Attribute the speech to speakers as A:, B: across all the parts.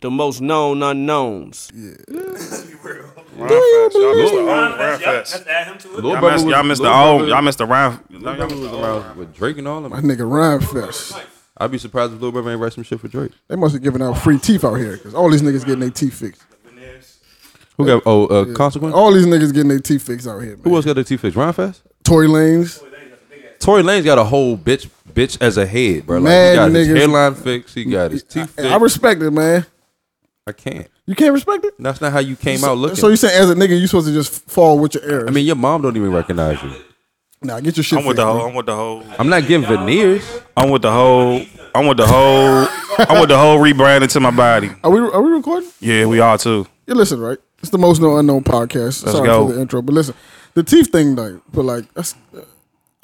A: the most known unknowns.
B: Rhyme fest. Y'all missed the
C: Rhyme
B: old
C: fest,
B: rhyme
C: y'all-
B: fest.
C: Let's add him to it.
B: Y'all missed- Y'all missed the old. Y'all missed the rhyme. y'all
D: Lil
B: missed
D: Brother
B: the
D: was
B: old
D: around with Drake and all of
E: My
D: them.
E: nigga Rhyme Fest.
D: I'd be surprised if Lil Brother ain't write some shit for Drake.
E: They must have given out free teeth out here because all these niggas getting their teeth fixed.
D: Who got? Oh, uh, consequence.
E: All these niggas getting their teeth fixed out here. Man.
D: Who else got their teeth fixed? Rhyme fast.
E: Tory Lanez.
D: Tory Lane's got a whole bitch bitch as a head, bro. Like
E: Mad
D: he got his
E: niggas-
D: hairline fixed. He got his teeth
E: I,
D: fixed.
E: I
D: I,
E: respect it, man.
D: can't.
E: You can't respect it.
D: That's not how you came out looking.
E: So you saying as a nigga, you supposed to just fall with your errors?
D: I mean, your mom don't even recognize you.
E: nah, get your shit.
B: I'm with the
E: fixed,
B: whole.
E: bro.
B: I'm with the whole.
D: I'm not getting veneers.
B: I'm with the whole. I'm with the whole. I'm with the whole rebranding to my body.
E: Are we are we recording?
B: Yeah, we are too.
E: You listen, right? It's the most known unknown podcast. Sorry
B: go.
E: for the intro, but listen, the teeth thing, like, but like, that's, uh,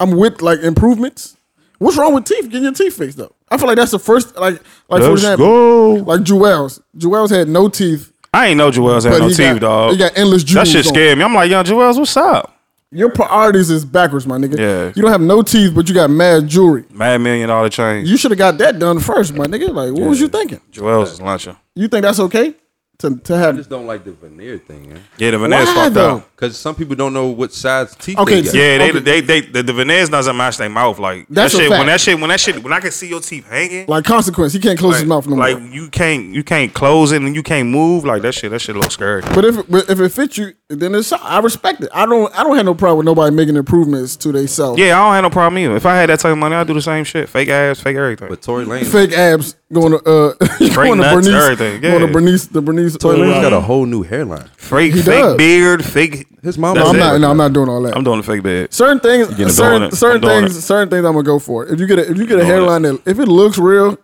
E: I'm with like improvements. What's wrong with teeth? Getting your teeth fixed though. I feel like that's the first, like, like for
B: Let's
E: example,
B: go.
E: like Jewel's. Jewel's had no teeth.
B: I ain't know Joel's had
E: But
B: no
E: he
B: teeth,
E: got-
B: dog.
E: he got endless
B: That
E: jewels
B: shit
E: on.
B: scared me. I'm like, yo, Joel's, what's up?
E: Your priorities is backwards, my nigga.
B: Yeah.
E: You don't have no teeth, but you got mad jewelry.
B: Mad million dollar change.
E: You should have got that done first, my nigga. Like, what was you thinking?
B: Joel's is lunching.
E: You think that's okay to to
D: I
E: have?
D: just don't like the veneer thing, man.
B: Yeah, the veneers
E: Why,
B: fucked
E: though?
B: up.
D: Because some people don't know what size teeth
E: Okay,
D: they got.
E: yeah.
B: Yeah, they,
E: Okay.
B: they, they, the, the veneers doesn't match their mouth. Like
E: That's a
B: that shit.
E: fact.
B: When that shit, when that shit, when I can see your teeth hanging,
E: Like consequence, he can't close his mouth no more.
B: like you can't, you can't close it and you can't move. Like that shit, that shit looks scary.
E: But if but if it fits you, then it's I respect it. I don't I don't have no problem with nobody making improvements to themselves.
B: Yeah, I don't have no problem either. If I had that type of money, I'd do the same shit. Fake ass, fake everything.
D: But Tory Lane,
E: Fake abs going to uh going to
B: nuts,
E: Bernice,
B: everything.
E: going to
B: Yeah.
E: Bernice, the Bernice.
D: Tory
E: uh,
D: Lane's got a whole new hairline.
B: fake,
E: he
B: fake
E: does.
B: beard, fake.
D: His mom-
E: no,
B: That's
E: I'm
B: it.
E: not. No, I'm not doing all that.
B: I'm doing the fake beard.
E: certain things,
B: doing
E: certain
B: it.
E: certain
B: I'm doing
E: things,
B: it.
E: certain things. I'm gonna go for. If you get a, if you get a
B: doing it.
E: hairline that if it looks real,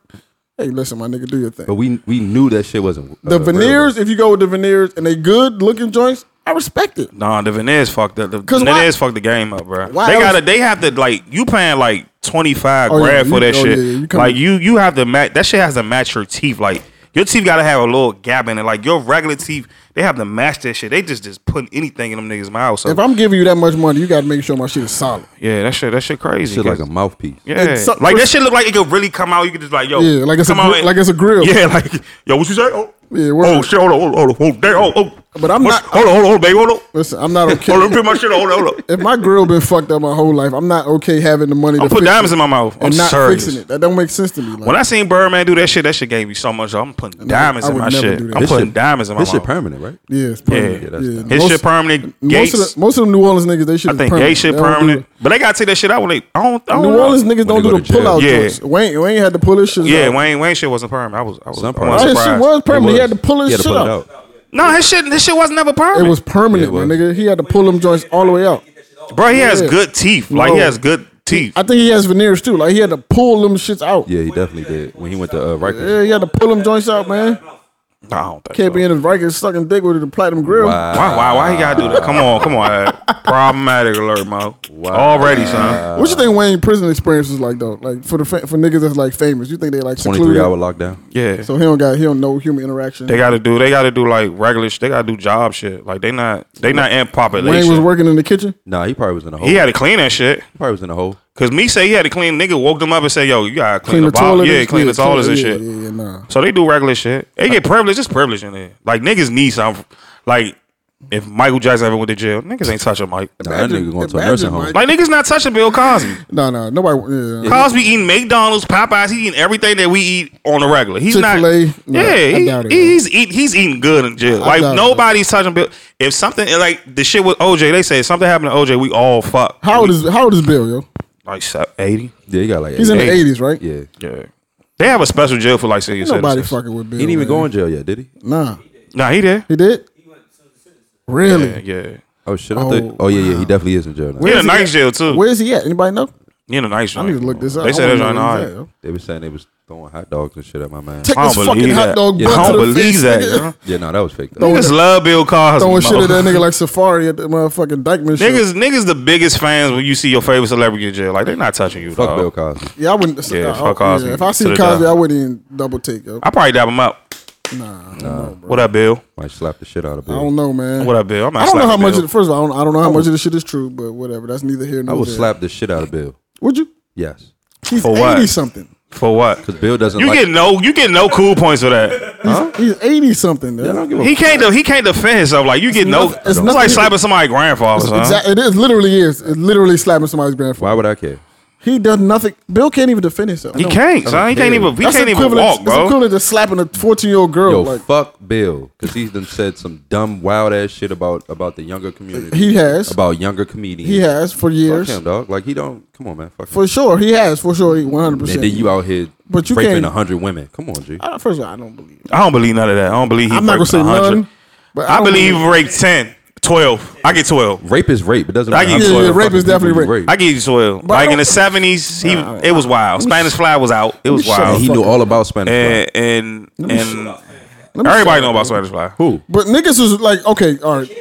E: hey, listen, my nigga, do your thing.
D: But we we knew that shit wasn't uh,
E: The
D: real.
E: veneers, if you go with the veneers and they good looking joints, I respect it.
B: Nah, the veneers fucked up. The
E: 'Cause why-
B: veneers fucked the game up, bro. They
E: Why else-
B: gotta, they have to like you paying like twenty five
E: Oh, yeah,
B: grand
E: you-
B: for that
E: oh,
B: shit.
E: yeah, yeah, you come-
B: like you, you have to match. That shit has to match your teeth. Like your teeth gotta have a little gap in it. Like your regular teeth, they have to match that shit. They just just putting anything in them niggas' mouths. So,
E: If I'm giving you that much money, you got to make sure my shit is solid.
B: yeah, that shit, that shit crazy.
D: Shit like
B: Like-
D: a mouthpiece.
B: yeah,
E: It's so-
B: like that shit look like it could really come out. You could just like yo,
E: Yeah, like it's a
B: come out
E: gri-
B: and-
E: like it's a grill.
B: Yeah, like yo, what you say? Oh,
E: Yeah, word.
B: oh shit, hold on, hold on, hold on, there, oh, oh.
E: But I'm
B: What's-
E: not-
B: Hold on, hold on, hold on, baby, hold on.
E: Listen, I'm not okay.
B: Hold on, put my shit on. Hold on, hold on.
E: if my grill been fucked up my whole life, I'm not okay having the money
B: I'm
E: to
B: put
E: fix
B: diamonds
E: it
B: in my mouth. I'm
E: and not
B: serious.
E: fixing it. That don't make sense to me. Like,
B: When I seen Birdman do that shit, that shit gave me so much. I'm putting diamonds
E: I
B: in
E: would
B: my
E: never
B: shit.
E: do that.
B: I'm
E: This
B: putting
D: shit-
B: diamonds in my
D: This shit
B: mouth.
D: permanent, right?
E: yeah, it's
B: Yeah,
E: permanent.
D: that's
E: Yeah,
D: dumb.
B: His
E: most,
B: shit permanent.
E: Most
B: Gates.
E: of, the, most of them New Orleans niggas, they
B: I
E: shit. is
B: think
E: permanent.
B: gate shit
E: They don't do
B: permanent. But they gotta take that shit out when they. I don't. I
E: the-
B: don't
E: New
B: know.
E: Orleans niggas
D: they
E: don't
D: go
E: do the
D: to jail.
E: pull out
B: Yeah.
E: joints. Wayne, Wayne had to pull his shit.
B: Yeah,
E: out.
B: Wayne. Wayne shit wasn't permanent. I was. I was.
D: Some
B: I
D: permanent.
B: was
E: His shit
B: surprised.
E: was permanent. He
D: was.
E: had to pull his
D: He had to
E: shit
D: pull it
E: out.
D: out.
B: No, his shit. His shit was never
E: It
B: permanent.
E: was permanent,
D: It was.
E: my nigga. He had to pull them joints all the way out.
B: Bro, he has
E: Yeah.
B: good teeth. Like he
E: No.
B: has good teeth.
E: I think he has veneers too. Like he had to pull them shits out.
D: Yeah, he definitely did when he went to uh, Rikers.
E: Yeah, he had to pull them joints out, man.
B: No, I don't think.
E: Can't
B: so.
E: be in his Rikers sucking dick with the platinum grill.
B: Why? Why? Why he gotta do that? Come on, come on. Ed. Problematic alert, Mo. Already, son.
E: What you think Wayne prison experience is like though? Like for the fa- for niggas that's like famous, you think they like
D: Twenty three
E: secluded?
D: hour lockdown.
B: Yeah.
E: So he don't got he don't know human interaction.
B: They gotta do. They gotta do like regular. sh- They gotta do job shit. Like they not. They not in
E: Wayne was
B: population.
E: working in the kitchen.
D: Nah, he probably was in a hole.
B: He had to clean that shit.
D: he probably was in a hole.
B: Cause me say he had to clean. Nigga woke them up and said, "Yo, you gotta clean,
E: Clean
B: the,
E: the
B: bottle.
E: toilet.
B: Yeah, clean the toilets and
E: yeah,
B: shit.
E: Yeah, yeah, nah.
B: So they do regular shit. They get privilege. It's privilege in there. Like niggas need something. Like if Michael Jackson ever went to jail, niggas ain't touching Mike.
D: Nah, that nigga going to a
E: imagine,
D: nursing home.
E: Mike.
B: Like niggas not touching Bill Cosby.
E: Nah, nah. Nobody. Yeah.
B: Cosby eating McDonald's, Popeyes. He eating everything that we eat on the regular. He's
E: Chick-fil-A?
B: not.
E: No, I
B: yeah, he-
E: doubt it.
B: he's eat, he's eating good in jail. like
E: doubt it.
B: nobody's touching Bill. If something like the shit with OJ, they say something happened to OJ. We all fuck.
E: How old is how old is Bill? Yo,
B: like eighty?
D: Yeah, he got like.
E: he's in the
B: Eighty.
E: eighties, right?
D: yeah, he
B: Yeah. They have a special jail for like senior
E: Nobody
B: citizens.
E: fucking with Bill.
D: didn't even
E: man.
D: go in jail yet, did he?
E: Nah,
B: Nah, he there.
E: he did. Really?
B: Yeah, yeah.
D: Oh shit! I
E: Oh,
D: thought, oh yeah, yeah, he definitely is in jail
B: He
D: now.
B: in a
E: is he
B: nice jail too.
E: Where is he at? Anybody know?
B: he in a nice jail.
E: I need to look this up.
B: They
E: I
B: said
E: wanna
B: it's
E: know
B: on
E: where he's
B: high.
E: at, yo.
D: They were saying they was thrhrowing hot dogs and shit at my man.
E: Take
B: I don't
E: this fucking
B: believe
E: hot
B: that.
E: dog
D: Yeah,
E: butt
B: I
E: to
B: don't
E: the
B: believe
E: face,
B: that.
E: nigga.
B: yo.
D: Yeah, no, that was fake. Though.
B: Niggas love Bill Cosby.
E: Throwing shit at
B: motherfucker.
E: that nigga like Safari at the motherfucking Dykeman show.
B: Niggas, niggas, the biggest fans when you see your favorite celebrity in jail. Like they're not touching you.
D: Fuck
B: dog.
D: Bill Cosby.
E: Yeah, I wouldn't.
B: Yeah,
E: I- I-
B: fuck Cosby.
E: yeah, if I see
B: To the
E: Cosby,
B: die.
E: I wouldn't even double take. Yo.
B: I probably dab him out.
E: Nah,
B: What up, Bill?
D: Might slap the shit out of
E: I don't
D: Bill.
E: know, man.
B: What up, Bill? I'm not
E: I don't know
B: slapping
E: how much.
B: Bill.
E: Of, first of all, I don't, I don't know how much of this shit is true, but whatever. That's neither here
D: I
E: nor
D: would
E: there.
D: slap the shit out of Bill.
E: Would you?
D: Yes.
E: He's
B: For what?
E: eighty something.
B: For what?
D: Because Bill doesn't
B: You
D: like
B: get no, you get no cool points for that.
E: He's eighty something.
D: I don't give a
B: He can't, de- he can't defend himself. Like you get no,
E: nothing- it's
B: it's
E: nothing-
B: like slapping somebody's grandfather. son.
E: Exactly. It is literally is. It literally slapping somebody's grandfather.
D: Why would I care?
E: He does nothing. Bill can't even defend himself.
B: He can't, son. He can't even, he can't even
E: equivalent,
B: walk,
E: It's
B: bro.
E: equivalent to slapping a fourteen year old girl.
D: Yo,
E: like
D: fuck Bill, because he's done said some dumb, wild ass shit about about the younger community.
E: He has.
D: about younger comedians.
E: he has for
D: Fuck
E: years.
D: him, dog. Like he don't. Come on, man. Fuck him.
E: For sure, he has. For sure, one hundred
D: And then
E: percent.
D: you out here
E: But you
D: raping
E: can't-
D: a hundred women. Come on, G.
E: First of all, I don't believe. It.
B: I don't believe none of that. I don't believe he.
E: I'm not gonna
B: raped
E: say
B: 100.
E: none. But
B: I
E: don't
B: believe he raped 10, 12. I get 12.
D: Rape is rape. It doesn't.
B: I
D: matter
B: get-
D: how
B: Yeah,
D: many
B: yeah,
D: fucking
E: rape is
D: people
E: definitely
D: you
E: rape.
B: I give you 12.
E: I
B: like in
E: don't-
B: the 70s, he it was wild. Spanish Fly was out. It was
E: shut
D: And
B: wild.
D: he knew all about Spanish.
B: and and, and
E: me
B: everybody
E: shut
B: know
E: up,
B: about Spanish Fly.
D: Who?
E: But niggas is like, okay, all right.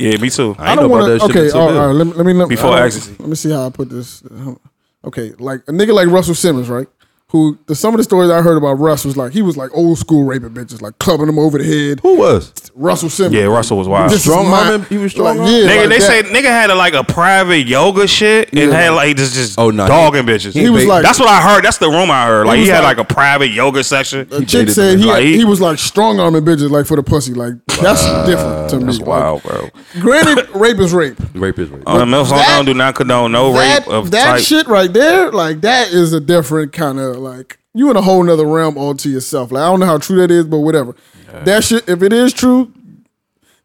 B: Yeah, me too.
D: I
E: I
D: ain't know about
E: don't want
D: that
E: to.
D: shit
E: Okay,
D: until
E: all right,
D: then.
E: all right. Let me let me let,
B: Before
E: all right,
B: ecstasy.
E: Let me see how I put this. Um, Okay, like a nigga like Russell Simmons, right? Who the some of the stories I heard about Russ was like he was like old school raping bitches, like clubbing them over the head.
D: Who was?
E: Russell Simmons.
B: Yeah, Russell was wild.
E: This is
D: Strong
E: my-
D: arm him? He was strong arm?
E: like, Yeah,
B: Nigga,
E: like
B: they
E: that.
B: said nigga had a, like a private yoga shit and
E: Yeah.
B: had like just just
D: Oh, nah, he-
B: dogging bitches.
E: he was
D: They-
E: like
B: That's what I heard. That's the rumor I heard. Like
E: He
B: he,
E: was
B: had
E: like-
B: like, a private yoga section.
E: a chick
D: dated
E: said
D: them.
E: he,
B: Like, he-
E: he was like strong arming bitches like for the pussy. Like that's different to me.
B: That's
E: like,
B: wild, bro.
E: Granted, rape is rape.
D: Rape is rape.
B: Um, Mills
E: that-
B: do not condone no
E: that,
B: rape of
E: that
B: type.
E: shit right there, like that is a different kind of like you in a whole nother realm all to yourself. Like I don't know how true that is, but whatever. That shit, if it is true,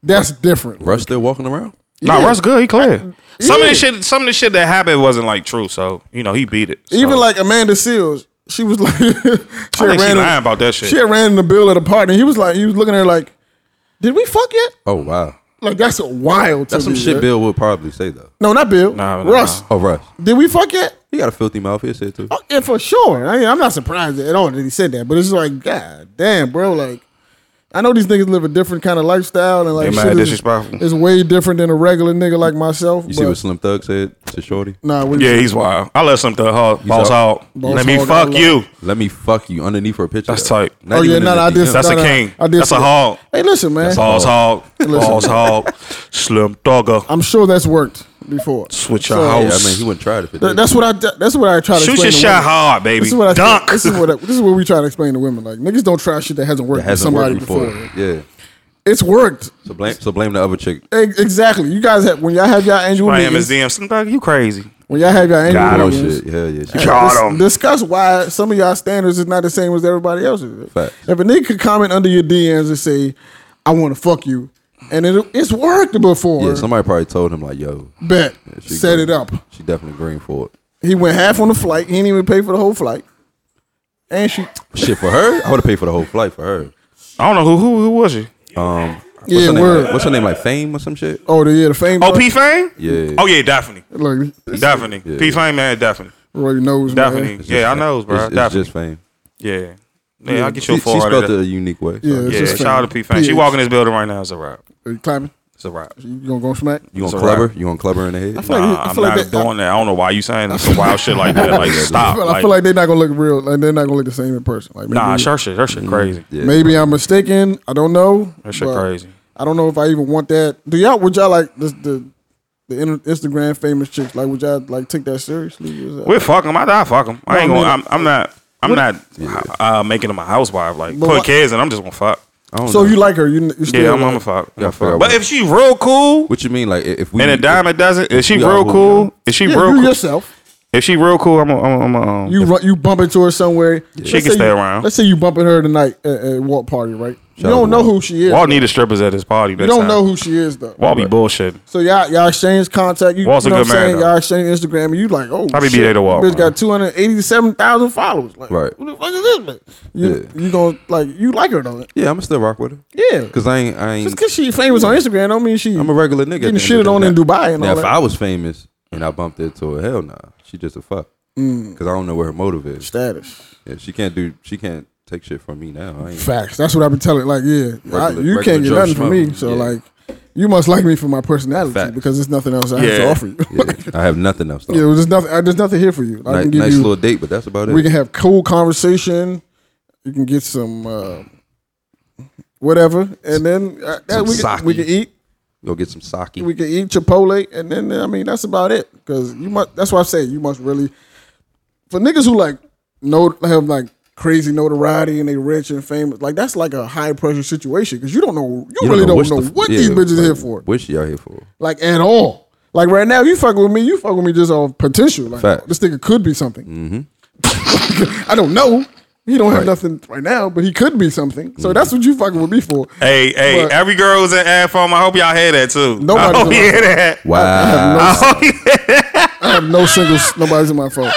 E: that's different.
D: Rush still walking around.
B: Nah, Russ good. He clear. Some of
E: Yeah.
B: the shit, some of the shit that happened wasn't like true. So you know he beat it. So.
E: Even like Amanda Seals, she was like, she
B: I
E: had
B: think she
E: ran
B: lying
E: in,
B: about that shit.
E: she had ran in the bill at a party. And he was like, he was looking at her like, did we fuck yet?
D: Oh wow.
E: Like that's a wild. To
D: That's some
E: me,
D: shit
E: right?
D: Bill would probably say though.
E: No, not Bill.
B: Nah, nah,
E: Russ,
D: Oh Rush.
E: did we fuck yet?
D: He got a filthy mouth. He'll say it too.
E: Oh, yeah, for sure. I mean, I'm not surprised at all that he said that, but it's just like, God damn, bro. Like, I know these niggas live a different kind of lifestyle and like
B: They
E: shit
B: mad
E: is-
B: disrespectful.
E: It's way different than a regular nigga like myself.
D: You
E: but
D: see what Slim Thug said to Shorty?
E: nah, we,
B: yeah, he's wild. I love something hard. Boss
D: out.
B: hog.
E: Boss
B: Let me
E: hog, I
B: fuck
E: love-
B: you.
D: Let me fuck you underneath her picture.
B: That's
D: though.
B: tight.
E: Oh yeah,
D: even
E: no,
D: in
E: no,
D: the
E: I
D: DM.
E: did.
B: That's
E: no,
B: a
E: no,
B: king.
E: I did
B: That's a
E: see that.
B: hog.
E: Hey, listen, man.
B: Boss hog.
E: Listen.
B: Boss hog. Slim thugger.
E: I'm sure that's worked before.
B: Switch your
E: So-
B: house.
D: Yeah, I mean, he wouldn't try it if it
E: Th-
D: did.
E: That's what I. That's what I try to.
B: Shoot your
E: explain to
B: shot
E: women.
B: hard, baby.
E: This is what I
B: Dunk.
E: This is what. I, this is what we try to explain to women. Like niggas don't try shit that hasn't worked
D: It hasn't
E: with somebody
D: worked before. Yeah.
E: It's worked.
D: So blame, so blame the other chick.
E: E- Exactly. You guys have when y'all have y'all annual
B: Right, him
E: meetings.
B: is DM. Slim thugger, you crazy.
E: When y'all have y'all annual
B: God,
D: Oh
B: oh,
E: meetings,
D: shit. Yeah, yeah. She
B: Got
E: dis-
B: him.
E: discuss why some of y'all standards is not the same as everybody else's.
D: Facts.
E: If a nigga could comment under your DMs and say, "I want to fuck you," and it, it's worked before,
D: Yeah, somebody probably told him like, "Yo,
E: bet
D: she
E: set
D: green.
E: it up.
D: She definitely green for it."
E: He went half on the flight. He didn't even pay for the whole flight, and she.
D: Shit for her, I would have paid for the whole flight for her. Um,
B: I don't know who who, who was she.
D: What's
E: Yeah,
D: her name?
E: word.
D: Like, what's her name? Like Fame or some shit?
E: Oh, the yeah, the fame.
B: Oh, P Fame.
D: Yeah.
B: Oh yeah, Daphne.
E: Look,
B: Daphne. P Fame man, Daphne.
E: Roy knows. man.
B: Daphne.
D: It's just
B: Yeah, I
D: Fame.
B: know, bro.
D: It's, it's
B: Daphne.
D: just Fame.
B: Yeah. Yeah, I get
D: She,
B: your
D: she
B: four out
D: spelled
B: of
D: it
B: that.
D: a unique way.
E: Yeah,
D: So
E: it's
B: Yeah,
E: just
B: shout out to
E: Fame.
B: P Fame. She
E: PH.
B: walking this building right now. It's a wrap.
E: Are you climbing?
B: It's a wrap.
E: You gonna go smack?
D: you
B: It's
D: on
B: a
D: clever?
B: wrap.
D: You on clever in the head?
E: feel like
B: Nah,
E: I
B: I'm
E: feel like
B: not
E: that-
B: doing that. I don't know why you saying some wild shit like that. Like, stop.
E: But I feel like they're not gonna look real. Like they're not gonna look the same in person. Like maybe,
B: nah, her shit, her shit crazy.
D: Yeah.
E: maybe I'm mistaken. I don't know.
B: That shit
E: but
B: crazy.
E: I don't know if I even want that. Do y'all? Would y'all like this, the the inter- Instagram famous chicks? Like would y'all like take that seriously? Is that-
B: We'll fuck him. I I fuck him. I ain't
E: No, I
B: gonna. I'm,
E: mean-
B: I'm not. I'm not uh, making him a housewife. Like
E: But
B: put
E: why-
B: kids and I'm just gonna fuck.
D: I don't
E: So
D: know.
E: you like her? You, you still
B: Yeah, I'm, I'm
E: like,
B: gonna fuck. I'm
D: Yeah,
B: gonna
D: figure
B: fuck.
D: out
B: But
D: what-
B: if she real cool
D: What you mean? Like i- if we
B: and a diamond doesn't, if she
D: we are
B: real
D: who we are.
B: cool, if she
E: Yeah,
B: real
E: you
B: cool,
E: yourself.
B: if she real cool, I'm a, I'm a, I'm a,
E: You run, you bump into her somewhere. Let's
B: can
E: say
B: stay
E: you-
B: around.
E: Let's say you bumping her tonight at, at Walt party, right? you
D: out
E: don't
D: to
E: know
D: Walt.
E: who she is.
B: Walt needed strippers at his party.
E: you don't know who she is though.
B: Walt be bullshit.
E: So y'all y'all exchange contact. You,
B: Walt's
E: you
B: a
E: know
B: good
E: what I'm
B: man,
E: saying?
B: though.
E: Y'all exchange Instagram, and you like, oh,
B: Probably be
E: shit,
B: there to Walt,
E: Bitch
B: man.
E: got two hundred eighty-seven thousand followers. Like,
D: Right.
E: Who the fuck is this? Man? You
D: Yeah.
E: you gonna like you like her though?
D: Yeah, I'm gonna still rock with her.
E: Yeah.
D: Cause I ain't. I
E: Just
D: ain't.
E: because she famous on Instagram don't mean she.
D: I'm a regular nigga. at
E: Getting
D: the end of
E: shitted
D: the
E: on
D: day.
E: in Dubai and
D: now,
E: all
D: if
E: that.
D: I was famous and I bumped into her, hell nah, she just a fuck.
E: Mm.
D: Cause I don't know where her motive is.
E: status.
D: Yeah, she can't do. She can't take shit from me now. I ain't,
E: Facts. That's what I've been telling. Like, yeah,
D: Regular-
E: I- you
D: regular
E: can't get
D: Joe
E: nothing from me.
D: Schmo.
E: So
D: Yeah.
E: like, you must like me for my personality
D: Facts.
E: because there's nothing else I have to
B: Yeah.
E: offer you.
D: yeah, I have nothing else. Though.
E: yeah, there's nothing. I- There's nothing here for you. I
D: nice
E: can give
D: nice
E: you.
D: little date, but that's about it.
E: we can have cool conversation. You can get some uh, whatever, and then uh, that we can,
D: sake.
E: we can eat.
D: Go get some sake.
E: We can eat Chipotle, and then I mean that's about it. Because you must. That's why I say you must really. For niggas who like no have like crazy notoriety and they rich and famous. Like that's like a high pressure situation because you don't know you, really don't
D: what's
E: know
D: the f-
E: what
D: yeah,
E: these bitches
D: like,
E: here for.
D: What she out here for?
E: Like at all. Like right now, you fuck with me, you fuck with me just on potential. Like
D: Fact.
E: this nigga could be something. I don't know. He don't have nothing right now, but he could be something. So that's what you fucking with me for.
B: Hey, hey,
E: But-
B: every girl was an ad form. I hope y'all hear that too. I
E: Nobody
B: hope you
E: knows.
B: hear that.
D: Wow.
E: I have no singles. Nobody's in my phone.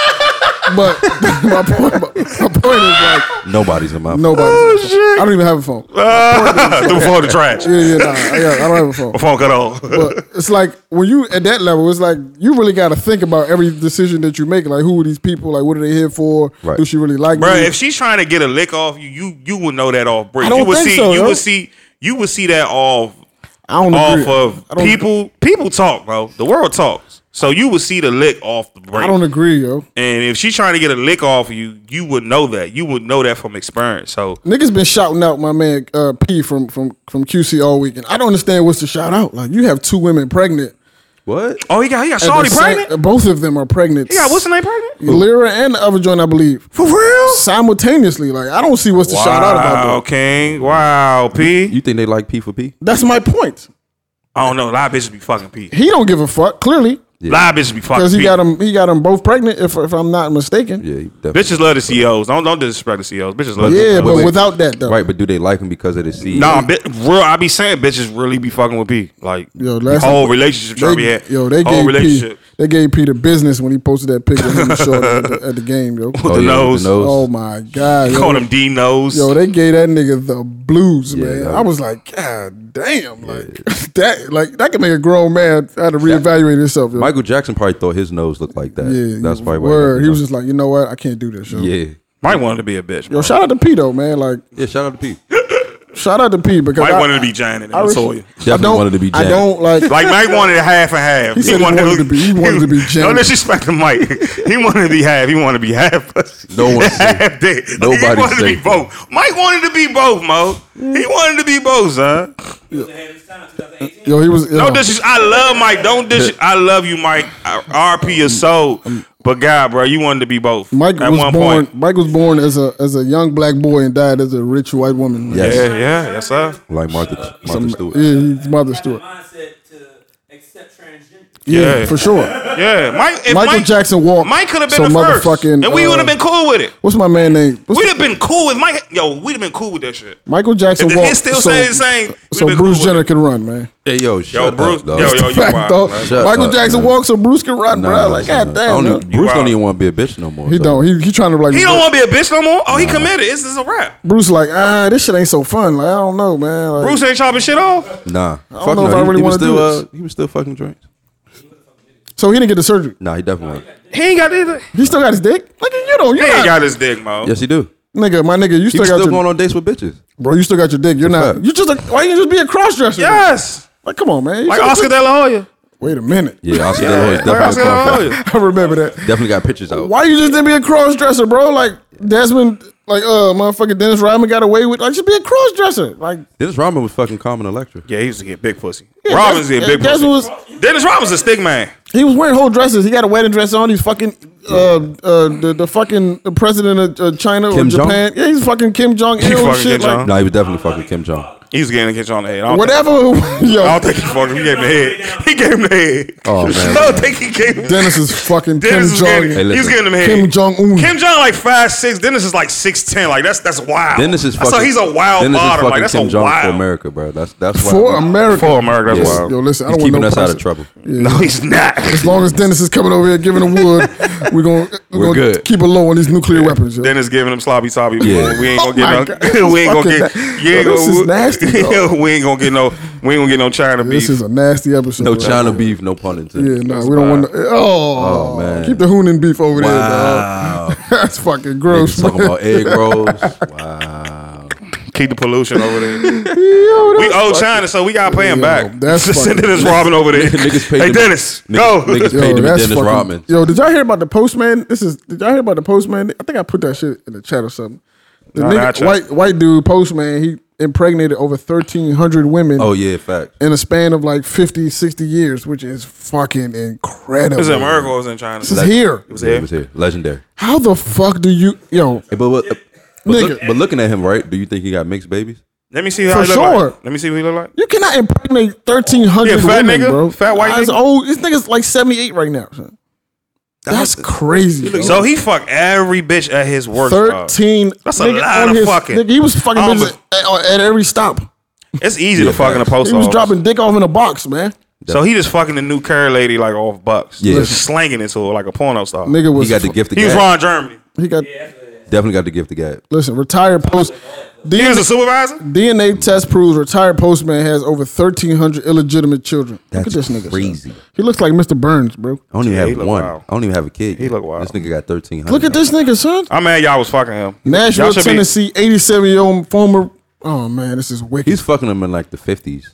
E: But my point, my point is like
D: Nobody's in my
E: nobody. I don't even have a phone.
B: Threw phone to trash.
E: Yeah, yeah, nah, yeah. I don't have a phone.
B: Phone cut off.
E: But Uh, it's like when you at that level, it's like you really got to think about every decision that you make. Like, who are these people? Like, what are they here for?
D: Right.
E: Do she really like
B: Bro,
E: me?
B: if she's trying to get a lick off you, you you would know that off break.
E: I don't
B: you would
E: think
B: see
E: so,
B: you
E: yo.
B: would see you would see that off
E: I don't
B: off
E: agree.
B: of
E: I don't,
B: people people talk, bro. The world talks. So you would see the lick off the break.
E: I don't agree, yo.
B: and if she's trying to get a lick off you, you would know that. You would know that from experience. So
E: Niggas been shouting out my man uh, P from from from QC all weekend. I don't understand what's the shout out. Like, you have two women pregnant.
D: What?
B: Oh, he got he got
E: at
B: Shawty
E: the same-
B: pregnant?
E: both of them are pregnant.
B: He got what's the name pregnant?
E: Lyra and the other joint, I believe,
B: For real?
E: simultaneously. Like, I don't see what's the shout out about.
B: Wow,
E: Though.
B: King. Wow, P.
D: You think they like P for P?
E: That's my point.
B: I don't know. A lot of bitches be fucking P.
E: He don't give a fuck. Clearly,
B: A lot of bitches be fucking
E: because he
B: P.
E: got them. He got them both pregnant. If if I'm not mistaken.
D: Yeah, he definitely.
B: Bitches love the CEOs. Don't don't disrespect the CEOs. Bitches love.
E: Yeah,
B: them.
E: but
D: But they-
E: without that though.
D: Right, but do they like him because of the seed?
B: Nah, bi- real. I be saying bitches really be fucking with P. Like
E: Yo, last
B: whole relationship trying to be had.
E: yo, they
B: whole
E: gave P,
B: relationship
E: they gave P the business when he posted that picture of him and Shorty at, the, at the game, yo.
B: with the
D: yeah,
B: nose.
D: with the nose.
E: Oh my god,
B: Call
E: yo.
B: them D nose.
E: Yo, they gave that nigga the blues,
D: Yeah,
E: man.
D: that-
E: I was like, God damn, like that, like that can make a grown man have to reevaluate himself. Yo.
D: Michael Jackson probably thought his nose looked like that.
E: yeah,
D: that's probably why.
E: word.
D: like
E: He
D: it.
E: was just like, you know what, I can't do this. Yo.
D: yeah,
B: Might wanted to be a bitch.
E: Yo,
B: Bro.
E: shout out to P though, man. Like,
D: yeah. Shout out to P.
E: shout out to P because
B: Mike
E: I,
B: wanted to be Janet and
E: I, res-
B: Latoya.
E: I
D: Definitely
E: don't
D: wanted to be
E: I
D: Janet.
E: don't like.
B: Like Mike wanted a half and half. He,
E: said he wanted to be- he wanted to be
B: No
E: Janet.
B: disrespect to Mike. He wanted to be half. He wanted to be half pussy.
D: No one said-
B: half dick. Like,
D: nobody
B: he wanted to be
D: said-
B: both. Mike wanted to be both, Mo. He wanted to be both, son.
E: yo, he was.
B: No
E: yo.
B: disrespect. I love Mike. Don't dis. I love you, Mike. I- RP your soul. But God, bro, you wanted to be both.
E: Mike
B: at
E: was
B: one
E: born.
B: point.
E: Mike was born as a as a young black boy and died as a rich white woman.
D: Yes.
B: Yeah, yeah, yes, sir.
D: Like Martha, Martha Stewart.
E: Yeah, he's Mother
C: Have the
E: Stewart.
C: mindset to accept transgender.
E: Yeah,
B: Yeah.
E: for sure.
B: Yeah, Mike. If
E: Michael
B: Mike,
E: Jackson walked.
B: Mike could have
E: so
B: been the first,
E: motherfucking,
B: and we
E: uh,
B: would have been cool with it.
E: What's my man name? What's
B: We'd have been cool with Mike. Yo, we'd have been cool with that shit.
E: Michael Jackson
B: If the
E: walked.
B: hit still
E: so,
B: say the same, we'd
E: so
B: been
E: Bruce
B: cool with
E: Jenner
B: it.
E: could run, man.
D: Hey, yo,
B: Yo,
D: shut
B: Bruce.
D: up, dog.
B: yo, yo, you
E: Fact,
B: wild.
E: though.
B: man.
D: Shut
E: Michael
D: up,
E: Jackson
D: man.
E: walked, so Bruce could run,
D: Nah,
E: bro.
D: nah,
E: Like,
D: nah.
E: god
D: I don't
E: damn. yo.
D: even- Bruce don't
B: wild.
D: even want to be a bitch no more.
E: He
D: so.
E: don't. He he trying to like.
B: He don't want to be a bitch no more. Oh, he committed. This is a wrap.
E: Bruce like ah, this shit ain't so fun. Like I don't know, man. Like,
B: Bruce ain't chopping shit off.
D: Nah, I
E: know if I really wanna do this.
D: He was still fucking drinks.
E: So he didn't get the surgery.
D: Nah, he definitely. wasn't.
B: He ain't got either.
E: He still got his dick. Like you don't.
B: He
E: You
B: ain't
E: not,
B: got his dick, mo.
D: Yes, he do.
E: nigga. My nigga, you
D: He
E: still
D: was
E: got
D: still
E: your
D: going on dates with bitches.
E: bro. You still got your dick. You're not.
D: fact.
E: You just like why you just be a cross dresser?
B: Yes.
E: Like come on, man. You
B: Like
E: should've
B: Oscar
E: been-
B: De La Hoya.
E: Wait a minute.
D: Yeah, Oscar De La Hoya's
B: Like
D: definitely
B: Oscar
D: a
B: De La
D: contract.
B: Hoya.
E: I remember that.
D: Definitely got pictures out.
E: Why you just didn't be a cross dresser, bro? Like Desmond, like uh, motherfucking Dennis Rodman got away with like just be a cross dresser. Like
D: Dennis Rodman was fucking Common Electra.
B: Yeah, he used to get big pussy. Robbins
E: Des-
B: get big
E: Desmond
B: pussy.
E: was-
B: Dennis Robbins a stick man.
E: he was wearing whole dresses. He got a wedding dress on. He's fucking uh, uh the, the fucking president of uh, China
D: Kim
E: or
D: Jong?
E: Japan. Yeah, he's fucking Kim Jong Il and
B: fucking
E: shit.
B: Kim
E: like,
B: Jong.
D: No, he was definitely fucking Kim Jong.
B: He's getting a catch on the head. I don't think-
E: Whatever. Yo,
B: I don't think he fucked him. He gave him the head. He gave him the head.
D: Oh, man.
B: I don't think he gave him
E: Dennis is fucking
B: Dennis
E: Kim
B: was
E: Jong.
B: getting,
D: Hey,
B: he was
D: listen.
B: getting him head.
E: Kim Jong Un.
B: Kim Jong like five six. Dennis is like six ten. Like that's that's wild.
D: Dennis is fucking.
B: So he's a wild
D: Dennis is
B: model. Like
D: fucking
B: that's
D: Kim
B: a
D: Jong
B: wild.
D: for America, bro. That's that's why.
E: for
D: we-
E: America.
B: For America, that's
D: Yeah.
B: wild.
E: Yo, listen, I
D: He's
E: don't want
D: keeping
E: no
D: us out of
E: president.
D: trouble.
B: No, he's not.
E: As long as Dennis is coming over here giving him wood, we're gonna we're,
D: We're
E: gonna
D: good.
E: keep it low on these nuclear weapons. Yo.
B: Dennis giving him sloppy toppy.
D: Yeah.
B: We ain't
E: Oh
B: gonna
E: my
B: get
E: God.
B: no. we ain't gonna get.
E: Fucking-
B: You ain't
E: Yo, this
B: gonna,
E: is nasty, dog.
B: we ain't gonna get no. We ain't gonna get no China beef.
E: This is a nasty episode.
D: No
E: bro.
D: China beef, no pun intended.
E: Yeah, no, we don't want to. Oh,
D: Oh, man.
E: keep the Hoonan beef over
D: Wow.
E: there, dog. That's fucking
D: Niggas
E: gross.
D: talking
E: man.
D: about egg rolls. Wow.
B: Keep the pollution over there. we owe China, so we gotta pay him back.
E: that's
B: Just
E: fucking-
B: send Dennis Robin over there.
D: Niggas paid
B: hey,
D: to be-
B: Dennis,
D: Niggas,
B: go.
D: niggas
E: Yo,
D: paid to be
E: that's
D: Dennis
E: fucking-
D: Rodman.
E: Yo, did y'all hear about the postman? This is. Did y'all hear about the postman? I think I put that shit in the chat or something. The
B: Nah, nah, I
E: nigga,
B: checked.
E: white white dude postman. He impregnated over 1,300 women
D: Oh yeah, fact.
E: in a span of like 50, 60 years, which is fucking incredible.
B: It's in America. It was in China.
E: This is here.
B: was
D: Yeah,
B: here.
D: It was here. Legendary.
E: How the fuck do you, yo,
D: Hey, but what- but, look-
E: Nigga.
D: but looking at him, right? Do you think he got mixed babies?
B: Let me see how
E: For
B: he look
E: sure.
B: like. Let me see what he look like.
E: you cannot impregnate 1,300
B: Yeah, fat
E: women,
B: nigga,
E: bro.
B: fat white
E: That's
B: nigga.
E: old. This nigga's like 78 right now. son. That's crazy. bro.
B: So he fucked every bitch at his work. job.
E: 13.
B: That's a
E: nigga,
B: lot
E: on
B: of
E: his-
B: fucking.
E: Nigga, he was fucking
B: I'm
E: bitches at, at every stop.
B: It's easy to
D: Yeah,
B: fuck in a
D: facts.
B: post
E: He was
B: office.
E: dropping dick off in a box, man.
B: so he just fucking the new curry lady like off bucks.
D: Yeah.
B: Just slanging it to her like a porno star.
E: Nigga was
D: He got the gift. Of
B: he was
D: gab.
B: Ron Germany.
E: He got
D: Definitely got the gift of gab.
E: listen. Retired post
B: He was
E: DNA,
B: a supervisor.
E: DNA test proves retired postman has over thirteen hundred illegitimate children. Look at
D: That's
E: this nigga. son.
D: crazy.
E: He looks like Mr. Burns, bro.
D: I don't even
B: he
D: have
B: look
D: one.
B: wild.
D: I don't even have a kid.
B: He
D: yet.
B: look wild.
D: This nigga got thirteen hundred.
E: Look at this nigga, son.
B: I'm mad y'all was fucking him.
E: Nashville,
B: y'all should be-
E: Tennessee, eighty-seven year old former. Oh man, this is wicked.
D: He's fucking him in like the fifties.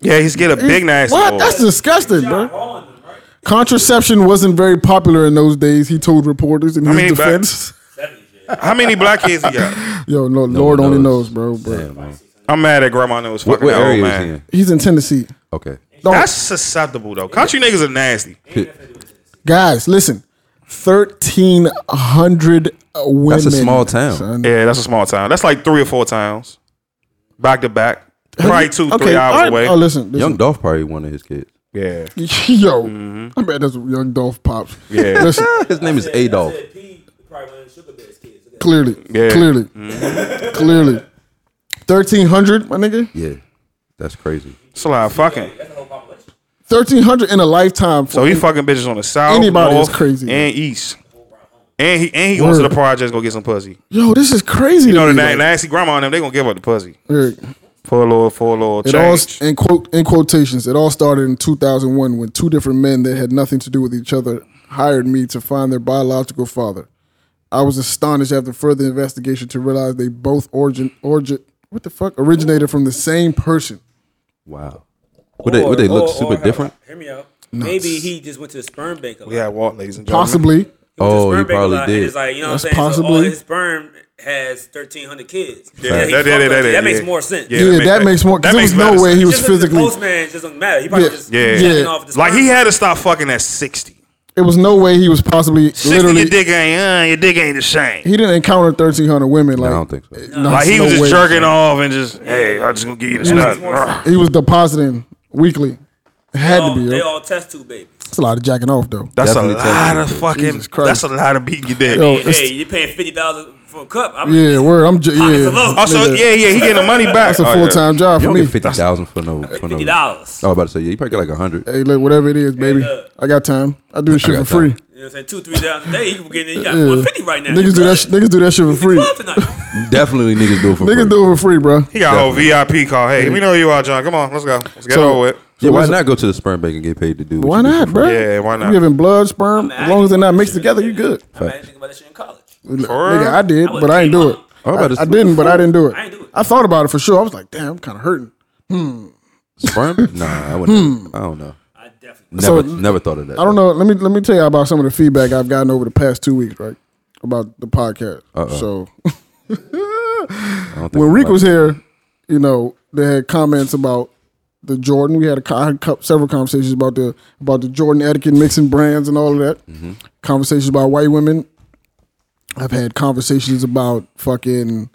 B: Yeah, he's get a big nasty.
E: what?
B: award.
E: That's disgusting, bro.
C: Rolling them, right?
E: Contraception wasn't very popular in those days. He told reporters in his
B: mean, back-
E: defense.
B: How many black kids he got?
E: Yo, no, Lord only knows, bro. But
D: Damn, man.
B: I'm mad at grandma knows
D: What,
B: fucking
D: what
B: that old
D: area is
B: man.
D: he in?
E: he's in Tennessee.
D: Okay.
E: Don't-
B: That's susceptible though. Country niggas are nasty.
E: Guys, listen. 1,300 women.
D: small town.
E: son.
B: Yeah, that's a small town. That's like three or four towns, back to back. Probably two,
E: Okay,
B: three hours
E: all right.
B: away.
E: Oh, listen. listen.
D: Young Dolph probably one of his kids.
B: yeah,
E: Yo, I bet that's Young Dolph Pops.
B: Mm-hmm. Yeah.
E: Listen,
D: His name is Adolf.
C: Said P probably one of the sugar bears kids. Look at
E: clearly.
B: Yeah. Mm-hmm.
E: Clearly. Clearly. 1,300, my nigga?
D: Yeah, that's crazy.
B: it's a lot of fucking.
C: that whole population.
E: 1,300 in a lifetime.
B: So he fucking bitches on the south,
E: Anybody is
B: north,
E: crazy.
B: and east. And he and he goes to the
E: Word.
B: projects gonna get some pussy.
E: Yo, this is crazy.
B: You know the
E: to me,
B: na-
E: like,
B: nasty grandma and them, they gonna give up the pussy.
E: Eric,
B: For a little, for a little
E: It all
B: change.
E: in quote in quotations. It all started in 2001 when two different men that had nothing to do with each other hired me to find their biological father. I was astonished after further investigation to realize they both origin origin what the fuck originated from the same person.
D: Wow. Would they, would they look
C: Or- or-
D: super
C: or-
D: different?
C: Hear me out. Maybe he just went to the sperm bank a lot.
B: We had Walt, ladies and gentlemen.
E: Possibly.
C: He went to the
D: Oh,
C: sperm
D: he
C: bank a
D: probably
C: lot,
D: did.
C: And it's like, you know what I'm
E: That's
C: saying? So all
E: possibly-
C: his sperm has 1,300 kids. Yeah,
B: That-
C: he
B: that-
C: fucked
B: that-
C: up.
B: that-
C: That makes
B: yeah.
C: more sense.
B: Yeah.
E: Yeah,
B: that
E: that,
B: makes-
E: makes more.
B: that
E: That there
B: makes
E: was no
B: better
E: way he was
C: Just look at the
E: physically.
C: postman just doesn't matter. He probably
E: Yeah.
C: just
B: Yeah.
C: jacking
E: Yeah.
C: off the
B: Like he
C: sperm.
B: had to stop fucking at sixty.
E: It was no way he was possibly
B: Sixty,
E: literally.
B: your dick ain't uh, your dick ain't the same.
E: He didn't encounter 1,300 women. Like
D: I don't think so.
E: no,
B: like he
E: no
B: was just
E: way.
B: jerking off and just hey, I just gonna give you this nut. Ugh.
E: He was depositing weekly. It
C: They
E: had
C: all-
E: to be.
C: Oh, They
E: yo.
C: all test tube babies.
E: That's a lot of jacking off though.
B: That's a
D: Definitely
B: lot
D: tested.
B: of fucking.
E: Jesus Christ.
B: That's a lot of beating your dick.
E: Yo,
C: Hey,
E: it's-
C: hey, you're paying fifty dollars for a cup. I'm
E: Yeah, word. I'm j-
C: Pockets
E: yeah.
C: are low.
B: also,
E: nigga.
B: yeah, yeah, he getting the money back.
E: That's a
B: Oh, yeah.
E: full time
D: You
E: job for
D: don't
E: me.
D: get fifty thousand for no for no.
C: fifty
D: I
C: dollars.
D: was about to say yeah, you probably get like a hundred.
E: Hey, look, whatever it is, baby.
C: look.
E: I got time. I do this shit
D: I
E: for
D: got
E: free.
D: time.
C: You know what I'm saying? Two, three dollars a day. You can get it. You got
E: Yeah.
C: one fifty right now.
E: Niggas do that. Sh- niggas do that shit for free.
C: Club tonight.
D: Definitely niggas do it for free.
E: Niggas do it for free, bro.
B: He got a whole VIP call. Hey, we know who you are, John. Come on, let's go. Let's get
E: So-
B: over with.
D: Yeah, why not go to the sperm bank and get paid to do? what
E: Why
D: you do for
E: not,
D: free?
E: bro?
B: Yeah, why not?
E: You giving blood, sperm.
C: Man,
E: As long as they're not
C: I
E: mixed
C: didn't
E: together,
C: do
E: you
C: that.
E: good.
C: I didn't think about that shit in college.
E: Nigga, I did,
C: I
E: but I ain't do it.
D: I'm
E: I,
D: about to
E: I didn't, but I didn't do it.
C: I ain't do it.
E: I thought about it for sure. I was like, damn, I'm kind of hurting.
D: Sperm? Nah, I wouldn't. I don't know.
C: I definitely.
D: Never, never thought of that.
E: I don't know. Let me let me tell you about some of the feedback I've gotten over the past two weeks, right? About the podcast. So when Reek was here, you know, they had comments about the Jordan. We had a, co- I had co- several conversations about the about the Jordan etiquette, mixing brands, and all of that.
D: Mm-hmm.
E: Conversations about white women. I've had conversations about fucking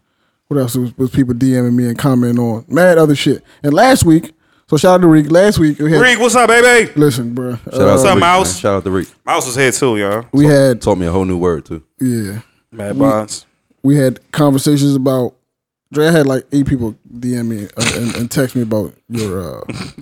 E: what else was, was people DMing me and commenting on mad other shit. And last week, so shout out to Reek. Last week we had
B: Reek, what's up, baby?
E: listen, bro. uh,
D: Shout out
B: What's
D: to
B: up,
D: Reek,
B: Mouse?
D: man. Shout out to Reek.
B: Mouse is here too, y'all.
E: we had
D: Taught me a whole new word too.
E: yeah.
B: Mad Bonds.
E: we had conversations about. Dre I had like eight people DM me uh, and, and text me about your uh,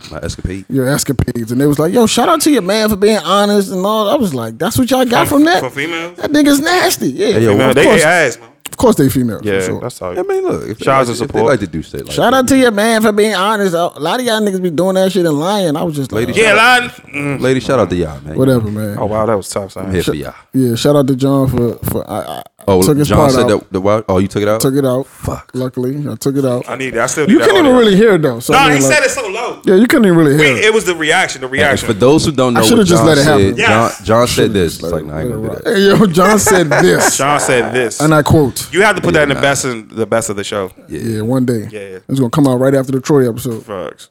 D: My escapade.
E: your escapades, and they was like, "Yo, shout out to your man for being honest and all." I was like, "That's what y'all got from
B: For
E: that?
B: females,
E: That nigga's nasty." Yeah,
D: yo,
B: man,
E: of,
B: they
E: course,
B: hate ass, man.
E: of course they females.
B: Yeah,
E: Yeah, for sure.
B: that's all.
D: I mean, look. If they
B: Shout out
D: like
B: to
D: if they
B: support.
D: like to do shit like
E: Shout out to your man for being honest. A lot of y'all niggas be doing that shit and lying. I was just like,
D: Lady,
B: Yeah,
D: shout
B: line.
D: out,
B: Mm.
D: lady, shout out to y'all, man.
E: whatever, man.
B: Oh wow, that was tough. Son.
D: I'm here for y'all.
E: Yeah, shout out to John for for I, I
D: Oh,
E: took his
D: John
E: part
D: said
E: out.
D: that. The wild, oh, you took it out.
E: Took it out.
D: Fuck.
E: Luckily, I took it out.
B: I need that. I still.
E: You
B: need that
E: couldn't even
B: audio.
E: really hear it though. So
B: No,
E: I
B: he
E: mean, like-
B: said it so low.
E: Yeah, you couldn't even really hear.
B: It was the reaction. The
D: And for
B: reaction.
D: those who don't know,
E: should've
D: what
E: just
D: John
E: let it happen.
D: said, John, John said this. It's
E: Like,
D: like, nah, I ain't gonna do that.
E: Hey, yo, John said this,
B: John said this.
E: and I quote:
B: You have to put that in the best in the best of the show.
E: Yeah, one day.
B: Yeah.
E: It's gonna come out right after the Troy episode.
B: Fucks.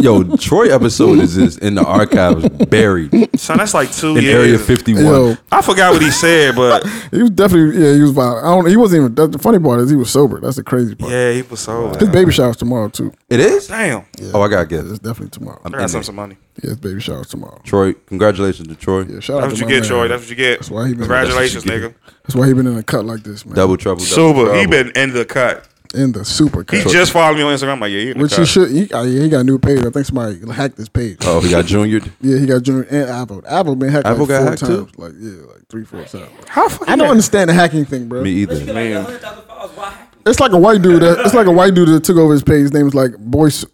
D: Yo, Troy episode is just in the archives, buried in
B: Son, that's like two years.
D: Area 51.
E: Yo,
B: I forgot what he said, but
E: he was definitely yeah, he was violent. I don't he wasn't even that's the funny part is he was sober. That's the crazy part.
B: yeah, he was so
E: His baby shower's tomorrow too.
D: It is?
B: damn.
D: Oh, I got to get
E: It's
D: it.
E: definitely tomorrow.
D: I'm
B: I
D: in
B: got some,
D: there.
B: some money.
E: Yeah, his baby shower's tomorrow.
D: Troy, congratulations to Troy.
E: Yeah, shout out
B: That's what
E: to
B: you
E: my
B: get,
E: man.
B: Troy. That's what you get.
E: That's why he been-
B: Congratulations,
D: That's what you
B: nigga.
E: That's why he been in a cut like this, man.
D: Double trouble. double
B: Super. He
D: trouble.
B: been in the cut.
E: in the super
B: He
E: cut.
B: just followed me on Instagram. I'm like, yeah, he in the
E: which he
B: cut.
E: should he, uh, yeah, he got a new page. I think somebody hacked his page.
D: Oh, he got junior.
E: Yeah, he got Junior and Apple. Apple been hacked
D: Apple
E: like
D: got
E: four
D: hacked,
E: times.
D: too?
E: Like yeah, like three, four times.
B: How fucking
E: I don't understand the hacking thing, bro.
D: Me
C: She
D: either.
C: got like 100,000 followers. Why hack me?
E: It's like a white dude. That, it's like a white dude that took over his page. His name was like Boyce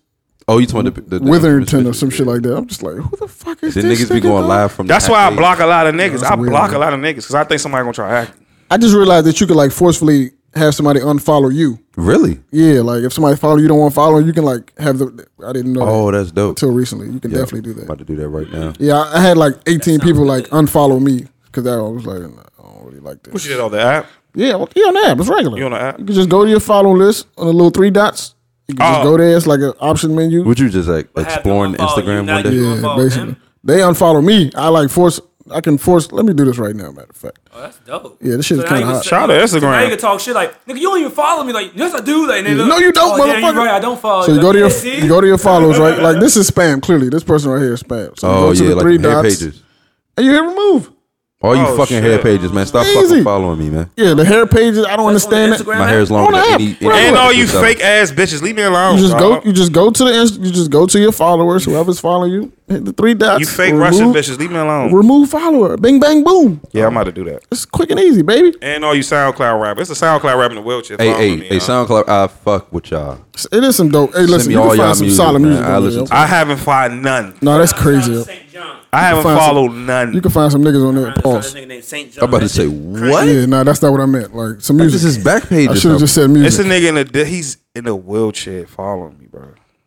D: Oh, you talking the, the, the
E: Witherington or some shit like that. I'm just like, who the fuck is
D: Then
E: this?
D: niggas be
E: nigga,
D: going
E: dog?
D: live from. the
B: That's why I
D: accolades.
B: block a lot of niggas.
E: that's
B: I
E: weird,
B: block
E: man.
B: a lot of niggas because I think somebody gonna try to hack.
E: I just realized that you could like forcefully have somebody unfollow you.
D: Really?
E: Yeah, like if somebody follow you don't want to follow, you can like have the. I didn't know
D: Oh, that's dope.
E: until recently. You can
D: Yeah,
E: definitely do that.
D: About to do that right now.
E: Yeah, I I had like 18 people like unfollow me because I was like, nah, I don't really like
B: What you
E: this.
B: did all that?
E: Yeah, well, you on the app. It's regular.
B: You on the app?
E: You can just go to your follow list on the little three dots. You can just
B: Oh.
E: go there. It's like an option menu.
D: Would you just like
C: happened?
D: exploring
C: Unfollow you,
D: Instagram
C: now
D: one day?
C: you-
E: yeah,
C: unfollow
E: basically.
C: them?
E: They unfollow me. I like force. I can force. Let me do this right now. Matter of fact,
C: Oh, that's dope.
E: Yeah, this shit is
C: now you
E: kinda
C: can
E: hot.
C: say-
B: Shout out to
C: so Now
B: Instagram.
C: you can talk shit like, nigga, you don't even follow me. Like, yes, I do. Like, nigga.
E: no, you don't,
C: oh,
E: motherfucker.
C: yeah, you right. I don't follow.
E: So you go to your
C: Yeah, see?
E: you go to your followers, right? Like this is spam. Clearly, this person right here is spam. So you
D: Oh
E: go to
D: yeah,
E: the
D: like
E: three
D: the hair
E: dots,
D: pages.
E: and you hit remove.
D: All you
B: Oh,
D: fucking
B: shit.
D: hair pages, man. Stop
E: Easy.
D: fucking following me, man.
E: Yeah, the hair pages. I don't understand it.
C: Instagram
D: My hair is
E: On
D: longer
E: the
D: than
E: app.
D: any.
E: Right.
D: any
B: And all you
D: episode.
B: fake ass bitches, leave me alone.
E: You just go.
B: dog.
E: You just go to the. Inst- You just go to your followers. Whoever's following you, hit the three dots.
B: You fake
E: remove-
B: Russian bitches, leave me alone.
E: Remove follower. Bing bang boom.
B: Yeah, I'm about to do that.
E: It's quick and easy, baby.
B: And all you SoundCloud rappers, it's a SoundCloud rapper in the wheelchair.
D: Hey,
B: follow
D: hey,
B: me,
D: hey,
B: dog.
D: SoundCloud, I fuck with y'all.
E: It's- It is some dope. Hey, listen,
D: me
E: you
D: all
E: can
D: y'all
E: find some
D: music,
E: solid
D: man.
E: music.
D: I
E: on there,
D: listen
E: yo.
D: to
B: I haven't found none.
E: no, that's
C: Shout
E: crazy.
C: out
E: yo.
C: to St. John.
B: I haven't
E: find some-
B: followed
E: You
B: none.
E: can find some niggas on there.
C: Shout out to
E: Pause.
C: this nigga named Saint John.
D: I'm about to
C: That
D: say
C: shit-
D: what?
E: Yeah, nah, that's not what I meant. Like some music.
D: This is back
E: I
D: pages.
E: should have just said
B: It's a
E: music.
B: nigga in a di- he's in a wheelchair following me, bro.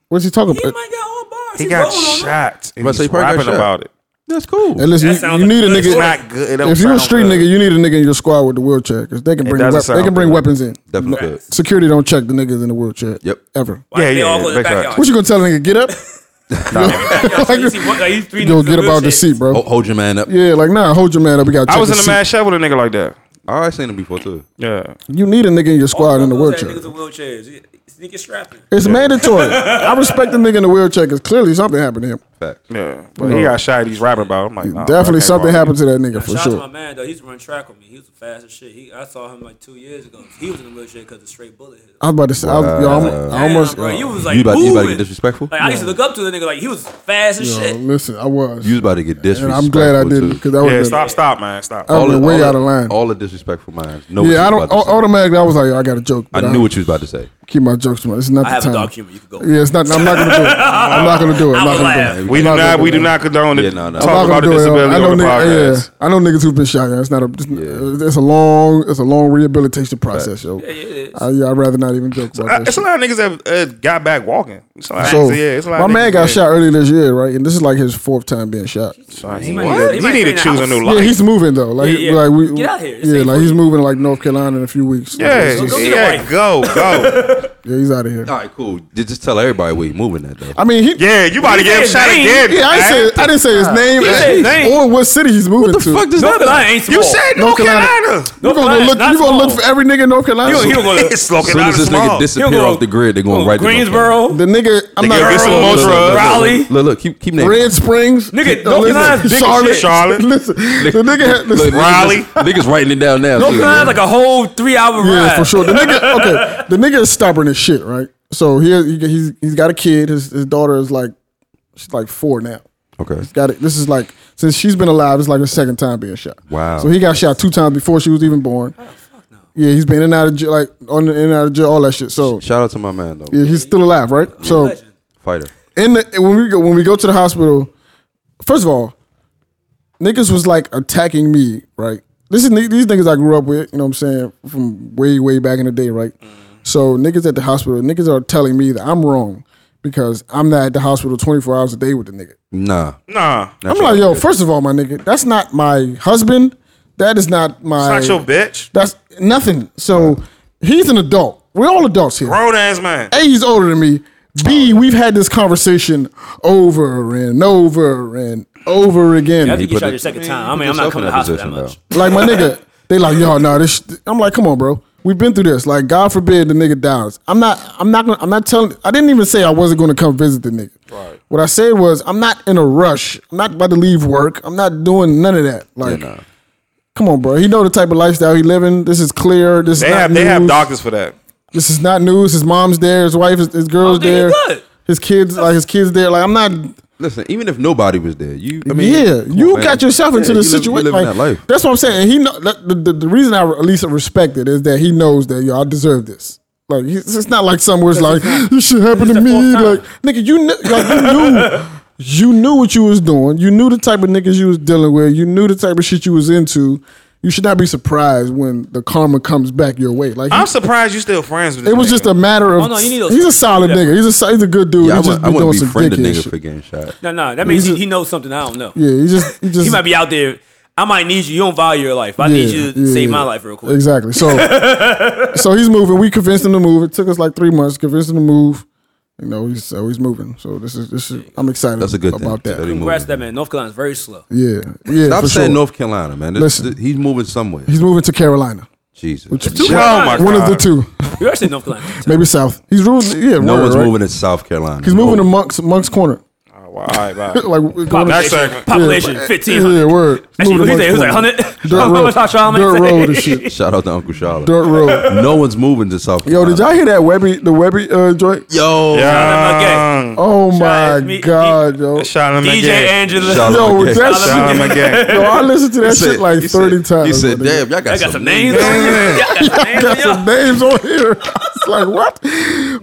E: What's he talking
C: He
E: about?
C: might got all bars.
B: He
C: He
B: got
C: rolling on them.
B: shot and
D: about to
B: he's
D: say, he probably got
B: rapping
D: shot.
B: about it.
D: that's cool.
E: Hey, listen,
C: That
E: you,
C: sounds
E: you need a
C: like-
E: nigga.
B: It's not good. It don't
E: if you're a
B: sound
E: street
B: good.
E: nigga, you need a nigga in your squad with the wheelchair because they can bring
B: doesn't
E: wep- they can
B: sound
E: bring
B: good.
E: weapons in.
D: Definitely could.
E: Security don't check the niggas in the wheelchair.
D: Yep.
E: Ever.
B: Yeah,
C: They
B: yeah,
C: all
B: yeah,
C: go in the
B: big facts.
C: backyard.
E: What you gonna tell a nigga? Get up.
C: Like, you see one- like, he's three
E: Yo,
C: niggas in
E: get
C: a
E: about the
C: wheelchair.
E: seat, bro.
D: Ho-
B: Oh.
D: hold your man up.
E: Yeah, like nah, hold your man up. We got.
B: I was in a mad shot with a nigga like that.
D: Oh, I seen him before too.
B: Yeah,
E: You need a nigga in your
C: All
E: squad in the
C: those ass
E: wheelchair.
C: Niggas in wheelchairs. Niggas strapping.
E: It's mandatory. I respect the nigga in the wheelchair because clearly something happened to him.
D: Fact.
B: yeah. But he got shot. He's rapping about. It. I'm like, nah, Oh, bro, I
E: Definitely
B: can't
E: something
B: follow
E: happened to that nigga for
C: Shout out to my
E: sure.
C: man though. He's run track with me. He was the fastest shit. He, I saw him like two years ago. He was in the wheelchair because the straight bullet hit him.
E: I was about to say, I, was- yo, I'm- I
C: Damn,
E: almost. uh,
C: bro, you was like
D: you about you about to
C: moving.
D: get disrespectful?
C: Like I used to look up to the nigga. Like he was fast as
E: yo,
C: shit.
E: listen, I was.
D: You was about to get
E: and
D: disrespectful.
E: I'm glad I didn't
D: too.
E: because I
B: it.
E: was.
B: Yeah, stop, stop, man, stop.
E: Oh, been
D: the-
E: way
D: the-
E: out of line.
D: All the disrespectful minds. No,
E: Yeah, I don't. Automatically, I was like, I got a joke.
D: I
E: but
D: knew what you was about to say.
E: Keep my jokes to my. It's not
C: I
E: the
C: have
E: time.
C: a dog humor. You could go.
E: Yeah, it's not. I'm not gonna do it. I'm not gonna do it. I'm
C: I
E: not
C: would
E: gonna do it.
C: laugh.
B: We do not.
E: I'm gonna
B: We do
E: it.
B: not condone the
D: Yeah, no, no.
E: I'm
B: talk
E: not
B: about
E: gonna
B: the
E: do it. yo.
B: disability
E: I know,
B: on the
E: nigga,
B: podcast.
E: yeah, I know niggas who've been shot. yo. It's not a. It's, it's a long. It's a long rehabilitation process, yo.
C: Yeah, yeah, yeah.
E: I, yeah, I'd rather not even joke
B: Uh,
E: about
B: It's
E: this.
B: a lot of niggas that uh, got back walking. It's a lot.
E: So,
B: yeah, it's a lot
E: my
B: of
E: man
B: niggas
E: got
B: that-
E: shot earlier this year, right? And this is like his fourth time being shot.
B: Son, He,
C: might-
B: need,
C: he
B: to-
C: might
B: he need
C: stay
B: to
C: in the
B: choose a
C: house.
B: new
E: Yeah,
B: life.
E: he's moving though. Like,
C: Yeah, yeah.
E: like we
C: Get out here. It's
E: Yeah,
C: safe
E: like
C: for
E: he's
C: you.
E: moving to like North Carolina in a few weeks.
B: Yeah,
E: Like,
C: go get
B: yeah,
C: a wife.
B: go, go.
E: yeah, he's out of here.
D: All right, cool. Did just tell everybody where you moving at though.
E: I mean, he.
B: Yeah, you about to get him shot
C: Yeah,
B: again.
E: Yeah, I, didn't say, I didn't say his name,
B: said his name.
E: or what city he's moving to.
D: does
C: North Carolina ain't small.
B: You said North
E: Carolina.
B: Carolina.
E: You gonna
C: Carolina's
E: look?
C: not
E: You gonna look
C: small.
E: for every nigga in North Carolina?
C: You- you gonna go-
B: It's North
D: As soon as
B: Carolina
D: this nigga
B: small.
D: disappear
C: He'll go-
D: off the grid, they're
C: Oh,
D: going right to North Carolina.
C: Greensboro,
E: the nigga, I'm
B: Nigga,
E: not
B: get some more
E: Look, look,
B: drugs.
E: look, look.
C: Raleigh.
D: Look, look, keep keep naming.
E: Red Springs,
C: Nigga,
E: no,
C: North
E: listen,
C: Carolina's big as
E: Charlotte,
C: shit.
B: Charlotte.
E: Listen, the nigga, had,
D: Look,
E: listen,
D: niggas-
B: Raleigh.
D: Niggas writing it down now.
C: North
D: too.
C: Carolina's like a whole three hour
E: yeah,
C: ride.
E: for sure. The nigga, okay, the nigga is stubborn as shit, right? So he, he he's he's got a kid. His his daughter is like, she's like four now.
D: Okay.
E: Got it. This is like since she's been alive, it's like her second time being shot.
D: Wow.
E: So he got shot two times before she was even born. Yeah, he's been in and out of jail, like on the, in and out of jail, all that shit. So
D: Shout out to my man though.
E: yeah, he's still alive, right? So
D: Fighter.
E: in the when we go when we go to the hospital, first of all, niggas was like attacking me, right? This is ni- these niggas I grew up with, you know what I'm saying, from way, way back in the day, right?
B: Mm-hmm.
E: So niggas at the hospital, niggas are telling me that I'm wrong because I'm not at the hospital 24 hours a day with the nigga.
D: Nah.
B: Nah.
E: I'm like, yo, first of all, my nigga, that's not my husband. That is not my.
B: Not your bitch.
E: That's nothing. So he's an adult. We're all adults here.
B: Grown ass man.
E: A, he's older than me.
B: Oh,
E: B, we've had this conversation over and over and over again.
C: I think
D: He
C: you
D: put
C: shot your
D: it-
C: second
D: I mean,
C: time.
D: he
C: I
D: put
C: mean, I'm not
D: yourself
C: coming to
D: in that
C: hospital that
D: position,
C: much.
E: Like my nigga, they like y'all. Nah, this. sh-" I'm like, come on, bro. We've been through this. Like, God forbid the nigga dies. I'm not. I'm not gonna. I'm not telling. I didn't even say I wasn't gonna come visit the nigga. Right. What I said was, I'm not in a rush. I'm not about to leave work. I'm not doing none of that. Like,
D: nah.
E: come on, bro. He know the type of lifestyle he living. This is clear. This
B: They
E: is not
B: have
E: news.
B: they have doctors for that.
E: This is not news. His mom's there. His wife. His, his girls
C: Okay,
E: there.
C: good.
E: His kids. Like his kids there. Like I'm not.
D: Listen, even if nobody was there, you. I mean,
E: yeah,
D: come
E: you
D: on, man.
E: got yourself
D: Yeah, you
E: into the
D: live- you
E: situation.
D: living
E: Like,
D: that life.
E: That's what I'm saying. And he know that- the, the, the reason I at least respect it is that he knows that yo, I deserve this. Like he- it's not like somewhere it's like this shit happened to
C: the
E: me.
C: fourth time.
E: Like nigga, you kn- like you knew you knew what you was doing. You knew the type of niggas you was dealing with. You knew the type of shit you was into. You should not be surprised when the karma comes back your way. Like he-
B: I'm surprised you still friends with. This
E: it was
B: nigga.
E: just a matter of
C: Oh, no, you need those-
E: he's a solid
C: Yeah.
E: nigga. He's a so- he's a good dude.
D: Yeah, I
E: he just
D: wouldn't- I
E: be doing
D: wouldn't
E: some
D: befriend a
E: dickhead
D: nigga
E: shit.
D: for getting shot.
C: No, no, that means he, he knows something I don't know.
E: Yeah, he just he just
C: He might be out there. I might need you. You don't value your life. I need
E: Yeah,
C: you to
E: yeah,
C: save my
E: yeah.
C: life real quick.
E: Exactly. So, so he's moving. We convinced him to move. It took us like three months. Convinced him to move. You know, he's so he's moving. So this is this is. I'm excited.
D: That's a good thing.
E: about
D: That he
E: that.
D: moved.
C: Congrats to that man. North Carolina's very slow.
E: Yeah, yeah.
D: Stop
E: for
D: saying
E: sure.
D: North Carolina, man. This-
E: Listen.
D: this- he's moving somewhere.
E: He's moving to Carolina.
D: Jesus.
B: Oh my
E: One of
B: God.
E: the two,
C: You actually North Carolina.
E: maybe South. He's moving. Yeah,
D: no
E: word,
D: one's
E: right?
D: moving to South Carolina.
E: He's moving
D: No.
E: to Monks Monks Corner.
B: Oh, wow, all right, bye.
E: Like we're going to,
C: Population,
B: Next segment.
C: population
E: Yeah,
C: fifteen
E: yeah,
C: hundred.
E: word. He's
C: Actually,
E: moving
C: what
E: to
C: he say? It was like
E: Monks
C: hundred.
E: Corner.
C: How much Sean
E: Dirt
C: Mann
E: road, dirt
C: say?
E: road and shit.
D: Shout out to Uncle Charlotte.
E: Dirt road.
D: No one's moving to South
E: Yo,
D: Carolina.
E: did y'all hear that Webby? The Webby uh, joint?
D: Yo.
B: Young
E: Oh my
C: me-
E: god, yo.
B: Charlamagne.
C: DJ Angela.
D: Shout out
E: Yo,
D: to
E: that
D: Charlotte.
E: shit Yo, I listened to that shit like
D: he
E: 30
D: said,
E: times.
D: He said,
E: my nigga.
D: damn, y'all got,
C: I got some names.
E: I got some names on here. I was like, what?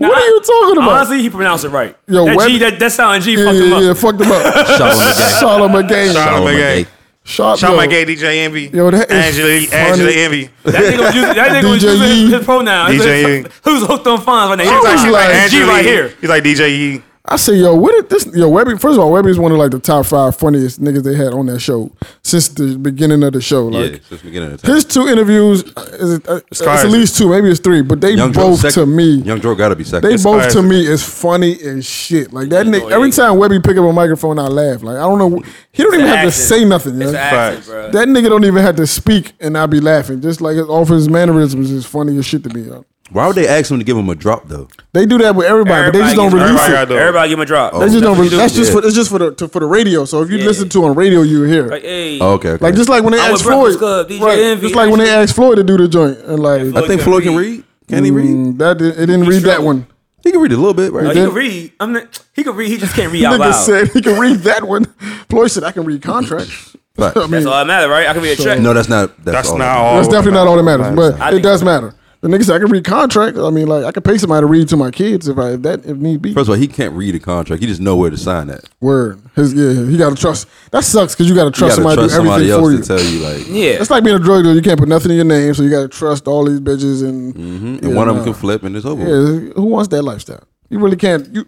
E: what are you talking about?
C: Honestly, he pronounced it right.
E: Yo,
C: that
E: Web-
C: G, that, that sound G
E: yeah,
C: fucked him
E: yeah,
C: up.
E: yeah, fucked him up.
D: Charlotte
E: Solomon Gaines.
B: Shout out
D: McGay.
E: Shot,
B: Charlamagne
E: yo.
B: Gay, DJ Envy.
E: Yo, that is
B: Angela,
E: funny.
B: Angela Envy.
C: That nigga was using, that nigga was
E: DJ
C: using
E: Yee.
C: his pronoun.
B: DJ Yee.
C: Who's hooked on fines right now? He's
E: was
C: like,
B: He's
E: like,
B: Angela
C: G right
B: Yee.
C: here.
B: He's like E. DJ Yee.
E: I say, yo, what did this? Yo, Webby, first of all, Webby is one of like the top five funniest niggas they had on that show since the beginning of the show. Like,
D: Yeah, since beginning of the time.
E: his two interviews, uh, is it, uh, it's at
B: crazy.
E: least two, maybe it's three, but they
D: Young Dro
E: both
D: second.
E: to me.
D: Young Dro got to be second.
E: They
D: It's
E: both
B: fire.
E: to me is funny as shit. Like that nigga.
C: know,
E: Every
C: yeah.
E: time Webby pick up a microphone, I laugh. Like I don't know. He don't even have to
C: accent.
E: say nothing.
C: It's
E: yo.
C: an accent,
B: Facts.
C: bro.
E: That nigga don't even have to speak, and I be laughing. Just like his off his mannerisms is funny as shit to me. Yo.
D: Why would they ask him to give him a drop though?
E: They do that with everybody, but they just don't
C: Everybody
E: release
B: gets-
E: it.
B: got though.
C: Everybody give him a drop.
E: They just
D: That's
E: don't.
D: what
E: Re-
D: you do.
E: that's just
D: Yeah.
E: for. It's just for the to, for the radio. So if you
C: Yeah.
E: listen to on radio, you hear.
C: Like, hey,
D: Oh, okay, okay.
E: Like just like when they
C: I'm
E: asked
C: with Breakfast
E: Floyd,
C: Club, DJ
E: right?
C: Envy.
E: Just like when they asked Floyd to do the joint, and like
D: I think Floyd can read. Can he read?
E: mm, that did, it didn't read that one.
D: He can read a little bit, right?
C: he
E: did.
C: can read. I'm not, he can read. He just can't read out
E: Nigga
C: loud.
E: said he can read that one. Floyd said I can read contracts.
D: Facts.
E: I mean,
C: That's all that matters, right? I can read a check.
D: No, that's not. That's,
B: That's
D: all
B: not all.
E: That's definitely not all that matters,
D: I
E: but it
C: think-
E: does matter. The nigga said I can read contracts. I mean, like I could pay somebody to read to my kids if I if that if need be.
D: First of all, he can't read a contract. He just know where to sign that.
E: Word, his yeah, he gotta trust. That sucks because you gotta
D: You
E: trust
D: gotta
E: somebody
D: trust
E: to do
D: somebody
E: everything
D: else
E: for
D: to
E: you.
D: tell you, like,
C: Yeah.
E: It's like being a drug dealer. You can't put nothing in your name, so you gotta trust all these bitches and
D: and one of them can flip, and it's over. with.
E: yeah, who wants that lifestyle? You really can't. You,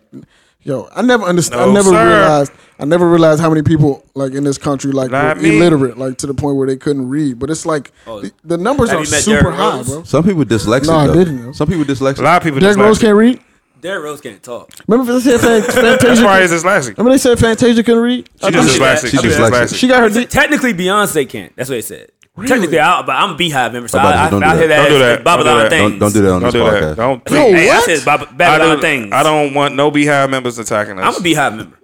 E: yo, I never understood. I
B: No,
E: never
B: sir.
E: realized. I never realized how many people like in this country like
B: Not
E: were
B: me.
E: illiterate, like to the point where they couldn't read. But it's like the, the numbers
C: Have
E: are
C: you Oh, met
E: super
C: Derrick
E: high,
C: Rose?
E: bro.
D: Some people dyslexic.
E: No, I
D: though.
E: didn't, yo.
D: Some people dyslexic.
B: A lot of people
E: Derrick
B: just
E: Rose
B: like
E: can't read.
C: Derrick Rose can't talk.
E: Remember they said Fan- Fantasia?
B: Why is this Lassie?
E: Remember they said Fantasia couldn't read? I
B: She
E: thought
B: just
C: she-
B: dyslexic.
C: she
B: She just
D: dyslexic.
B: dyslexic.
E: she got her D.
C: Technically, Beyonce can't. That's what it said. Technically, I, but I'm a Beehive member, so
D: I'm about to
C: I,
D: say, don't
C: I, I
D: do
C: hear
D: that.
C: that.
B: Don't do
C: as
B: that.
C: Babylon
B: Don't do that.
C: things.
D: Don't, don't do that on
B: Don't
D: this
B: do that.
D: podcast.
B: Don't.
E: Yo,
C: Hey, I
E: Oh, what?
C: said Bab-
B: I
C: Babylon
B: do-
C: things.
B: I don't want no Beehive members attacking us.
C: I'm a Beehive member.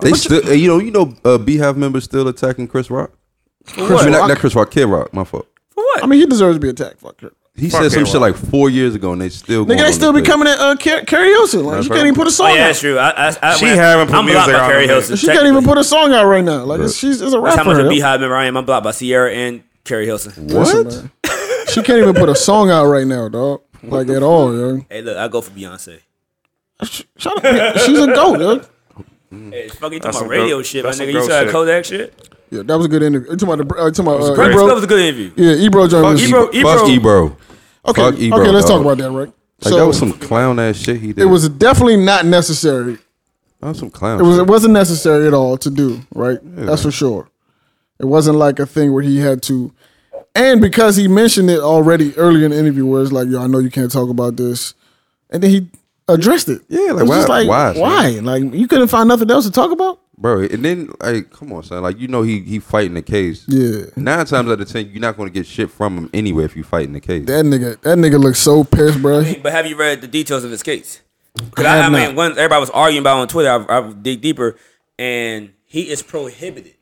D: They still, you know, you know, uh, Beehive members still attacking Chris Rock.
E: Chris
D: I mean,
E: Rock.
D: not, not Chris Rock, Kid Rock. My fault.
C: For what?
E: I mean, he deserves to be attacked. Fuck her.
D: He
B: Fuck
D: said some
B: Kid
D: shit like four years ago, and they still.
E: Nigga, they still be coming at uh, Car- Carrie Hilson. Like,
D: That's
E: she
D: right.
E: can't even put a song
C: Oh, yeah,
E: out.
C: that's true. I, I, I,
B: She
C: went-
B: haven't put
C: I'm blocked
B: music
C: by
B: out
C: Carrie
B: on there.
C: Hilson.
E: She can't even
C: technically.
E: put a song out right now. Like, it's, she's it's a
C: That's how much of
E: rapper.
C: a
E: yo.
C: Beehive member I am. I'm blocked by Sierra and Carrie Hilson.
E: Listen,
D: What?
E: man. She can't even put a song out right now, dog. Like, at all, yo.
C: Hey, look, I go for Beyonce.
E: Shut up. She's a goat, yo.
C: Hey, fuck you talking
B: some
C: about radio
B: girl-
C: shit, my
B: that's some
C: nigga. You
B: girl
C: saw that
B: shit.
C: Kodak shit?
E: Yeah, that was a good interview. You talking about, the, uh, you talking about uh,
C: Great
E: Ebro?
C: that was a good interview.
E: yeah, Ebro joint. was-
C: Ebro-
D: Fuck Ebro.
E: okay,
D: Fuck Ebro,
E: okay, let's
D: dog.
E: talk about that, right?
D: Like
E: so
D: that was some clown ass shit he did.
E: it was definitely not necessary
D: that was some clown.
E: it was
D: shit.
E: it wasn't necessary at all to do right that's for sure it wasn't like a thing where he had to And because he mentioned it already earlier in the interview, where it's like, yo, I know you can't talk about this. And then he addressed it.
D: Yeah, like,
E: It's just
D: why- why,
E: Like,
D: son?
E: why? Like, you couldn't find nothing else to talk about?
D: bro. And then like, come on, son. Like you know he he fighting the case.
E: Yeah.
D: Nine times out of ten, you're not gonna get shit from him anyway if you fighting the case.
E: That nigga, that nigga looks so pissed, bro. He-
C: But have you read the details of his case? 'Cause
E: I
C: I, I
E: have not.
C: mean, once everybody was arguing about it on Twitter, I, I dig deeper, and he is prohibited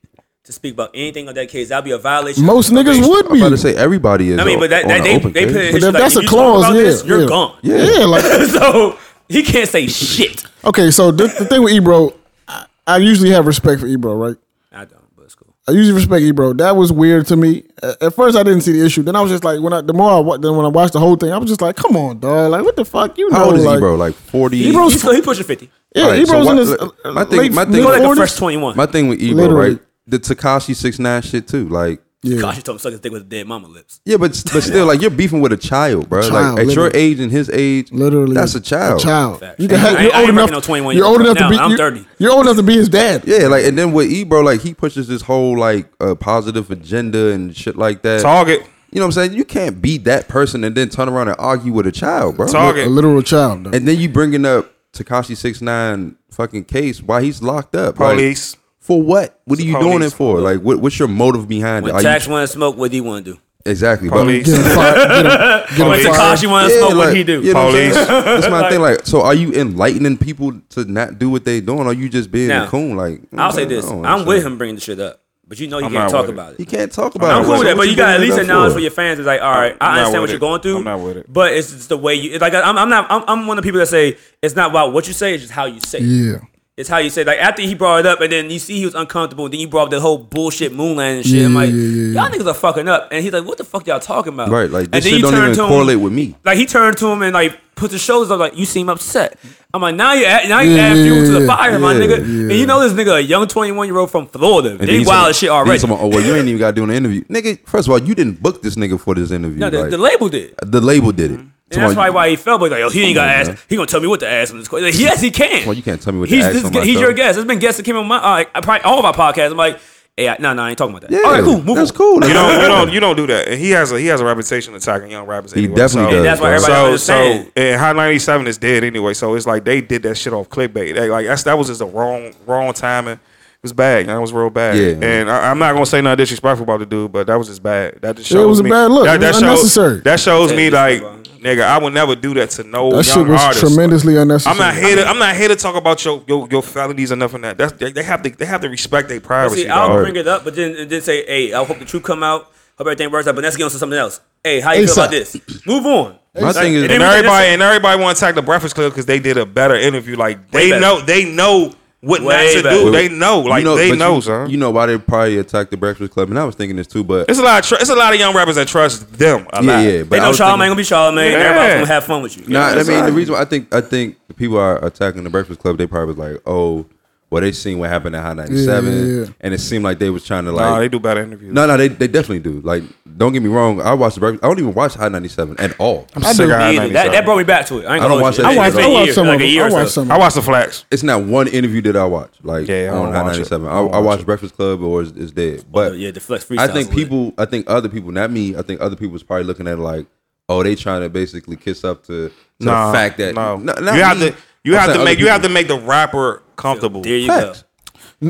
C: to speak about anything on that case. That'd be a violation. of
E: Most
C: his probation.
E: niggas would
D: I'm
E: be.
D: about to say everybody is.
C: I mean, but that,
D: on
C: that
D: an
C: they,
D: open
C: they put an
D: case.
C: issue
E: But if
C: like,
E: that's
C: if
E: a
C: you talk
E: clause,
C: about
E: yeah,
C: this, you're
E: yeah.
C: gone.
E: yeah. like
C: so he can't say shit.
E: okay. So the, the thing with Ebro, I, I usually have respect for Ebro, right?
C: I don't, but it's cool.
E: I usually respect Ebro. That was weird to me. A- At first, I didn't see the issue. Then I was just like, when I the more I wa- then when I watched the whole thing, I was just like, come on, dog. Like, what the fuck? You know,
D: How old is
E: like,
D: he, bro? Like forty.
E: Ebro-
C: He's, he's pushing 50.
E: Yeah,
D: All right, so
E: Ebro's in
D: why-
E: his
D: look,
E: uh,
D: my thing-
E: late
D: my thing-
E: mid
D: He's
C: He's like the
E: 40s.
C: first 21.
D: My thing with Ebro,
E: Literally.
D: right? The Takashi six nine shit too. Like,
C: Gosh, you told him suck his dick with dead mama lips.
D: yeah, but but still, like you're beefing with a child, bro.
E: Child,
D: like at your
E: literally.
D: age and his age,
E: Literally,
D: that's a child.
E: child.
C: Facts.
E: You can
C: I
E: have,
C: ain't-
E: you're
C: I
E: old
C: ain't
E: enough.
C: rocking no 21
E: you're
C: years
E: old
C: old.
E: enough to
C: Now,
E: be.
C: I'm
E: you're-
C: 30.
E: You're old enough to be his dad.
D: Yeah, like and then with Ebro, like he pushes this whole like uh, positive agenda and shit like that.
B: Target.
D: You know what I'm saying? You can't be that person and then turn around and argue with a child, bro.
E: A
B: Target.
E: literal child. Though.
D: And then you bringing up Takashi six nine fucking case why he's locked up. Like,
B: Police.
D: for what? What are you
B: police.
D: doing it for? Like, what, what's your motive behind it?
C: When
D: Are you-
C: Tax wanted to smoke, what did he want to do?
D: exactly, bro.
B: Police.
E: Get him fired. Get him, get him
C: When
E: fired.
C: Takashi wanted to smoke, what did he do?
D: you know what I'm saying?
B: Police.
D: That's my thing. Like, so are you enlightening people to not do what they doing? Or are you just being
C: Now,
D: a coon? Like, oh,
C: I'll say this.
D: no,
C: I'm
D: so-
C: with him bringing the shit up. But you know you
B: I'm
C: can't
B: not
C: talk
B: with it.
C: about
D: You
C: it.
D: can't talk about.
C: I'm
D: it.
C: cool
D: So
C: with that,
D: what
C: but you got at
D: bringing
C: least
D: it up
C: acknowledge for your fans. It's like, all right,
B: I'm
C: I
B: not
C: understand what
B: with
C: you're
B: it.
C: going through.
B: I'm not with it.
C: But it's just the way you. It's like I'm, I'm not. I'm, I'm one of the people that say it's not about what you say. It's just how you say. it.
E: Yeah.
C: It's how you say. it. Like after he brought it up, and then you see he was uncomfortable. And then you brought up the whole bullshit moonland and shit. I'm
E: Yeah,
C: like,
E: yeah, yeah, yeah.
C: y'all niggas are fucking up. And he's like, what the fuck y'all talking about?
D: Right, like,
C: And
D: this
C: then
D: shit
C: you
D: don't
C: turn
D: even
C: to him-
D: correlate with me.
C: Like he turned to him and like put the shoulders up. Like you seem upset. I'm like, now you add, now you
E: Yeah,
C: add
E: yeah,
C: fuel to the
E: yeah,
C: fire, my
D: yeah,
C: nigga.
E: yeah.
C: And you know this nigga, a young 21 year old from Florida.
D: And then
C: They
D: he's
C: wild
D: talking-
C: as shit
D: then he's
C: already.
D: talking about, oh well, you ain't even got to do an interview, nigga. First of all, you didn't book this nigga for this interview.
C: No, the,
D: like,
C: the label did.
D: the label did it.
C: And that's
D: Come on,
C: probably why he felt but like, oh, he ain't got
D: on,
C: ass.
D: man.
C: He gonna tell me what to ask on this question. Like, yes, he can.
D: Well, you can't tell me what to
C: he's,
D: ask
C: this-
D: on my
C: He's
D: show.
C: your guest. There's been guests that came on my, uh, I probably all my podcasts. I'm like, hey, I, no, no, I ain't talking about that.
D: Yeah,
C: all right, cool, move
D: that's
C: on.
D: cool.
B: You don't, you don't, you don't do that. And he has a, he has a reputation attacking young rappers.
D: He
B: anyway,
D: definitely
B: so,
D: does.
C: that's why
D: bro.
C: everybody-
B: So,
C: don't
B: so
C: understand.
B: and Hot 97 is dead anyway. So it's like they did that shit off clickbait. They, like that's, that was just the wrong, wrong timing. It was bad. That was real bad.
D: Yeah.
B: And I, I'm not gonna say nothing disrespectful about the dude, but that was just bad. That just
E: Yeah,
B: shows
E: it was a
B: me,
E: bad look.
B: That,
E: It
B: that
E: was unnecessary.
B: shows that shows me
C: Yeah,
B: like,
C: it's wrong.
B: nigga, I would never do that to no young
E: That shit was
B: artist.
E: tremendously unnecessary.
B: I'm not here. To, I'm not here to talk about your your, your felonies or nothing. That that's, they, they have to they have to respect their
C: But
B: privacy.
C: see, I'll
B: dog.
C: bring it up, but then and then say, hey, I hope the truth come out. Hope everything works out. But let's get on to something else. Hey, how you feel about
E: ASAP.
C: this? Move on.
D: My thing is,
C: and Everything
B: and everybody
C: that's-
B: and everybody want to attack the Breakfast Club because they did a better interview. Like
C: Way
B: they
C: better.
B: know they know what
C: Way
B: not to
C: better.
B: do. They know like
D: You know-
B: they
D: but
B: know,
D: you,
B: son.
D: You know why they probably attacked the Breakfast Club, and I was thinking this too, but
B: it's a lot. Of tr- it's a lot of young rappers that trust them. A
D: yeah,
B: lot.
D: yeah. But
C: They
D: I
C: know
D: was
C: Charlamagne
D: thinking-
C: gonna be Charlamagne. and
B: Yeah.
C: Everybody's gonna have fun with you.
D: Nah, I
B: that's
D: mean
B: right.
D: the reason why I think I think the people are attacking the Breakfast Club, they probably was like, oh, well, they seen what happened at High ninety seven,
E: Yeah, yeah, yeah.
D: and it seemed like they was trying to like.
B: Nah, they do better interviews.
D: no, no, they, they definitely do. Like, don't get me wrong. I watch the breakfast. I don't even watch High 97 at all.
B: I'm sick of
C: Me
B: Hot
C: either. That, that
B: 97.
C: brought me back to it. I, ain't
D: I don't
C: gonna
D: watch
C: hold
D: that
C: you.
D: shit
C: I
D: at
C: watched
D: all.
E: I
C: it
E: watched
C: year,
E: some
C: like
E: of
C: a
E: them.
C: year
E: I
C: or
E: watched
C: so.
E: some of
B: I
E: them.
B: watch the Flax.
D: It's not one interview that I watch. Like
B: Yeah, I don't
D: on High
B: watch it.
D: 97. I,
B: I don't
D: I
B: watch
D: watch Breakfast Club or is, is dead. But
C: yeah, the Flex
D: I
C: freestyles
D: think
C: with it.
D: people I think other people, not me, I think other people was probably looking at it like, oh, they trying to basically kiss up to, to
B: Nah,
D: the fact that
B: no.
D: N- not
B: you have
D: me.
B: to you
D: I'm
B: have
D: saying
B: to
D: other
B: make you
D: people.
B: have to make the rapper comfortable.
C: There you go.
D: Facts.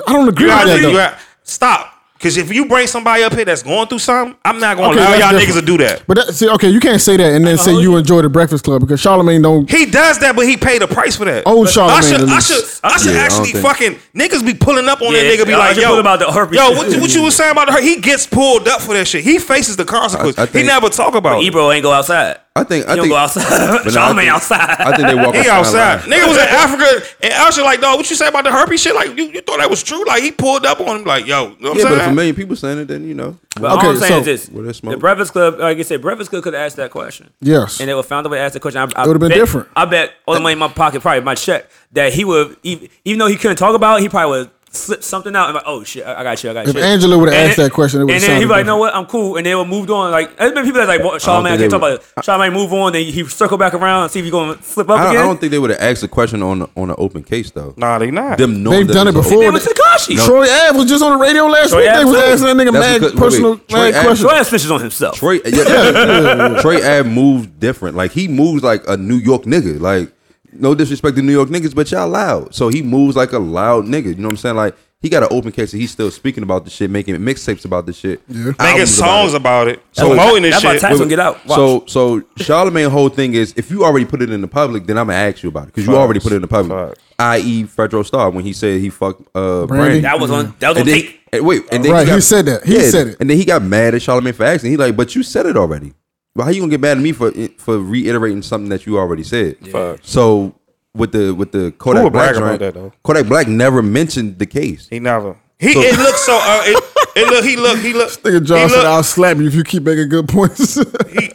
E: I don't agree
B: You
E: with
B: have
E: that
B: to-
E: though.
B: you have- stop. Because if you bring somebody up here that's going through something, I'm not gonna
E: Okay,
B: allow
E: that's
B: Oh, y'all
E: different.
B: niggas to do that.
E: But that, see, okay, you can't say that and then say
C: hold
E: you
C: you.
E: enjoy the Breakfast Club because Charlemagne don't.
B: He does that, but he paid a price for that.
E: Old Charlamagne
B: Usher,
E: at least.
B: Usher, Usher
D: Yeah, I don't
B: actually
D: think-
B: fucking niggas be pulling up on
C: Yeah,
B: that nigga. Be
C: Usher
B: like, yo,
C: pulled about the herpes
B: yo,
C: shit.
B: what, you- what you was saying about her? He gets pulled up for that shit. He faces the consequence.
D: I- I
B: he
D: think-
B: never talk about. it.
C: Ebro ain't go outside.
D: Oh. I think I
C: don't
D: think
C: go outside.
D: but nah, I
C: Charlamagne
D: think-
C: outside.
D: I think they walk
B: He outside.
D: outside. like-
B: Nigga was in Africa and Usher like, dog, what you say about the herpes shit? Like, you, you thought that was true? Like, he pulled up on him. Like, yo, you know what
D: Yeah,
B: I'm
D: but if a
B: saying?
D: million people saying it, then you know.
C: But
E: Okay,
C: all I'm saying
E: so-
C: is this:
D: Where there's smoke.
C: the Breakfast Club, like you said, Breakfast Club could have asked that question.
E: Yes.
C: and they would found a way to ask the question. I, I
E: It would've been
C: bet-
E: different.
C: I bet all the money in my pocket, probably my check, that he would even, even though he couldn't talk about, it, he probably would slip something out. I'm like, oh shit, I I got you, I got
E: If
C: you.
E: Angela would have
C: And
E: asked
C: then-
E: that question, it would
C: And
E: have
C: then he
E: sounded
C: was like, you
E: like,
C: know what? I'm cool. And they were moved on. Like, there's been people that's like, well, Charlamagne, I,
D: think
C: can't
D: they
C: talk about it. Charlamagne, move on. Then he circle back around and see if he's going to flip up
D: I don't,
C: again.
D: I don't think they would have asked a question on on an open case though.
B: Nah, they not.
D: Them knowing
E: They've
D: that
E: done it
D: was
E: before.
C: They
D: open-
C: were Takashi. No.
E: Troy Ave was just on the radio last
C: Troy
E: week.
C: Ave
E: They was
C: too.
E: asking that nigga
D: That's
E: mad
D: because- wait,
E: personal
D: wait, Troy
E: mad
D: Ave-
E: questions.
C: Troy has snitches on himself.
D: Troy, yeah, Troy Ave moves different. Like he moves like a New York nigga. Like no disrespect to New York niggas, but y'all loud. So he moves like a loud nigga. You know what I'm saying? Like he got an open case and he's still speaking about the shit, making mixtapes about the shit,
B: making
D: albums
B: songs
D: about it.
B: about it,
D: So-
B: promoting this
C: That's why
B: shit.
C: Tax gonna get out. Watch.
D: So so Charlemagne whole thing is if you already put it in the public, then I'm gonna ask you about it because you already put it in the public.
B: Facts.
D: I.e. Fredro Starr when he said he fucked uh, Brandy.
E: Brandy.
C: that was on. That was on
D: And then,
C: tape.
D: and wait, and then
E: Right,
D: he, got,
E: he said that. He said it.
D: And then he got mad at Charlemagne for asking. He like, but you said it already. Well, how you gonna get mad at me for for reiterating something that you already said? So with the with the Kodak
B: would
D: Black
B: brag about
D: joint,
B: that, though?
D: Kodak Black never mentioned the case.
B: He never. He it looked so. Uh, it, it look. He look. He look.
E: Nigga John
B: he
E: said,
B: look-
E: I'll slap you if you keep making good points.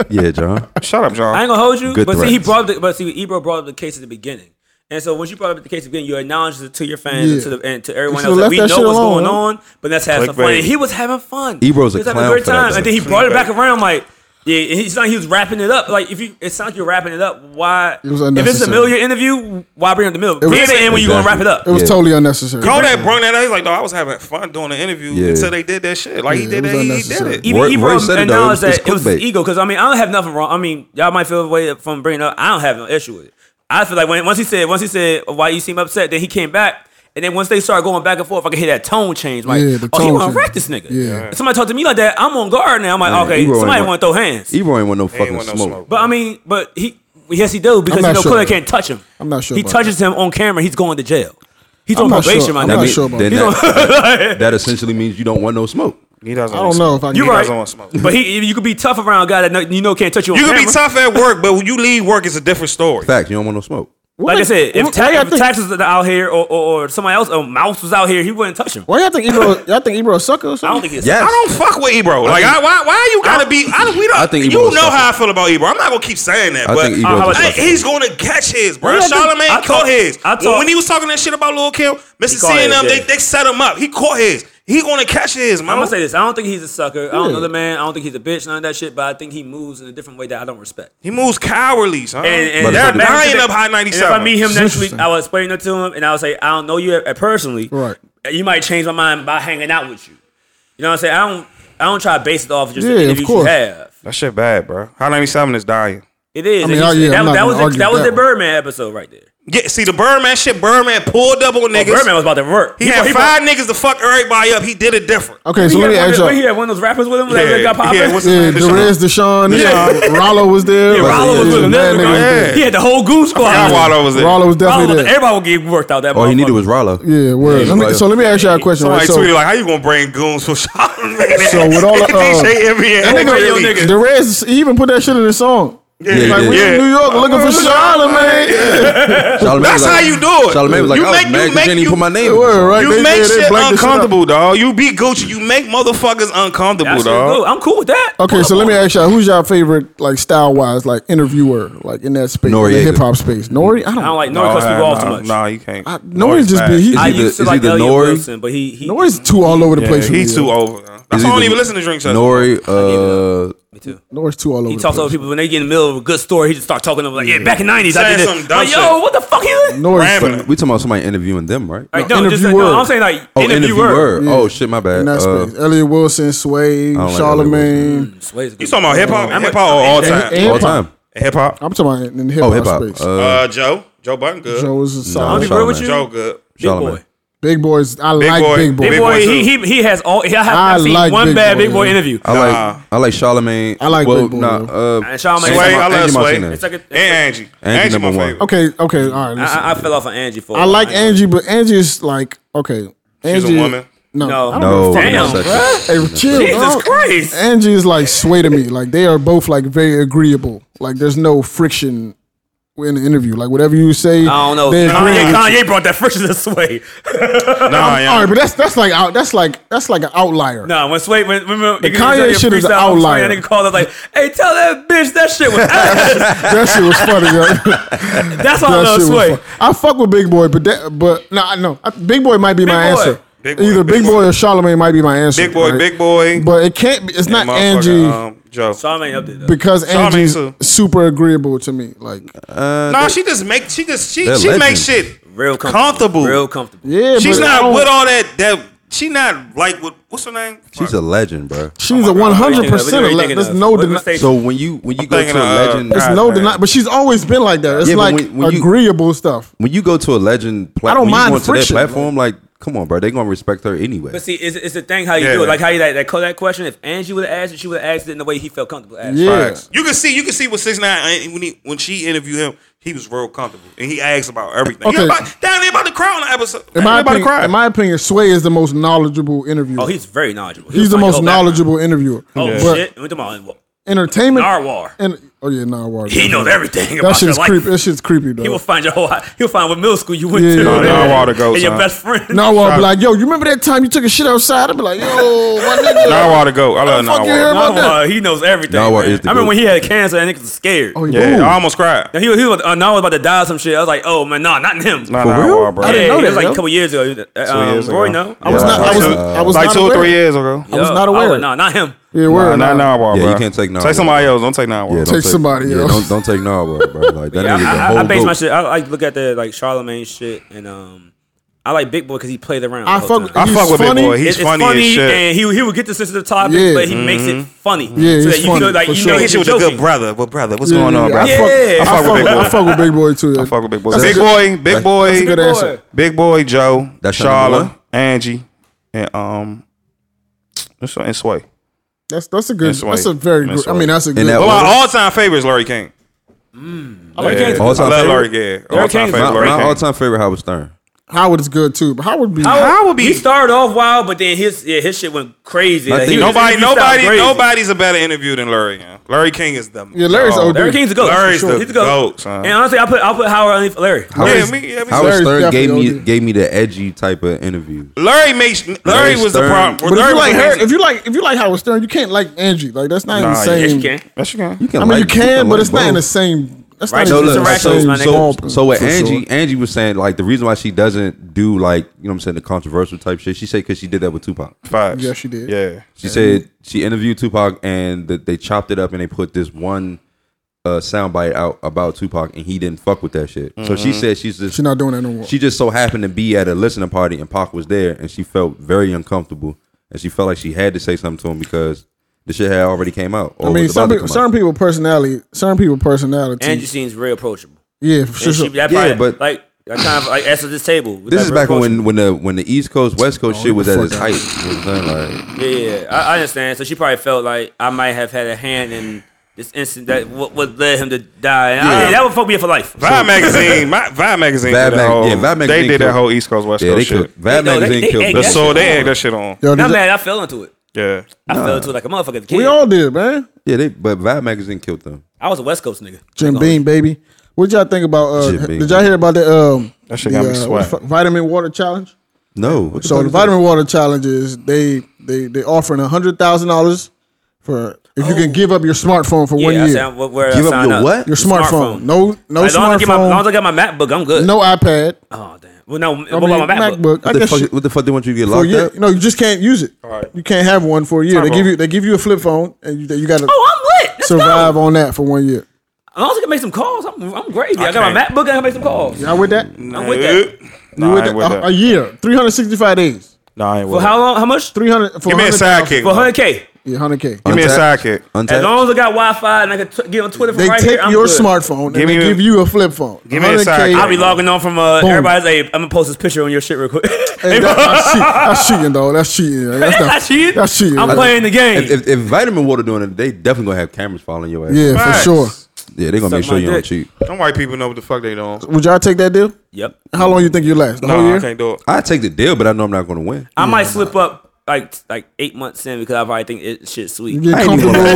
D: Yeah, John.
B: Shut up, John.
C: I ain't gonna hold you,
D: Good
C: but see, he
D: threats.
C: brought up the, but see, Ebro brought up the case at the beginning, and so once you brought up the case at the beginning, you acknowledged it to your fans and
E: Yeah.
C: to the, and to
E: You
C: everyone else.
E: should've
C: Like,
E: left
C: we know
E: that
C: what's
E: shit
C: going
E: alone, huh?
C: on, but let's have some fun.
B: Clickbait.
C: And he was having fun.
D: Ebro's
C: he
D: a
C: was having
D: clown
C: a great
D: for that
C: time,
D: shit.
C: and then he brought it back
B: Clickbait.
C: around like. Yeah, he's like he was wrapping it up. Like if you, it sounds like you're wrapping it up. Why? if it's
E: was
C: a
E: unnecessary.
C: million interview, why bring up the middle?
E: was-
C: Bring it in when you gonna wrap it up.
E: It was
D: Yeah.
E: totally unnecessary.
B: Kodak brought that up. He's like, no, I was having fun doing the interview
D: Yeah.
B: until they did that shit. Like he
E: Yeah,
B: did
E: it was
B: that. He, he
E: unnecessary.
B: did it.
C: Even
D: Roy-
C: Ebro
D: Roy said it, though.
C: acknowledged
D: It's-
C: that
D: it's
C: it was
D: clickbait.
C: ego because I mean I don't have nothing wrong. I mean y'all might feel the way from bringing up. I don't have no issue with it. I feel like when once he said once he said why you seem upset, then he came back. And then once they started going back and forth, I could hear that tone change. Like,
E: Yeah, the
C: oh, he
E: tone
C: want
E: change.
C: to wreck this nigga.
E: Yeah.
C: If somebody talk to me like that, I'm on guard now. I'm like,
D: Yeah,
C: okay,
D: Ebro ain't
C: somebody
D: want-
C: want to throw hands.
E: E-
D: Ebro ain't want no fucking
B: want no
D: smoke.
B: smoke.
C: But I mean, but he yes he do because
E: not
C: you know
E: sure
C: Kodak
E: about
C: can't touch him.
E: I'm not sure
C: He
E: about
C: touches him on camera, he's going to jail. He's on
E: not sure.
C: probation right
E: I'm
C: now.
E: not
D: mean,
E: sure about
D: then
E: that.
D: that, that essentially means you don't want no smoke.
B: He doesn't.
E: I don't know if I can
C: You're
B: He
C: right.
B: doesn't want smoke.
C: But he, you could be tough around a guy that no- you know can't touch you on
B: You
C: camera.
B: can be tough at work, but when you leave work, it's a different story.
D: Facts, you don't want no smoke.
C: Like I said, if,
E: Why
C: ta-
E: y'all
C: if
E: think-
C: Tax was out here or, or, or somebody else, or Mouse was out here, he wouldn't touch him.
E: Why y'all think Ebro? Y'all think Ebro a sucker or something?
C: I don't think he's.
D: Yes.
B: I don't fuck with Ebro. Like, I, why? Why you gotta be? I, we don't.
D: I think
B: you
D: Ebro's
B: know
D: fucking-
B: how I feel about Ebro. I'm not gonna keep saying that,
D: I
B: but
D: think
C: uh,
D: Ebro's
C: how
D: a
C: about-
B: Hey,
D: sucker.
B: he's going to catch his, bro.
C: Yeah, I think-
B: Charlemagne
C: I
B: caught
C: thought-
B: his.
C: I thought-
B: when he was talking that shit about Lil Kim, Mr.
C: caught
B: C and
C: his,
B: them, they,
C: yeah.
B: they set him up. He caught his. He going to catch his, man.
C: I'm gonna say this. I don't think he's a sucker. I don't
E: Yeah.
C: know the man. I don't think he's a bitch. None of that shit. But I think he moves in a different way that I don't respect.
B: he moves cowardly, son.
C: And, and
D: But
B: they're
D: it's not-
B: dying up high
C: And
B: 97.
C: If I meet him next week,
E: Interesting.
C: I will explain it to him, and I will say, I don't know you uh, personally.
E: Right.
C: You might change my mind by hanging out with you. You know what I'm saying? I don't. I don't try to base it off just the
E: Yeah, of
C: interviews you
E: course.
C: have.
B: that shit bad, bro. High 97 is dying.
C: It is.
E: mean,
C: And
E: oh,
C: he-
E: yeah,
C: that,
E: I'm not
C: that
E: gonna
C: was the,
E: argue
C: that was
E: with
C: the
E: that one.
C: Birdman episode right there.
B: Yeah, see, the Birdman shit, Birdman pulled
E: Oh,
B: up on niggas.
C: Birdman was about to work.
B: he, had five niggas to fuck everybody up. He did it different.
E: Okay, so let me ask
C: He
E: y'all.
C: had one of those rappers with him that that got popping.
B: yeah, what's his
E: Yeah,
B: name? Deshaun.
E: Derez, Deshaun,
B: Yeah.
E: Rollo was there.
C: Yeah, Rollo was with him.
E: mad
C: That's
E: niggas
C: what I'm
E: there.
B: Yeah.
C: He had the whole goose squad.
B: Yeah, Waldo was there.
E: Rollo was
C: Rollo,
E: definitely
C: was-
E: there.
C: everybody will get worked out that.
D: All he
C: motherfucker.
D: needed was Rollo.
E: Yeah, word.
D: Yeah,
E: Let me-
D: Rollo.
E: so let me ask y'all a question.
B: Somebody
E: right? So,
B: tweeted like, "How you gonna bring goons for Charlamagne?"
E: So with all the, uh,
B: DJ NBA,
E: that
C: radio
B: Nigga, really-
C: nigga.
E: Derez, he even put that shit in his song.
D: Yeah,
E: Like, we
D: yeah.
E: in New York looking for Charlamagne.
D: Charlamagne
B: That's
D: was like-
B: how you do it.
D: Charlamagne was like,
B: You
D: I was
B: make- you
D: mad 'cause
B: make-
D: you didn't even
B: you-
D: put my name. in
E: Word,
D: the song.
E: right?
B: You
E: They-
B: make
E: they- they
B: shit
E: blanked this shit out.
B: uncomfortable, dog. You be Gucci. You make motherfuckers uncomfortable,
C: That's what it do.
B: dog.
C: I'm cool with that.
E: Okay, so let me ask y'all, who's y'all favorite, like style wise, like interviewer, like in that space,
D: Noriega.
E: the hip hop space? Nori, I don't,
C: I don't like Nori cuss people off too much.
B: Nah, you can't.
E: I, Nori just be he,
C: I
D: Is he the-
C: used to
D: is he
C: like
D: the
C: Elliot
D: Nori?
C: Wilson, but he, he
E: Nori's too all over the place. for me,
B: he's
E: yo.
B: too over. dog. That's
D: Is
B: why I
D: he
B: don't
D: the-
B: even listen to Drink Session.
D: Nori, uh,
C: me too.
E: Nori's too all over.
C: He
E: the
C: talks to
E: place.
C: other people when they get in the middle of a good story. He just start talking to them like, yeah, back in '90s, I
B: Saying
C: did
B: some
C: it.
B: dumb
C: Like, yo,
B: shit.
C: what the fuck you? doing?
E: Nori's
B: Rapping.
D: we talking about somebody interviewing them, right?
C: Like, no, just like,
E: interviewer.
C: no, I'm saying like
D: Oh,
C: interviewer.
D: interviewer. Oh shit, my
E: in
D: bad.
E: that
D: Uh,
E: space. Elliot Wilson, Sway,
D: don't like
E: Charlemagne.
B: You talking about hip hop? Hip hop or all time?
E: and-
D: all time.
B: Hip hop.
E: I'm talking about in the hip
D: Oh,
E: hop
D: hip hop.
E: space.
D: Uh,
B: Uh, Joe. Joe Button good.
E: Joe was a
C: I'll
E: solid.
C: be
D: Charlamagne.
C: real with you.
B: Joe good.
C: Big
D: Charlamagne.
C: boy.
E: Big boys, I like
B: Boy.
E: big boys.
C: Big
B: Big
C: boy.
B: Boy
C: He he he has all. I
E: I
C: have not seen
E: like
C: one
E: Big
C: bad
E: Boy,
C: big boy
E: yeah.
C: interview.
D: I
B: Nah.
D: like I like Charlemagne.
E: I like
D: well,
E: Big Boy,
D: Nah,
E: though.
D: uh,
C: And Charlamagne-
B: Sway,
D: Angie
B: I
D: Ma-
B: love
D: Angie
B: Sway.
D: Martinez.
C: It's like a,
B: And Angie.
D: Angie
B: Angie's my
D: number one.
B: favorite.
E: Okay, okay, all right. Listen.
C: I, I fell off on Angie for.
E: I like Angie, but Angie is like okay.
B: Oh, She's
E: Angie,
B: a woman.
E: No,
C: No.
E: I don't
D: No,
E: give a fuck
D: I'm
E: about
D: not
C: Damn,
E: that.
D: sexist.
E: Hey, chill.
C: Jesus
E: dog.
C: Christ.
E: Angie is like sway to me. Like they are both like very agreeable. Like there's no friction in the interview. Like whatever you say,
C: I don't know.
E: They agree.
C: Kanye, Kanye brought that friction to Sway.
B: Nah,
E: All right,
B: yeah.
E: but that's that's like out. That's like that's like an outlier.
C: Nah, when Sway, when, when, when when
E: The
C: he was
E: Kanye
C: doing
E: shit is
C: freestyle,
E: an
C: when Sway,
E: outlier.
C: That nigga called up like, "Hey, tell that bitch that shit was ass."
E: That shit was funny. Yo.
C: That's why I
E: That
C: love
E: shit was
C: Sway.
E: fun. I fuck with Big Boy, but that but no, I know Big Boy might be
C: Big
E: my
C: Boy.
E: answer.
B: Big boy,
E: Either
B: big
E: Big
B: boy.
E: Boy or Charlemagne might be my answer.
B: Big boy,
E: right?
B: big boy.
E: But it can't. Be, it's not
B: and motherfucking,
E: Angie
B: Um, Joe.
C: Charlamagne up there. Though.
E: because
B: Charlamagne
E: Angie's
B: too.
E: super agreeable to me. Like,
B: no, she just make she just she
D: They're
B: she
D: legends.
B: makes shit
C: real comfortable,
B: comfortable.
C: Real comfortable.
E: yeah,
B: She's
E: but I
B: not
E: don't-
B: with all that that she not like with what's her name?
D: She's a legend, bro.
E: She's a one hundred percent. There's no deni-
D: So when you when you go
B: thinking
D: to a
B: of, uh,
D: legend,
E: There's
B: God,
E: no
B: man.
E: deny. But she's always been like that. It's
D: Yeah, but
E: like
D: when- when you-
E: agreeable stuff.
D: when you go to a legend, pla-
E: I don't
D: when
E: mind
D: you go to their
E: friction,
D: platform, like, come on, bro, they gonna respect her anyway.
C: But see, it's, it's a thing how you
B: Yeah,
C: do it.
B: yeah.
C: Like how you that that, that question. If Angie would have asked it, she would have asked it in the way he felt comfortable asking.
E: Yeah,
B: You can see, you can see with six nine uh, when he when she interviewed him, he was real comfortable and he asked about everything.
E: Okay.
B: Okay. About, down there about to cry on the episode. Down
E: in my,
B: there about to
E: opinion,
B: cry.
E: in my opinion, Sway is the most knowledgeable interviewer.
C: Oh, he's very knowledgeable. He
E: he's
C: was
E: the
C: like,
E: most
C: oh, Batman.
E: knowledgeable interviewer.
C: Oh
E: But
C: shit! We're talking about
E: Entertainment.
C: Narwhal.
E: And oh yeah, Narwhal.
C: He knows everything
E: That
C: about your
E: shit's
C: life.
E: creepy. That shit's creepy though.
C: He will find your whole. He'll find what middle school you went
E: Yeah.
C: to.
E: No,
B: Narwhal to go,
C: And your
B: son.
C: best friend.
E: Narwhal be like, yo, you remember that time you took a shit outside? I'd be like, yo, my nigga.
B: Now I want to go. I love
E: fuck
B: now.
E: you hear about that?
C: Narwhal, he knows everything.
D: Narwhal
C: man.
D: is the
C: I remember
D: goat.
C: when he had cancer and niggas was scared.
E: Oh,
B: Yeah,
E: ooh.
B: I almost cried.
C: And he was, he was, uh, Narwhal was about to die of some shit. I was like, oh man, nah, not him.
B: Nah,
D: For
B: nah,
D: real?
B: Wild, bro.
E: I didn't
C: yeah,
E: know
C: it was
E: that,
C: like
E: yo.
C: a couple years ago. Um,
B: years
C: Roy,
B: ago.
C: no, I was
D: Yeah.
C: not. I was,
E: was- I was
B: like
E: not
B: two or
E: aware.
B: three years ago.
E: I was
C: Yo,
E: not aware.
C: I was, nah, not him.
E: yeah, word.
B: Nah,
E: nah.
B: nah, nah,
D: Yeah,
B: bro.
D: you can't take Narwhal.
B: Take somebody else. Don't take Narwhal.
D: Yeah,
B: bro.
D: don't
E: Take somebody
D: yeah,
E: else.
D: Don't, don't take Narwhal, bro. Like that
C: Yeah,
D: nigga's a
C: I,
D: whole
C: I, I base my
D: goat.
C: shit. I like look at the like Charlemagne shit, and um, I like Big Boy because he played around.
E: I
C: the whole
E: fuck.
C: time.
B: I
E: he's
B: fuck with Big
E: funny.
B: Boy. He-
C: It-
B: He's
C: it's
B: funny as shit. Mm-hmm.
C: and he he will get to sensitive topics,
E: Yeah.
C: but he makes it funny.
E: Yeah,
C: so
E: he's
C: that you
E: funny,
C: know, like
E: for
C: you
E: sure.
C: know,
B: He
C: he's
B: hit you with a good
C: joking.
B: brother. But brother, what's
E: Yeah,
B: going on,
E: yeah,
B: bro?
E: I fuck,
C: Yeah.
E: I
B: I fuck with Big Boy.
E: I fuck with Big Boy too. yeah.
B: I fuck with Big Boy.
E: That's
B: Big
E: a-
B: boy, big boy,
E: That's a good answer.
C: Boy.
B: big boy, Joe,
D: That's your number
B: Charla,
D: one?
B: Angie, and um, and Sway- and Sway.
E: That's that's a good.
B: That's
E: That's
B: white.
E: a very good.
B: That's
E: I mean,
B: white.
E: that's a
D: In
E: good.
D: that
B: Well,
D: order?
B: my all-time favorite is Larry King.
C: Larry
B: Yeah.
C: King's
B: I
C: good.
D: All-time
B: love
D: favorite?
B: Larry King. All-time
C: King's
B: favorite,
D: my,
B: Larry
D: my
B: King.
D: all-time favorite Howard Stern.
E: Howard is good too, but Howard be.
B: Howard would be-
C: He started off wild, but then his yeah his shit went crazy.
D: I
C: Like, he
D: think-
C: was-
B: Nobody,
C: he stopped
B: nobody,
C: crazy.
B: nobody's a better interview than Larry. King. Larry King is the
E: Yeah, Larry's
B: dog.
E: OD.
C: Larry King's a goat.
B: Larry's
C: for sure.
B: the
C: He's a goat.
B: goat, son.
C: And honestly, I put I put Howard underneath Larry.
D: Howard,
B: Yeah, me- yeah, me-
D: Howard
E: Larry's
D: Stern gave
E: definitely
D: me
E: OD.
D: gave me the edgy type of interview.
B: Larry makes Larry,
D: Larry
B: was the
D: Stern.
B: problem.
E: But if
B: Larry
E: you like
B: was
E: her,
B: amazing.
E: if you like if you like Howard Stern, you can't like Angie. Like that's not in the
B: Nah,
E: same.
B: yes,
C: You can.
B: yes, you can.
D: can
E: I mean,
D: like-
E: you can, but
D: like
E: it's not in the
D: both.
E: same. That's
C: Right,
E: not
D: So
E: in
C: It's
D: look,
E: the
C: interactions,
D: so,
E: same.
C: my
D: so,
E: ballpark,
D: so with
E: for
D: Angie,
E: sure.
D: Angie was saying like the reason why she doesn't do like you know what I'm saying the controversial type shit. She said because she did that with Tupac.
B: Facts.
E: Yeah, she did.
B: Yeah,
D: She said she interviewed Tupac and that they chopped it up and they put this one uh, soundbite out about Tupac and he didn't fuck with that shit. So she said she's just
E: she's Mm-hmm. not doing that no more.
D: she just so happened to be at a listening party and Pac was there and she felt very uncomfortable and she felt like she had to say something to him because the shit had already came out. Or
E: I mean,
D: was
E: some
D: about
E: people,
D: to come out.
E: certain people personality, certain people personality.
C: Angie seems very approachable.
E: yeah, for sure.
C: And she, that
D: Yeah,
C: probably,
D: but-
C: like that kind of like that's at this table.
D: This is
C: Like,
D: back
C: very
D: when when the when the East Coast West Coast shit was at
E: fuck
D: its
E: that.
D: height. You know what I'm saying? Like,
C: Yeah, yeah, yeah. I, I understand. So she probably felt like I might have had a hand in this incident that what, what led him to die. And I-
D: Yeah.
C: that would fuck me up for life.
B: Vibe magazine, my, Vibe magazine,
D: Vibe
B: did that
D: Mag-
B: whole,
D: yeah, Vibe
B: They
D: magazine
B: did that
D: killed-
B: whole East Coast West
D: yeah, they
B: Coast shit.
D: killed
C: They
D: Bad
C: know, they-
D: Magazine
C: they-
D: killed
C: they-
B: The
D: that
C: that's-
D: shit.
B: soul, they had that shit on.
E: Yo, did
C: Not
E: you-
C: mad. I fell into it.
B: Yeah,
C: I fell into it like a motherfucker. Kid.
E: we all did, man.
D: Yeah, they but Vibe Magazine killed them.
C: I was a West Coast nigga.
E: Jim
C: Like,
E: Beam, baby. What y'all think about? Uh,
D: Jim Beam.
E: did y'all hear about that? Um,
B: That shit got
E: the,
B: me
E: uh,
B: sweating.
E: what's the- vitamin water challenge.
D: No, what the
E: So
D: fuck
E: the
D: is that?
E: vitamin water challenge is they they they offering hundred thousand dollars for if you
B: Oh.
E: can give up your smartphone for
C: Yeah,
E: one
C: I
E: year.
C: sound, where- where I
D: Give up
C: sign
D: your what?
E: your
D: Your
E: smartphone. No no
C: As long as I get my- as long
E: smartphone.
C: as I got my MacBook, I'm good.
E: no iPad.
C: Oh damn. Well, no. What
E: I mean,
C: about my MacBook?
E: I
D: What the,
E: guess
D: fuck,
E: shit
D: what the fuck they want you to get
E: for a
D: locked
E: year.
D: up?
E: No, you just can't use it.
B: Alright.
E: You can't have one for a year. They
B: Turbo.
E: give you they give you a flip phone and you, you got to
C: Oh, I'm lit. Let's
E: survive
C: go.
E: on that for one year.
C: As long as I can make some calls, I'm I'm crazy. I,
B: I
C: got my
B: can't.
C: MacBook. I can make some calls.
E: Y'all with that?
B: Nah,
C: with that.
B: Nah, I
E: with
B: ain't with
E: that? A, a
B: that.
E: year, three hundred sixty five days,
B: Nah, I ain't
C: For
B: with
C: how
B: that.
C: long? How much?
E: three hundred.
B: Give me a sidekick.
C: For 100k.
E: Yeah, hundred k.
B: Give me a
D: Untapped?
B: sidekick.
C: As
D: Untapped?
C: long as I got Wi-Fi and I can t- get on Twitter from
E: They
C: right
E: take
C: here, I'm
E: your
C: good.
E: smartphone
B: Give
E: and they
B: me a-
E: give you a flip phone.
B: give me a
E: 100K.
B: side
C: I'll be logging on from uh,
E: Boom.
C: everybody's. Hey, I'm gonna post this picture on your shit real quick.
E: Hey, that, that's, cheating. that's cheating, though. That's cheating. That's, not,
C: That's cheating?
E: That's cheating.
C: I'm
E: That's-
C: playing the game.
D: If, if, if Vitamin Water doing it, they definitely gonna have cameras following your ass.
E: yeah,
B: Facts.
E: for sure.
D: yeah, they gonna make
C: Suck
D: sure
C: my
D: you don't
C: dick.
D: cheat.
B: Them white people know what the fuck they
C: Oh,
B: doing.
E: Would y'all take that deal?
C: yep.
E: How long you think you last? The whole
B: Nah, I
E: year?
B: can't do it.
D: I take the deal, but I know I'm not gonna win.
C: I might slip up like like eight months in because I probably think it shit's sweet.
E: Get
D: I ain't even
E: comfortable.
D: I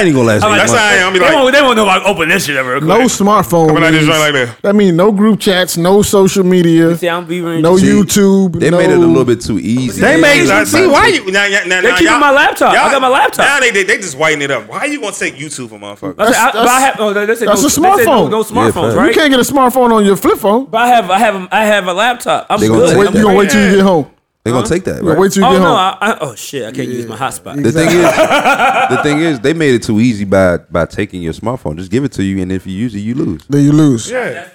D: ain't even
C: like,
D: gonna last. eight
B: That's how
D: months.
B: I am. I'll be
C: They
B: like,
C: won't, they won't know about open this shit ever. real
E: No
C: quick.
E: smartphone.
B: Coming out this
E: means-
B: joint like that.
E: That means no group chats, no social media,
C: See, I'm be
E: no
C: See,
E: YouTube.
D: They
E: no,
D: made it a little bit too easy.
B: They
C: made-
B: make
C: Yeah.
B: like, see why you now, now, now,
C: They
B: now,
C: keeping
B: y'all-
C: my laptop. I
B: y'all-
C: got my laptop.
B: Now they, they they just whiten it up. Why you gonna take YouTube for motherfucker?
C: I, said, I,
E: That's-
C: but I have, oh, they said
E: that's
C: no,
E: a
C: They said no,
E: smartphone.
C: no smartphones,
D: fact.
E: You
C: right?
E: can't get a smartphone on your flip phone.
C: But I have I have I have a laptop. I'm
D: They gonna
C: good.
D: take
E: Wait,
C: I'm
E: you gonna
C: great.
E: wait till you get home.
D: They're gonna take that.
E: But
D: Right?
E: wait till you
C: oh
E: get
C: no!
E: home.
C: I, I, oh shit! I can't use my hotspot.
D: the thing is, the thing is, they made it too easy by by taking your smartphone. Just give it to you, and if you use it, you lose.
E: then you lose.
B: Yeah.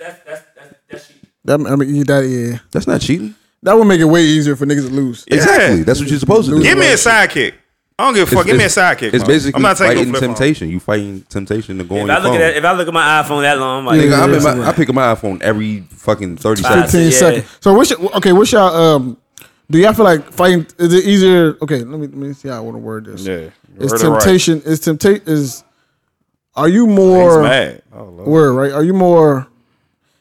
E: That I mean, that yeah,
D: That's not cheating.
E: that would make it way easier for niggas to lose.
D: Exactly. That's what you're supposed to do.
B: Give me a sidekick. I don't give a fuck. Give me a sidekick.
D: It's
B: bro.
D: basically
B: I'm not taking no
D: fighting
B: flip phone.
D: temptation. You fighting temptation to go
C: If
D: on
C: I
D: your
C: look
D: phone.
C: at that, if I look at my iPhone that long, I'm like,
D: Nigga,
E: Yeah,
D: I'm in
E: that's
D: my, I pick up my iPhone every fucking thirty
C: Five.
D: seconds.
E: Fifteen
C: Yeah.
E: seconds. So what's your, okay? What's your um? Do y'all feel like fighting? Is it easier? Okay, let me let me see how I want to word this.
B: Yeah.
E: it's
B: Heard it right.
E: temptation. It's temptation. Is are you more
B: He's mad.
E: word right? Are you more?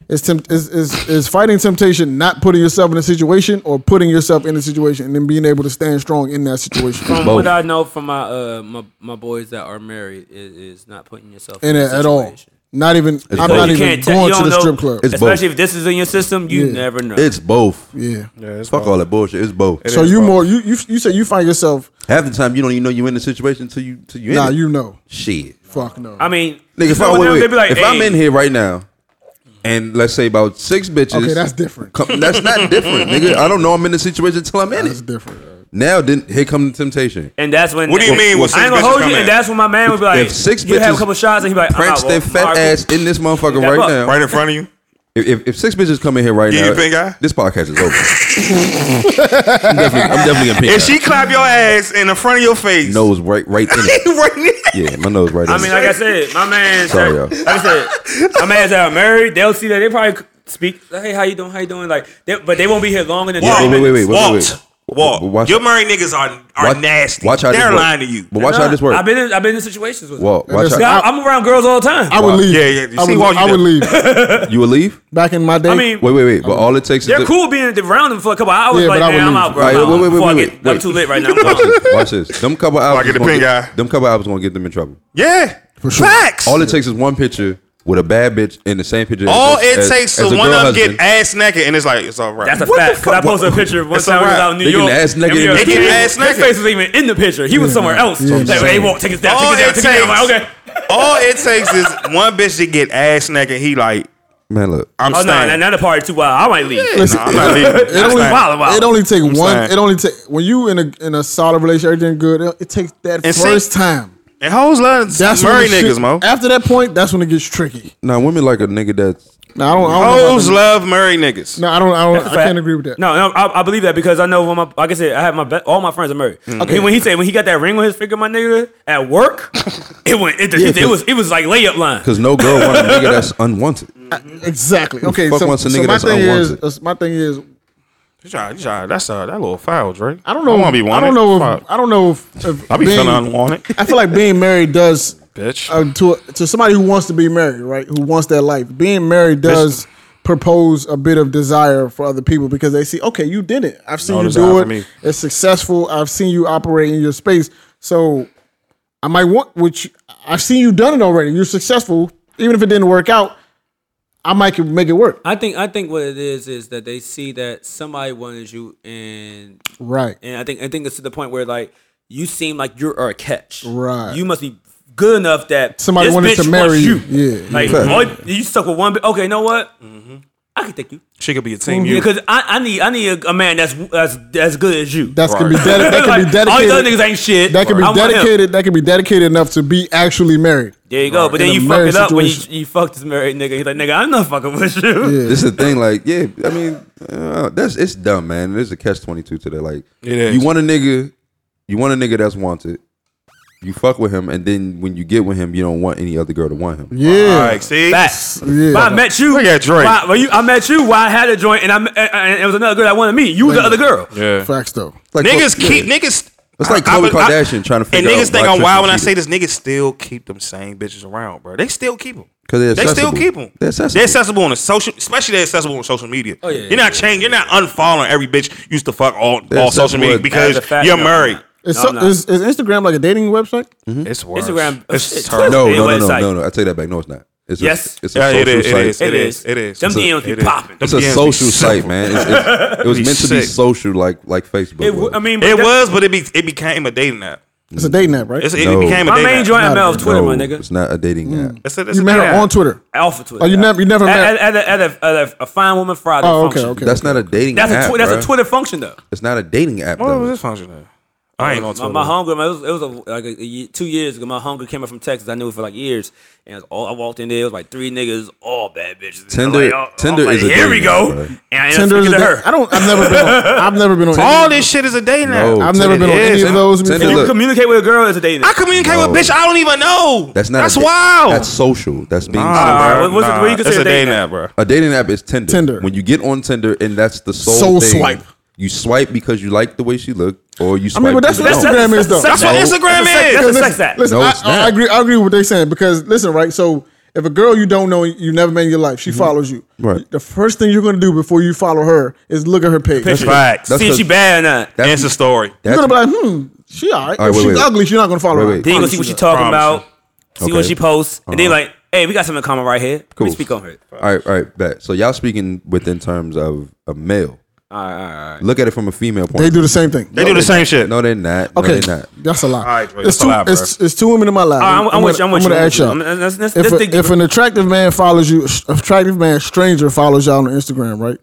E: Is, tempt, is is is fighting temptation not putting yourself in a situation or putting yourself in a situation and then being able to stand strong in that situation
C: from
D: both.
C: what I know from my uh my, my boys that are married is, is not putting yourself
E: in it at all? Not even
D: both.
E: I'm not
D: You
E: even
C: can't tell-
E: going
C: you
E: to the
C: don't
E: strip
C: know-
E: club.
D: It's
C: Especially
D: both.
C: if this is in your system, you
E: Yeah.
C: never know.
D: It's both.
E: yeah.
D: Fuck all that bullshit. It's both.
E: So
B: is
E: you
B: both.
E: more you you you say you find yourself
D: Half the time you don't even know you're in the situation until you till you in
E: nah
D: it.
E: you know
D: shit.
E: fuck no
C: I mean,
D: Nigga, if, I,
C: some of
D: wait,
C: them,
D: wait.
C: they be like,
D: if
C: "Hey,
D: I'm in here right now, and let's say about six bitches.
E: Okay, that's different.
D: Come, that's not different, nigga. I don't know I'm in the situation until I'm in
E: that's
D: it.
E: different.
D: Now, then here come the temptation.
C: And that's when.
B: What do you mean when
C: I ain't gonna
B: six
C: hold
B: bitches
C: you.
B: come in?
C: And that's when my man would be like,
D: if six
C: you have
D: bitches
C: a couple shots, and he be like, I'm
D: Pranks
C: out,
D: their
C: well,
D: fat
C: Mark,
D: ass in this motherfucker
C: Step
D: right
C: up.
D: now.
B: Right in front of you.
D: If, if, if six bitches come in here right
B: Give
D: now,
B: you pink eye?
D: this podcast is over. I'm definitely, I'm definitely gonna pink
B: If
D: eye.
B: she clap your ass in the front of your face.
D: nose right, right in it.
B: right there.
D: Yeah, my nose right in
C: I mean,
D: it.
C: like I said, my man.
D: Sorry, y'all.
C: like I said, my man's that are married. They'll see that. They probably speak. like, Hey, how you doing? How you doing? Like, they, but they won't be here longer than.
D: Whoa,
C: thirty
D: wait, wait, wait,
C: minutes.
D: wait, wait, wait.
B: Walt. Walt.
D: But watch-
B: your married niggas are, are
D: Watch-
B: nasty.
D: Watch how this
B: They're
D: work.
B: lying to you.
D: But watch how this
C: I've
D: works.
C: been in, I've been in situations with.
D: Well,
E: And
D: watch
E: it's-
C: them.
D: how,
C: I, am around girls all the time.
E: I would leave.
B: Yeah, yeah. You
E: I
B: see
E: would,
B: why you
E: I would
B: done-
E: leave
D: you will leave.
E: back in my day.
C: I mean,
D: Wait, wait, wait. But all it takes is
C: they're
D: the-
C: cool being around them for a couple hours.
E: Yeah,
C: like,
E: but I would
C: man, I'm
E: leave.
C: out, bro.
D: Right,
C: I'm
D: wait, wait,
C: out.
D: wait,
C: Fuck
D: wait,
C: it.
D: wait.
C: I'm too late right now.
D: Watch this. Watch this. Them couple hours.
B: get
D: is
B: the
D: gonna
B: pink
D: get-
B: eye.
D: Them couple hours gonna get them in trouble.
B: Yeah.
E: sure.
B: Facts.
D: All it takes is one picture with a bad bitch in the same picture. as-
B: All it
D: as-
B: takes
D: as
B: to
D: a
B: one
D: girl
B: of them get
D: husband.
B: ass naked and it's like, it's all right.
C: That's a
B: What the
C: fact. Cause I
B: fuck?
C: posted a picture one
B: It's
C: time
B: all
C: we was
B: right.
C: out in New
D: They getting
C: York.
D: ass
C: and
D: naked
C: we
D: in
C: were-
D: the
B: They getting ass
C: His
B: naked.
C: face was even in the picture. He was somewhere else. Like, hey, won't take us down.
B: All
C: Take us down.
B: it
C: Take us down. I'm like, "Oh, okay.
B: takes. All it takes is one bitch to get ass naked. He like,
D: Man, look.
B: I'm
C: Oh no,
B: staying.
C: that- another party too wild. I might leave.
E: Listen,
B: I'm not leaving. I'm
E: it only,
B: staying.
C: wild, wild.
E: it only take one.
B: saying.
E: It only take when you in a in a solid relationship, everything good. It, it takes that
B: And see-
E: first time.
B: And hoes love
E: That's when
B: Murray
E: the shit-
B: niggas, mo.
E: After that point, that's when it gets tricky.
D: Now women like a nigga that's
E: Now I don't. I don't know about
B: Hoes
E: them.
B: love Murray niggas.
E: No, I don't. I don't.
C: That's
E: I
C: a fact.
E: can't agree with that.
C: No, no, I, I believe that because I know when my like I said, I have my be- all my friends are married. Okay. when he said when he got that ring on his finger, my nigga at work, it went. It, it,
D: cause-
C: was it was like layup line.
D: because no girl want a nigga that's unwanted.
E: Exactly. Okay.
D: fuck
E: so,
D: wants a
E: so
D: nigga
E: my
D: that's
E: thing is,
D: unwanted?
E: is- my thing is,
B: You try, you try. That's uh, that little foul, Dre.
E: I don't know.
B: I
E: I,
B: want to be wanted.
E: don't know.
B: Fuck.
E: If, I don't know if, if
B: I be
E: being-
B: feeling unwanted,
E: I feel like being married does
B: bitch.
E: uh, to to somebody who wants to be married, right? Who wants that life. Being married does propose a bit of desire for other people because they see, okay, you did it. I've seen
B: No
E: you
B: desire
E: do
B: for
E: it.
B: me.
E: It's successful. I've seen you operate in your space. So I might want which I've seen you done it already. You're successful. Even if it didn't work out, I might could make it work.
C: I think I think what it is is that they see that somebody wanted you, and
E: Right.
C: and I think I think it's to the point where like you seem like you are a catch.
E: Right.
C: You must be good enough that
E: Somebody
C: this
E: wanted
C: bitch
E: to marry
C: wants
E: you.
C: you.
E: Yeah. Mm-hmm.
C: Like all- you stuck with one. bi- Okay, you know what? I can take you.
B: She could be a team. You.
C: Because I, I need I need a, a man that's that's as good as you.
E: That's could be
B: Right.
E: dedicated. That could
C: Like,
E: be
C: All these other
E: dedicated.
C: niggas ain't shit.
E: That could be
C: I want him.
E: dedicated. That could be dedicated enough to be actually married.
C: There you go. But then
E: In a
C: you fuck
E: married
C: it up when you,
E: situation.
C: you fuck this married nigga. He's like, nigga, I'm not fucking with you.
D: This is the thing, like, yeah, I mean, uh, that's it's dumb, man. There's a catch twenty two to that. Like,
B: It is.
D: you want a nigga, you want a nigga that's wanted. You fuck with him, and then when you get with him, you don't want any other girl to want him.
E: Yeah.
B: Like, see,
C: Facts.
E: Yeah.
C: Why I met you.
B: Look at Drake.
C: Why, well, you, I met you. Why I had a joint, and I met- and it was another girl that wanted me. You was the other girl.
B: yeah.
E: Facts though.
D: Like,
B: Niggas
D: yeah.
B: keep niggas.
D: It's like
B: I- I-
D: Khloe
B: I-
D: Kardashian trying to
B: And
D: figure out
B: niggas think
D: why
B: I'm wild when I say
D: Tristan
B: this. Niggas still keep them same bitches around, bro. They still keep them.
D: 'Cause they're
B: they still
D: accessible.
B: keep them.
D: They're accessible.
B: on the social, especially they're accessible on social media.
C: yeah,
B: you're not changing. You're not unfollowing every bitch you used to fuck all, all social
D: accessible
B: media
D: as-
B: because
C: As a fact,
B: you're
C: no,
B: married.
E: Is,
C: No,
E: so-
C: I'm not.
E: is, is Instagram like a dating website?
B: It's worse.
C: Instagram- oh,
B: It's
C: shit.
B: terrible.
D: No,
C: Hey,
D: no, no, no,
C: website.
D: no, no. I take that back. No, it's not. It's
C: Yes.
D: A, it's a
B: Yeah,
D: social
B: it is. It
D: site.
B: is.
C: It
B: It
C: is.
B: is. It is.
C: Them
B: It's a-
C: DMs be
B: it is.
C: popping.
B: Them
D: It's a
B: DMs be
D: social
B: simple.
D: site, man. It's, it's, it was
B: Be
D: meant to be
B: sick.
D: social, like like Facebook.
C: It
D: was.
C: w- I mean, but
B: It
C: that-
B: was, but it be it became a dating app.
E: It's a dating app, right?
B: It's, it
D: No.
B: became a
C: My
B: dating
C: main
B: app.
C: joint
E: Nah,
C: ML is Twitter,
D: no,
C: my nigga.
D: It's not a dating app.
B: It's a- it's
E: You
B: a
E: met
B: dating
E: her
B: app.
E: on Twitter.
C: Alpha Twitter.
E: Oh, you never- you never
C: at,
E: met-
C: at, at, at, a, at a, a fine woman Friday.
E: Oh, okay,
C: function.
E: okay.
D: That's not a dating
C: That's
D: app.
C: a tw- that's a
D: bruh.
C: Twitter function though.
D: It's not a dating app.
B: What was
D: though.
B: this function? then? I ain't on
C: My,
B: Twitter.
C: my homegirl, man, it was, it was a, like a, ye- two years ago. My homegirl came up from Texas. I knew her for like years, and it was all, I walked in there. It was like three niggas, all bad bitches.
D: Tinder-
C: I'm like, oh,
D: Tinder
C: I'm like,
D: is a
C: here we
D: dating
C: go.
D: app, right?
C: And I
E: Tinder is a
C: to
E: da-
C: her.
E: I don't. I've never been. On, I've never been on.
B: All
E: any-
B: this shit is a dating
D: No.
B: app.
E: I've never been on
B: It
E: any
B: is.
E: of those. before.
D: Tinder,
C: If you
D: look.
C: communicate with a girl, it's a dating.
B: I
C: app.
B: communicate with bitch I don't even know.
D: That's not.
B: That's
D: a da-
B: wild.
D: That's social. That's being.
B: Nah,
D: social.
C: right, what- what's it- what you
B: it's
C: consider
B: a dating app, bro.
D: A dating app is Tinder.
E: Tinder.
D: When you get on Tinder, and that's the sole
E: Soul
D: thing.
E: swipe.
D: You swipe because you like the way she looked, or you
E: I
D: swipe.
E: mean, but that's what
D: because you
C: that's-
D: don't.
E: Instagram is though.
C: that's-
B: That's what
C: No. That's
B: Instagram
C: a sex-
B: is.
C: that's a
E: Because
C: sex app.
E: Listen,
D: No,
E: I-
D: it's
E: I,
D: not.
E: agree. I agree with what they're saying because listen, right? So if a girl you don't know, you never met in your life, she follows you.
D: Mm-hmm. Right.
E: The first thing you're going to do before you follow her is look at her page.
C: Picture.
B: facts.
D: That's
C: See if
D: what-
C: she bad or not.
D: That's-
B: It's a story.
E: You're
D: that's-
E: going to be like, hmm, she all right.
D: All right,
E: if
D: wait,
E: she's
D: wait.
E: ugly, she's not going to follow
D: Wait,
E: her.
D: wait.
C: Then you gonna
E: Promise
C: see what she
E: you that.
C: talking
B: Promise
C: about. See what
D: Okay.
C: she posts, and then like, hey, we got something in common right here. Let
D: Cool.
C: me speak on her.
D: All right, all right, bet. So y'all speaking within terms of a male.
C: All right, all right, all right.
D: Look at it from a female point.
E: They
D: of
E: do the same thing.
B: They do the same shit.
D: No, they're not.
E: Okay,
D: No, they're not.
E: that's a lie.
B: right, Dre,
E: it's
B: that's a
E: two.
B: lie, bro.
E: it's, it's two women in my life.
C: right, I'm- I'm with you, I'm with
E: gonna- I'm
C: you,
E: gonna
C: I'm
E: ask
C: with you.
E: y'all.
C: I'm- let's- let's-
E: if,
C: let's
E: a-
C: dig
E: if
C: deeper.
E: an attractive man follows you, attractive man stranger follows y'all on Instagram, right?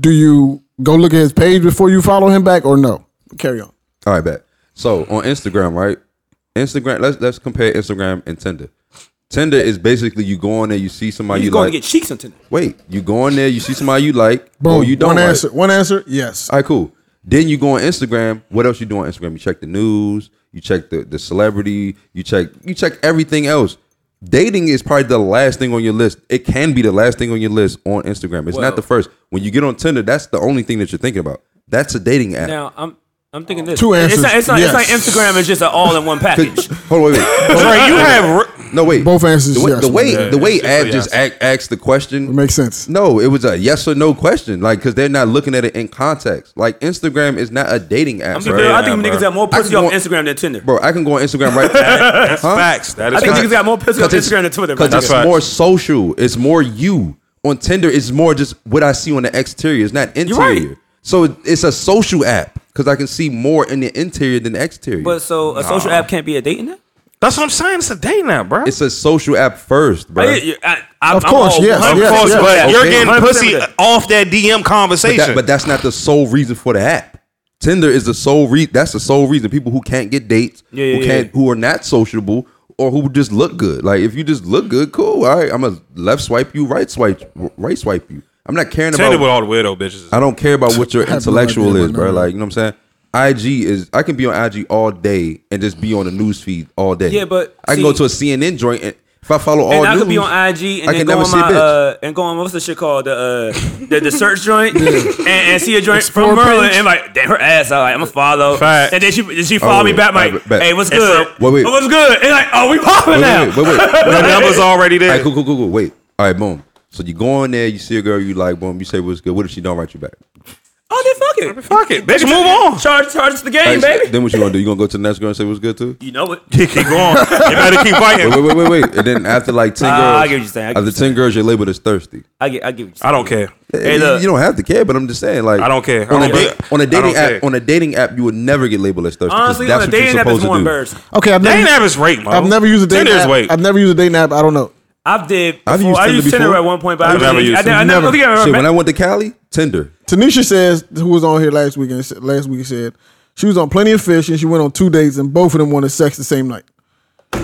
E: Do you go look at his page before you follow him back, or no? Carry on.
D: All right, bet. So on Instagram, right? Instagram. Let's let's compare Instagram and Tinder. Tinder is basically you go on there, you see somebody
C: You
D: you,
C: going
D: like.
C: to get cheeks on Tinder?
D: Wait, you go on there, you see somebody you like,
E: Boom.
D: or Oh, you don't
E: One
D: like.
E: answer. One answer. Yes.
D: All right, cool. Then you go on Instagram. What else you do on Instagram? You check the news. You check the the celebrity. You check you check everything else. Dating is probably the last thing on your list. It can be the last thing on your list on Instagram. It's
C: Well-
D: not the first. When you get on Tinder, that's the only thing that you're thinking about. That's a dating app.
C: Now I'm I'm thinking this.
E: Two answers,
C: It's not, it's not, it's
E: yes.
C: not Instagram is just an all in one package.
D: Hold on, wait, wait.
B: Dre, you have. re-
D: No, wait.
E: Both answers
D: The way
E: yes.
D: the way,
B: Yeah,
D: the way
B: it's just
D: ad
B: a
D: just
B: yes.
D: ac asked the question
E: It makes sense.
D: No, it was a yes or no question. Like, because they're not looking at it in context. Like, Instagram is not a dating app,
C: I'm
D: bro.
C: just, I think
B: Yeah,
C: niggas
B: bro.
C: got more
D: I
C: pussy
D: can
C: off
D: go on-
C: Instagram than Tinder.
D: Bro, I can go on Instagram right now.
B: That's facts. That is
C: I think
B: facts.
C: niggas got more pussy on
D: Because
C: Instagram than Twitter. my
D: Because it's
C: nigga.
B: That's
D: more
B: right.
D: social. It's more you. On Tinder, it's more just what I see on the exterior. It's not
C: You're right.
D: interior. So it- it's a social app because I can see more in the interior than the exterior.
C: But so a social app can't be a dating app.
B: That's what I'm saying. It's a dating app, bro.
D: it's a social app first, bro.
C: I- Oh, you- I- I'm-
E: Of
C: I'm
E: course,
C: all
E: yes,
C: 100%
E: yes,
B: of course,
E: yes.
C: with
B: but
C: that.
B: you're getting
C: 100% with
B: pussy
C: that.
B: off that DM
D: But,
B: conversation.
D: that- but that's not the sole reason for the app. Tinder is the sole re. That's the sole reason people who can't get dates,
C: Yeah, yeah,
D: who can't,
C: yeah.
D: who are not sociable, or who just look good. Like if you just look good, cool. All right, I'm gonna left swipe you, right swipe, right swipe you. I'm not caring
B: Tinder with
D: about.
B: all the weirdo bitches.
D: I don't care about what your
E: have no
D: intellectual
E: idea
D: is,
E: what
D: bro.
E: none of
D: Like you know what I'm saying. IG is I can be on IG all day and just be on the news feed all day.
C: Yeah, but
D: I can
C: see-
D: go to a CNN joint and if I follow all
C: And I
D: news,
C: could be on IG and
D: Oh, I
C: then
D: can
C: go
D: never
C: on
D: see
C: my
D: bitch.
C: uh, and go on what's the shit called the uh, the, the search joint and, and see a joint
E: Explore
C: from Merlin
E: page.
C: and like damn her ass out like, I'm gonna follow
B: Fact.
C: and then she then she follow
D: Oh,
C: me back
D: I
C: like
D: bet.
C: hey what's
D: It's
C: good
D: a- wait, wait.
C: Oh, what's good and like oh we popping now
D: wait, wait, wait, wait, wait.
B: The numbers already
D: All
B: there.
D: right, cool, cool, cool, cool. Wait. All right, boom. So you go on there, you see a girl you like, boom, you say what's good. What if she don't write you back?
C: oh then fuck it
B: Fuck it, bitch. Move on.
C: charge charge the game
D: All right,
C: baby
D: Then what you gonna do? You gonna go to the next girl and say what's good too?
C: you know what
B: keep going. You better keep
D: Wait,
B: fighting.
D: wait, wait, wait. And then after like ten
C: Ah,
D: girls,
C: I get what you're saying, I get
D: after
C: what
D: ten girls, you're labeled as thirsty.
C: I get I get what you
B: I don't care.
C: Hey,
D: You-
C: look.
D: you don't have to care, but I'm just saying, like,
B: I don't care. I
D: On, a,
B: don't
D: da-
B: care.
D: on a
B: I don't
D: dating app,
B: care.
D: on a dating app, you would never get labeled as thirsty. 'cause
C: honestly
D: that's
C: on a
D: what you're
C: dating app is
D: supposed to
C: more
D: do.
C: embarrassing
E: Okay, I've
B: Dating
E: never,
B: app is rape, bro.
E: I've never used a dating
B: Tinder's
E: app.
B: rape.
E: I've never used a dating app. I don't know.
C: I've did
D: I've
C: before.
D: used
C: I
D: Tinder
C: used Tinder
D: before.
C: at one point but
B: I've
C: I
B: never
C: didn't-
B: used
C: I didn't- I
E: Tinder.
C: never think I
D: Shit,
C: ever
D: when I
C: met-
D: went to Cali, Tinder.
E: Tanisha says who was on here last weekend. said- Last week said she was on Plenty of Fish and she went on two dates and both of them wanted sex the same night.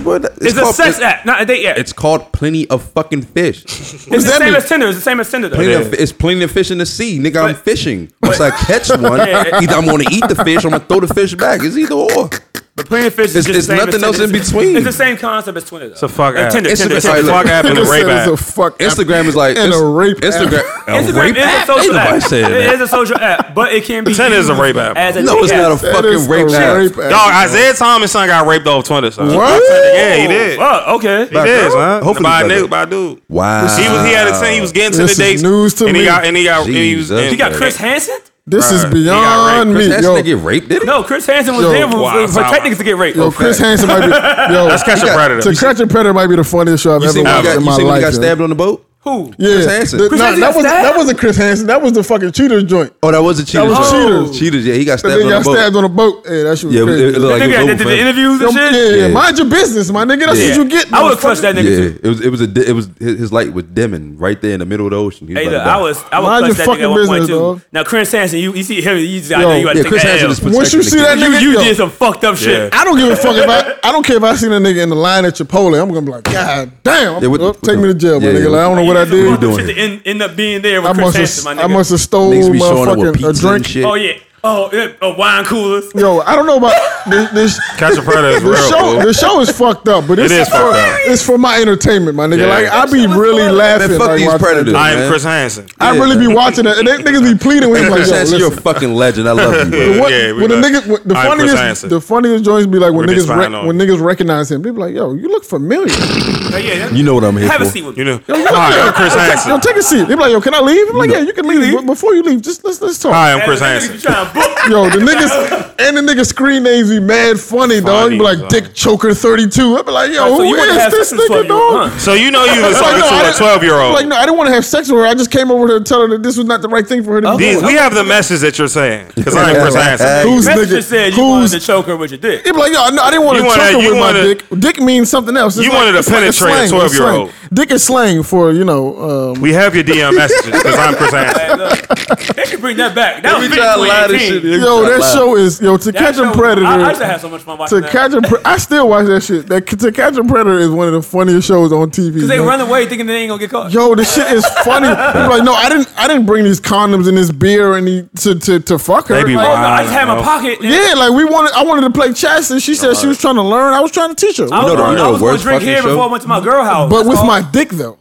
D: Boy, that-
C: it's a
D: called-
C: sex
D: it-
C: app not a date app
D: It's called plenty of fucking fish.
C: it's the
E: that
C: same
E: mean?
C: as Tinder it's the same as Tinder though.
D: Plenty of, it's plenty of fish in the sea, nigga. I'm
C: But-
D: fishing. Once I catch one,
C: Yeah.
D: either I'm gonna eat the fish or I'm gonna throw the fish back. It's either or.
C: But Plenty of Fish is
D: It's-
C: just
D: it's
C: the same
D: nothing
C: as
D: else
C: Tinder.
D: in between.
C: It's the same concept as Twitter. Though. It's
B: a fuck app.
C: Tinder,
D: It's a-
C: Tinder,
D: it's
C: Tinder.
D: a
B: fuck app and a
E: Nigga
B: rape
E: said it's a
B: app.
E: fuck app.
D: Instagram is like
E: And
D: it's,
E: a rape app.
D: Instagram,
C: Instagram
D: rape
C: is
D: app?
C: a social
D: Ain't nobody
C: app.
D: saying
C: It
D: that.
C: is a social app, but it can be.
B: Tinder is a
C: used
B: rape app.
C: As a
D: No,
C: date
D: it's
C: app.
D: not a
E: That
D: fucking
E: is a
D: rape app.
B: Dog, Isaiah Thomas son got raped off Twitter. Son.
E: What?
B: Yeah, he did. He
C: Oh, okay.
B: did, son.
D: Hopefully
B: by a
D: he's
B: nigga,
D: like
B: by a dude.
D: Wow.
B: He was. He had a thing. He was getting to
E: This
B: the
E: is
B: dates.
E: news to
B: and
E: me.
B: He got, and he got. And he was.
D: Jesus.
B: and-
D: He
C: You got Chris Hansen?
E: This is
B: Bruh, he got
E: beyond
B: raped.
E: me.
D: Chris
E: yo,
D: Hansen get raped, did he?
C: No, Chris Hansen was
E: Yo,
C: there for,
B: wow,
C: for, for
B: wow.
C: tech niggas to get raped.
E: yo, Chris Hansen might be. Yo,
B: Let's catch a
D: got-
B: predator.
E: to catch a predator might be the funniest show I've
D: You
E: ever
D: see when he
E: watched
D: got,
E: in
D: you
E: my
D: see when he
E: life.
D: got
E: yo.
D: stabbed on the boat?
C: Who?
E: Yeah,
D: Chris Hansen.
E: The-
D: Chris
E: nah,
C: Hansen
E: that
C: got
E: was
C: stabbed?
E: that wasn't Chris Hansen. That was the fucking cheater joint.
D: Oh, that was a cheater.
E: was
D: joint.
E: cheaters.
D: Cheaters. Yeah, he got
E: That
D: stabbed
E: nigga
D: on the
E: got
D: boat.
E: stabbed on a boat. Hey, that shit was
D: yeah, it,
E: crazy.
D: it looked like
C: Nigga
D: it was
C: that
D: over.
C: did
D: for
C: the
D: him.
C: interviews and
E: yeah,
C: shit.
E: yeah,
D: Yeah.
E: mind your business, my nigga. That's
C: Yeah.
E: what you get.
C: I would clutch that nigga too.
D: Yeah, it was it was a di- it was his, his light was dimming right there in the middle of the ocean. He was
C: Hey,
D: about
C: look,
D: to
C: I
D: die.
C: was I was
E: Mind
C: clutch
E: your
C: that nigga at
E: fucking
C: one point
E: business,
C: too.
E: dog.
C: Now Chris Hansen, you you see him, you I
E: Yo,
C: know you gotta
D: Yeah,
C: take
D: Chris
C: that
D: Hansen
C: L.
D: is
E: Once
D: protecting
E: you
D: the
E: see
D: kid.
E: that
C: You
E: nigga,
C: you
E: yo.
C: did some fucked up shit.
E: I don't give a fuck if I I don't care if I seen a nigga in the line at Chipotle. I'm gonna be like, God damn, I'm-
D: Yeah, what-
E: oh,
D: what
E: take
D: the-
E: me to jail, my
D: yeah,
E: nigga.
D: yeah,
E: Like, I don't know what I
C: You
E: did.
C: fucked up
D: doing
C: shit
D: here?
C: to end, end up being there with
E: I
C: Chris
E: must
C: Hansen, my
E: have I
C: nigga.
E: must have stole
D: Niggas be showing up with
E: motherfucking a
D: pizzas and
E: drink.
D: shit.
C: oh yeah, oh yeah, oh wine coolers.
E: Yo, I don't know about this. this
B: Catch a predator is
E: the
B: real.
E: show,
B: bro.
E: the show is fucked up, but it's
B: is
E: for,
B: fucked up.
E: it's for my entertainment, my nigga.
B: Yeah.
E: Like I be really laughing.
D: Man, fuck
E: like,
D: these
E: watching-
D: predators.
B: I am
D: man.
B: Chris Hansen.
E: I
D: Yeah.
E: really be watching it, and they niggas be pleading with him like,
D: Chris
E: yo,
D: Hansen,
E: listen.
D: you're a fucking legend. I love you.
E: The
D: Bro.
E: one-
B: Yeah, we
E: when the
B: got-
E: niggas, when- the
B: I'm Chris
E: funniest,
B: Hansen.
E: the funniest joints be like when
B: We're just
E: niggas,
B: fine
E: rec-
B: on
E: when niggas recognize him, they be like, "Yo, you look familiar."
C: Hey, yeah, that-
D: You know what I'm here
C: have
D: for.
C: a seat with me.
B: You know, hi, I'm Chris Hansen.
E: Yo, take a seat. They be like, "Yo, can I leave?" I'm like, "Yeah, you can leave." But before you leave, just let's let's talk.
B: Hi, I'm Chris
C: Hey, that nigga
B: Hansen.
C: be trying to book-
E: Yo, the niggas and the niggas screen names be mad funny, dog. You be
B: Funny,
E: like Dick Choker thirty two. I be like, yo,
C: So
E: who
C: you wouldn't
E: is
C: have
E: this
C: sex with
E: nigga,
C: fucking-
E: dog?
C: huh.
B: So you know you was talking
E: no, I
B: to a
E: didn't-
B: 12 year
E: I'm
B: old.
E: Like, no, I didn't want to have sex with her. I just came over to tell her that this was not the right thing for her to be
B: These,
E: doing.
B: we have the message that you're saying because I am Chris Hansen.
E: Who's
C: Messenger
E: nigga?
C: said you wanted
E: who's
C: to choke her with your dick.
E: He be like, yo, no, I didn't want
B: You
E: to
B: wanna-
E: choke her
B: you
E: with my
B: wanna-
E: dick. Dick means something else. It's
B: You wanted to
E: it's it's
B: penetrate a
E: slang, it's
B: 12-year-old.
E: slang. Dick is slang for you know. Um,
B: We have your DM messages because I'm Chris Hansen.
C: Hey, look, they should bring that back. That was
D: We try to lie to shit.
C: 2018.
E: yo, that show is yo to
C: That
E: catch
C: show-
E: a predator.
C: I, I used to have so much fun watching
E: to
C: that.
E: catch a, pre- I still watch that shit. That to catch a predator is one of the funniest shows on TV.
C: Cause they
E: man.
C: run away thinking they ain't gonna get caught.
E: Yo, this shit is funny. People like, no, I didn't. I didn't bring these condoms and this beer and the, to, to to fuck her.
B: They be
E: Like,
C: Oh, no,
B: wild.
C: I just had my
B: Wow.
C: pocket. and-
E: yeah, like we wanted. I wanted to play chess, and she said she was trying to learn. I was trying to teach her,
C: I was,
D: You know the- you know
C: I
D: the
C: was gonna
D: worst
C: drink
D: fucking
C: here before
D: show?
C: I went to my girl house.
E: but with
C: That's all.
E: my dick though.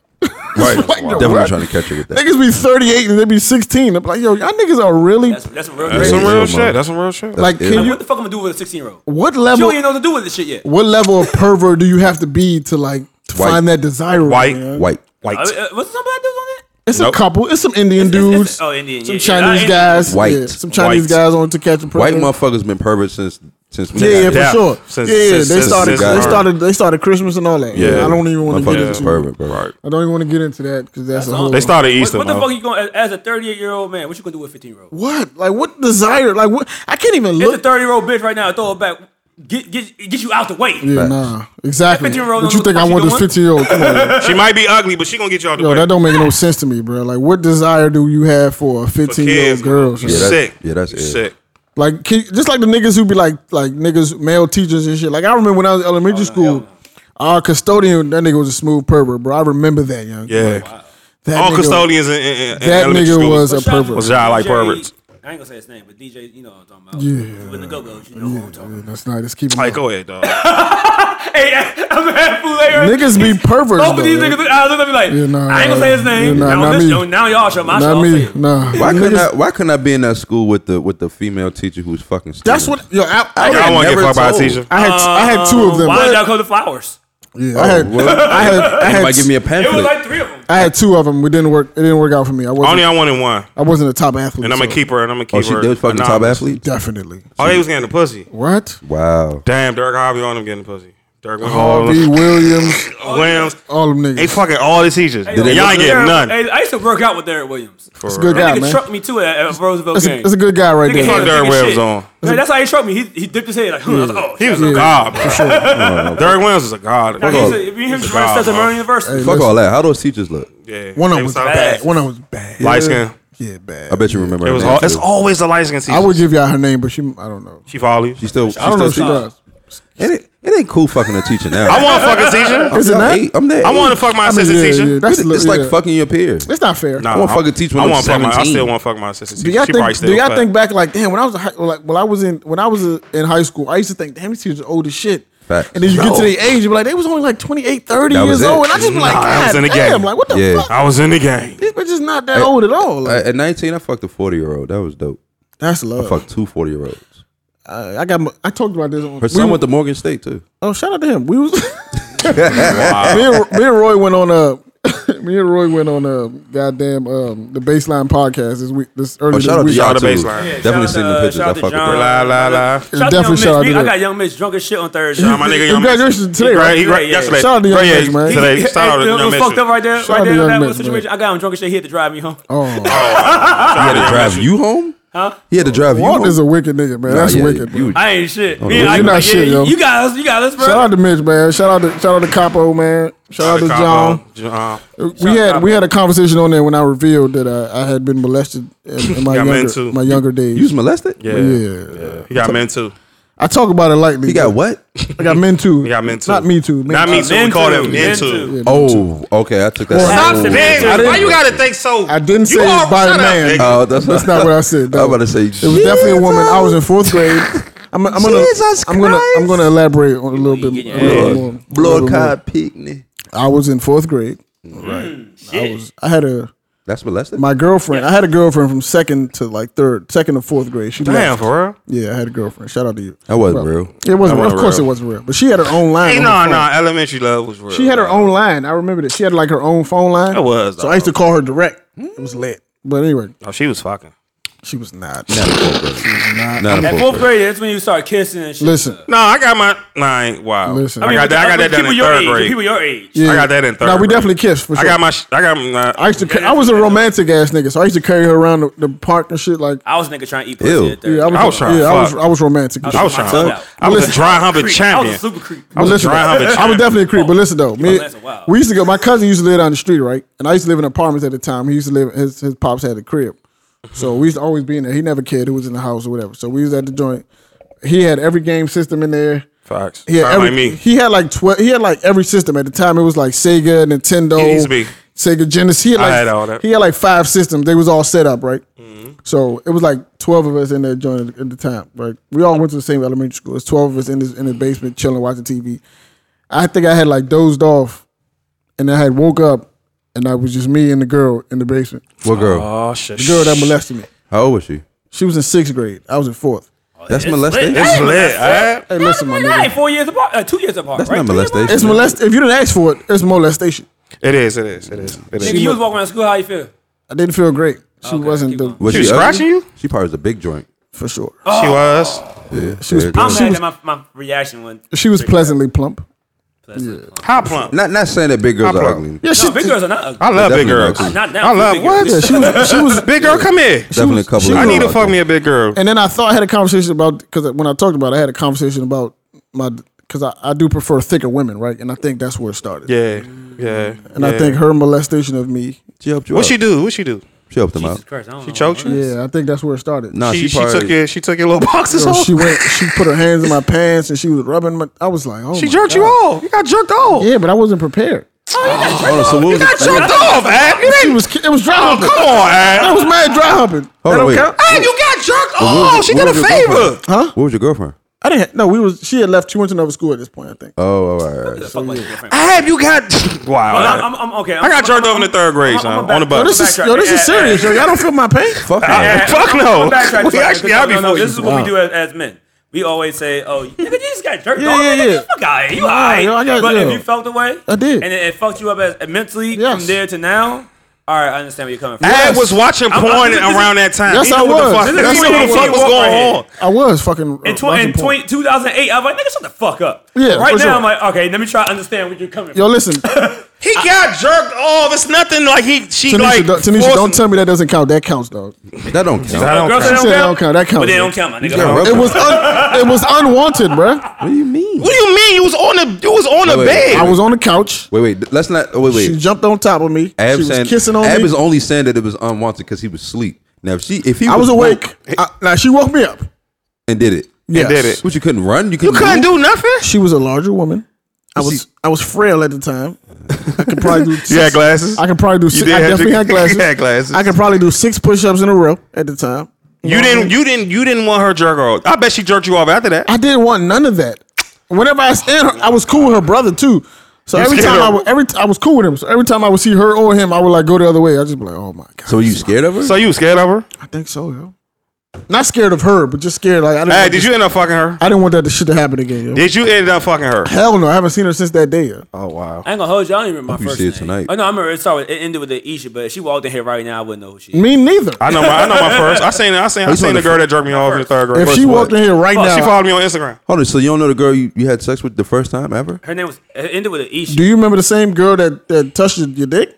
D: Right.
E: Like, yo,
D: Definitely
E: what?
D: trying to catch you with that.
E: Niggas be 38 and they be 16. I'm like, yo, y'all niggas are really
C: That's, that's real
B: That's
C: crazy.
B: some
D: Yeah,
B: real
D: man.
B: shit. That's some real shit.
E: like.
D: ill.
E: Can
C: Like,
E: you?
C: what the fuck I'm gonna do with a 16 year old? She
E: What
C: don't
E: level?
C: even know what to do with this shit yet. Uh,
E: What level of pervert do you have to be to like to
D: White.
E: find that desirable?
B: White.
E: man?
D: White.
B: White.
C: I mean, uh, was there some black dudes on that?
E: It's
B: Nope.
E: a couple. It's some Indian
C: It's-
E: dudes.
C: it's- oh, Indian,
E: Some
C: yeah, yeah.
E: Chinese
C: Uh,
E: guys.
D: White.
E: Yeah, some Chinese
B: White.
E: guys on to catch a predator.
D: White motherfuckers been perverts since since we
E: Yeah, yeah,
D: got
E: for
D: here.
B: Yeah.
E: sure.
B: Since-
E: yeah, yeah,
B: since-
E: they
B: since-
E: started.
D: since-
E: they started. They started Christmas and all that. Yeah, I don't even want to get
D: Motherfuckers is
E: into.
D: pervert, bro.
B: Right.
E: I don't even want to get into that because that's, a
C: all.
E: whole.
B: They started Easter.
C: What, what the
B: man.
C: fuck you going as a 38 year old man? What you gonna do with a 15 year old?
E: What? Like what desire? Like what? I can't even
C: It's a
E: look.
C: 30 year old bitch right now. Throw it back. Get get get you out the way.
E: yeah, nah, exactly.
C: That 15-year-old
E: What
C: don't
E: you think
C: know
E: I
C: what
E: want
C: she
E: this
C: doing.
E: fifteen year old? Come on, yo.
B: She might be ugly, but she gonna get you out the
E: yo,
B: way.
E: that don't make no sense to me, bro. Like what desire do you have for a
B: For
E: fifteen year
B: kids,
E: old girl?
B: you
E: son?
D: that's-
B: sick.
D: yeah, that's
B: You
D: it.
B: sick.
E: Like can, just like the niggas who be like like niggas male teachers and shit. Like I remember when I was in elementary school, our custodian that nigga was a smooth pervert, bro. I remember that, young.
B: Yeah.
E: that
B: All
E: nigga-
B: custodians in, in, in in
E: That
B: elementary
E: nigga
B: school.
E: was a
C: Shout out to
E: pervert.
B: Was y'all like
C: DJ
B: perverts?
C: I ain't gonna say his name, but DJ, you know what I'm talking about. Yeah. With the go go's, you know what I'm talking about.
E: That's not. Let's keep. it
B: Like,
E: going.
B: go ahead, dog.
C: Hey, I'm mad fool later.
E: Niggas be perverts.
C: Both
E: though,
C: of these
E: yo.
C: niggas, I look at me like,
E: Yeah, nah,
C: I ain't gonna say his name.
E: yeah, nah,
C: now,
E: not
C: this-
E: me.
C: yo, now y'all trying my shit.
E: Not
C: I'll say
E: me.
C: it.
E: Nah.
D: Why
E: Niggas-
D: couldn't I? Why couldn't I be in that school with the with the female teacher who was fucking? Stupid?
E: That's what. Yo, I, I,
B: I
E: had,
B: want to get
D: never
B: fucked by a
D: told.
B: teacher.
E: I had. I had two of them.
C: Why did y'all come to flowers?
E: Yeah, I had.
D: Well,
E: I had. I had,
D: Oh, Might give me a
C: It was
D: pamphlet.
C: like three of them.
E: I had two of them. It didn't work. It didn't work out for me. I wasn't.
B: Only I wanted one,
E: I wasn't a top athlete.
B: and I'm gonna
E: so
B: keep her, and I'm gonna keep
D: oh, she
B: her.
D: did fucking top
B: anonymous.
D: athlete.
E: Definitely.
B: Oh, he was getting the pussy.
E: What?
D: Wow.
B: Damn, Dirk Harvey on him getting the pussy. Dirk went all
E: Harvey
B: them
E: Williams.
B: Williams.
E: All them
B: They
E: niggas.
B: fucking all the teachers.
D: they
B: Y'all ain't
D: look
B: getting
C: Derrick-
B: none.
C: Hey, I used to work out with Derrick Williams.
B: For
E: It's a
B: real.
E: good guy,
C: Nigga
E: man.
C: trucked me too at, at Roosevelt
E: That's a,
C: game.
E: that's a good guy right
C: Nigga
E: there.
B: Fuck Derrick
C: Derrick
B: Williams on.
C: Man, that's how he trucked me. He, he dipped his head like, hmm. I was like, oh,
B: He
C: shit.
B: was a god. bro. Derrick Williams is a god.
C: Nah,
B: Fuck
C: he's
B: off.
C: a- me and him
B: He's
C: just
B: a
C: ran
B: god,
C: steps at
B: bro.
C: Maryland University.
D: Fuck all that. How those teachers look?
B: Yeah.
E: One
B: They
E: of them was
B: top
E: bad.
B: ass.
E: One of them was bad.
B: Light skin.
E: Yeah, bad.
D: I bet you remember.
B: It
D: her
B: was.
D: name,
B: All, it's
D: too.
B: always the light skin teacher.
E: I would give y'all her name, but she. I don't know.
B: She follow you.
D: She still.
E: I don't know if she
D: still
E: does.
D: It, ain't- it ain't cool fucking a teacher now.
B: I want to fuck a teacher.
E: Is it
D: I'm
E: not?
D: eight- I'm that.
B: I
D: age.
B: want to fuck my
E: I mean,
B: assistant
E: yeah,
B: teacher.
E: yeah, that's
D: it's like
E: yeah.
D: fucking your peers.
E: It's not fair.
B: Nah,
D: I wanna
B: I'm-
D: fuck a teacher when
B: I
D: I'm
B: wanna fuck my. I
D: 17.
B: still want to fuck my assistant
E: Do
B: teacher.
E: y'all
B: She probably
E: think?
B: still.
E: Do y'all
B: fat.
E: think back like, damn, when I was a high, like, when I was in when I was uh, in high school, I used to think, damn, these teachers are old as shit.
D: Facts.
E: And then you get to
D: No.
E: the age, you be like, they was only like 28, 30
D: That was
E: years
D: it.
E: old, and I just be like,
B: Nah, I was
E: God
B: in the
E: damn,
B: game.
E: like what the
D: Yeah.
E: fuck?
B: I was in the game.
E: These bitches not that old at all. Like,
D: At at 19, I fucked a 40 year old. That was dope.
E: that's love.
D: Fucked two 40 year olds.
E: Uh, I got. my- I talked about this. On,
D: Her
E: we
D: son
E: were-
D: went to Morgan State too.
E: oh, shout out to him. We was me, and, me and Roy went on a and, me and Roy went on uh, goddamn um, the Baseline podcast this week. This
D: Oh,
E: early this
D: shout out to
E: week.
D: y'all
B: Y'all the
D: too.
B: baseline. Yeah,
D: Definitely send the pictures. I
C: Shout out
D: fuck
C: to
D: with
C: John.
D: that.
B: La, la, la.
C: Shout out to
E: Definitely
C: Young
E: shout out
C: Mitch.
E: to
C: I
E: them.
C: got Young Mitch drunk as shit on Thursday.
B: Shout out my nigga, young
E: Congratulations today,
B: He
E: right?
B: gra- he
C: Yeah,
B: gra-
C: yeah.
B: Yesterday.
E: Shout out to Young
B: Right, yeah,
E: Mitch, man.
B: Today, shout out to
C: It
B: young
C: was
B: Mitch.
C: fucked up right there.
E: Shout
C: right
E: out to
C: there in
E: Young
C: that
E: Mitch,
C: little
E: man.
C: situation. I got him drunk as shit. He had to drive me home.
E: Oh,
D: He had to drive you home? Huh? He had to drive you
E: Walt
D: home?
E: is a wicked nigga, man.
D: Nah,
E: That's
D: yeah,
E: wicked.
D: you-
E: bro.
C: I ain't shit.
D: Oh,
C: Me
D: no,
C: and
D: you're
C: Ike
E: not
C: like,
E: shit,
C: yeah,
E: yo.
C: You got us. You got us, bro.
E: Shout out to Mitch, man. Shout out to shout out to Capo, man. Shout out to John.
B: John.
E: we had we had a conversation on there when I revealed that I, I had been molested in, in my
B: Got men
E: younger
B: too.
E: my younger days.
D: You was molested?
B: Yeah.
E: yeah.
B: He got men too.
E: I talk about it lightly.
D: He got what?
E: I got men too.
B: He got men too.
E: Not me too. Men
B: Not me too. We
C: Men
B: called
C: too.
B: him
C: Men
B: men
C: too.
B: too.
D: Oh, okay. I took that.
E: Stop
D: Oh.
C: it, man.
E: I didn't-
B: Why you gotta think so?
E: I didn't say
B: You
E: it's
B: are-
E: by
B: shut up,
E: man.
B: nigga.
D: Oh, that's,
E: That's not what I said.
D: I
E: though.
D: was about to say.
E: It was definitely a woman. I was in fourth grade. I'm, I'm gonna
D: Jesus
E: I'm gonna I'm
D: Christ.
E: gonna elaborate on a little bit. A little more, a
D: blood
E: little more.
D: cod picnic.
E: I was in fourth grade. Right. I was. I had a
D: That's molested.
E: my girlfriend. I had a girlfriend from second to like third, second to fourth grade. She
B: Damn,
E: left.
B: for real?
E: Yeah, I had a girlfriend. Shout out to you.
D: that wasn't real.
E: It wasn't.
B: That
E: Of
B: wasn't
E: course,
B: real.
E: it wasn't real. But she had her own line.
B: Hey,
E: on
B: no,
E: her phone.
B: no. Elementary love was real.
E: She had her own line. I remember that. She had like her own phone line.
B: That was,
E: So I used to call her direct. It was lit. But anyway,
B: Oh, she was fucking.
E: she was not.
D: Not in fourth grade. Not in
C: At
D: fourth
C: fourth grade, that's when you start kissing and shit.
E: Listen.
B: No, I got my. Nah, I ain't- wow.
E: Listen.
B: I,
E: I mean,
B: got that. I got that
C: with
B: done
C: people
B: in
C: your
B: third
C: age, with
B: grade.
C: People your age.
E: Yeah.
B: I got that in third.
E: No, we
B: grade.
E: definitely kissed for sure.
B: I got my. sh- I got. my-
E: I used to. ca- I was a romantic ass nigga, so I used to carry her around the, the park and shit. Like,
C: I was nigga trying to eat
D: Ew.
C: pussy. at third
E: yeah, I was,
C: grade.
B: I was trying to
E: yeah, I was,
B: fuck.
E: I was romantic.
B: I was trying.
C: Listen.
B: To, I was a dry humping
C: I was a
B: champion.
C: super creep.
B: I was a
E: Listen,
B: dry humping
E: I was
B: champion.
E: definitely a creep, but listen though, me,
C: that's wild.
E: we used to go. My cousin used to live down the street, right? And I used to live in apartments at the time. He used to live. His his pops had a crib, so we used to always be in there. He never cared who was in the house or whatever. So we was at the joint. He had every game system in there.
B: Facts.
E: He had
B: Sound
E: every,
B: like me.
E: He had like twelve. He had like every system at the time. It was like Sega, Nintendo,
B: He used to be.
E: Sega Genesis. He had
B: I
E: like
B: had all that. Mm-hmm.
E: he had like five systems. They was all set up right. So it was like twelve of us in that joint at- at the time. Right, we all went to the same elementary school. It's twelve of us in this in the basement chilling, watching TV. I think I had like dozed off, and I had woke up, and I was just me and the girl in the basement.
D: grade. What
C: Uh,
D: girl?
B: Oh shit.
E: The girl that molested me.
D: How old was she?
E: She was in sixth grade. I was in fourth.
D: That's molestation.
B: It's lit. eh? alright?
E: Hey, listen, my
C: Hey,
E: nigga.
C: four years apart, uh, two years apart.
D: That's
C: right?
D: not
C: Two years apart?
D: molestation.
E: It's molest. If you didn't ask for it, it's molestation.
B: It is. It is. It is. It
C: Nigga,
B: is.
C: you was walking around school. How you feel?
E: I didn't feel great. She wasn't
C: keep
E: the,
C: going. Oh,
D: Was
B: She was
D: ugly?
B: scratching you?
D: She probably was a big joint.
E: for sure.
B: She was.
D: Yeah,
E: She was
D: yeah,
C: I'm
E: She
C: mad
E: was-
C: that my, my reaction went.
E: She was pleasantly plump.
B: High plump.
D: Not not saying that big girls
B: I
D: are
B: probably-
D: ugly.
E: Yeah, she,
C: No, big girls are not ugly.
B: I love big
D: Definitely
B: girls.
D: not
C: Not that
B: I love
C: big
B: what?
E: yeah, she was. She was.
B: Big girl, come here.
D: Definitely a couple.
E: she
D: of
B: I
E: was-
B: need to fuck me a big girl.
E: And then I thought I had a conversation about because when I talked about, it, I had a conversation about my because I, I do prefer thicker women, right? And I think that's where it started.
B: Yeah. Yeah.
E: And I think her molestation of me.
D: She helped you
B: What
D: out.
B: she do? What she do?
D: She helped him
C: Jesus
D: out.
C: Christ, I don't know.
B: Choked you?
E: Yeah, I think that's where it started.
D: Nah,
B: She,
D: she,
B: she
D: probably.
B: took your she took your little boxes
E: So
B: off.
E: she went. She put her hands in my pants and she was rubbing my. I was like, oh,
B: She
E: my
B: jerked you off. You got jerked off.
E: God. Yeah, but I wasn't prepared.
D: Hold on, so what
B: You
D: was
B: got
D: it?
B: jerked off, Ab. You
E: She
B: didn't-
E: was. It was dry
B: Oh,
E: humping.
B: come on,
E: I
B: Ab.
E: was mad dry humping.
D: Hold
E: that
D: on,
E: don't
D: wait.
E: count.
B: Ab, you got jerked
D: What
B: off.
D: was
B: She
D: your-
B: did a
D: what was your
B: favor.
D: girlfriend? What was your girlfriend?
E: I didn't. No, we was. She had left. She went to another school at this point. I think.
D: Oh, all right, all right.
C: Fuck like different.
B: Ab, you got wow.
C: Well, I'm, I'm, I'm okay. I'm,
B: I got jerked
C: I'm-
B: off in the third
C: I'm-
B: grade,
C: I'm
B: son.
C: Oh, back-
B: On the
E: Yo,
B: bus.
E: this is
C: Backtrack.
E: yo, this is
C: Yeah, yeah,
E: serious. Yo,
C: yeah.
E: y'all don't feel my pain.
D: Fuck
B: Ah,
D: no.
B: Fuck no.
C: Backtrack
B: We
C: for a second,
B: actually, I'll
C: 'cause
B: be
C: no, no,
B: for you.
C: This is what we do as, as men. We always say, "Oh, nigga, you just got jerked
E: Yeah,
C: off.
E: yeah,
C: nigga,
E: yeah.
C: You fuck out You
E: Nah,
C: alright."
E: yo, I got-
C: But
E: yo.
C: if you felt the way,
E: I did.
C: and it, it fucked you up as mentally
E: Yes.
C: from there to now. All right, I understand where you're coming from.
B: Ab
E: Yes.
B: was watching
C: I'm- I'm-
B: porn
C: this is-
B: around that time.
E: Yes,
B: He
E: I
B: knew what the
E: was.
B: fuck- He
E: Yes,
B: knew
E: I
B: what the fuck
C: was.
B: was going on.
E: I was fucking.
C: In,
E: uh,
C: tw-
E: watching
C: in
E: porn.
C: 20, 2008, I was like, nigga, shut the fuck up.
E: Yeah,
C: right
E: for
C: now,
E: sure.
C: I'm like, okay, let me try to understand where you're coming
E: Yo,
C: from.
E: listen, Tanisha,
B: He got jerked off. It's nothing like he she like.
E: do- Tanisha,
B: forced
E: don't
B: him.
E: tell me that doesn't count. That counts, dog.
D: That don't count.
B: don't
C: Girls,
B: count.
E: She said that don't count. That
C: But
E: counts.
C: they don't count, my nigga.
D: got rubbed
E: It was un- it was unwanted, bruh.
D: What do you mean?
B: What do you mean? You was on the you was on the
D: Wait, wait.
E: I
B: bed.
E: was on the couch.
D: Wait, wait. Let's not. oh, Wait,
E: She
D: wait.
E: jumped on top of me.
D: Ab
E: she was
D: saying,
E: kissing on
D: Ab
E: me.
D: is only saying that it was unwanted because he was asleep. Now, if she, if he,
E: I was
D: woke
E: awake. I, now she woke me up.
D: and did it.
E: Yes.
B: did it.
D: What you couldn't run? You
B: You
D: couldn't,
B: couldn't
D: move?
B: do nothing.
E: She was a larger woman. I was
D: she-
E: I was frail at the time. I could probably do. Six,
B: You had glasses.
E: I could probably do.
B: You
E: Six,
B: did
E: I
B: have
E: definitely
B: your-
E: had glasses.
B: you had glasses.
E: I could probably do six push-ups in a row at the time.
B: You didn't. You didn't. You didn't want her jerk off. I bet she jerked you off after that.
E: I didn't want none of that. Whenever I was in her, I was cool with her brother too. So
B: You
E: every
B: scared
E: time I
B: of-
E: would, every t- I was cool with him. So every time I would see her or him, I would like go the other way. I just be like, oh my god.
D: So were you scared of her?
B: So you was scared of her?
E: I think so, yo. Not scared of her, but just scared. Like I didn't.
B: Hey,
E: want
B: did
E: this-
B: you end up fucking her?
E: I didn't want that to shit to happen again. yo.
B: Did you end up fucking her?
E: Hell no, I haven't seen her since that day. yo.
B: Oh wow.
C: I ain't gonna hold you. I don't even remember my
D: Hope you
C: first
D: see
C: name.
D: it tonight.
C: Oh no, I remember. It started. It ended with the Isha, but if she walked in here right now, I wouldn't know who she. is.
E: Me neither.
B: I know my I know my first. I seen I seen I
D: He's
B: seen
D: on
B: the
D: the
B: girl that jerked me off in the third grade.
E: if she
D: what?
E: walked in here right
B: Oh, she
E: now,
B: followed me on Instagram.
D: Hold on, so you don't know the girl you, you had sex with the first time ever?
C: Her name was. It ended with an E Isha.
E: do you remember the same girl that that touched your dick?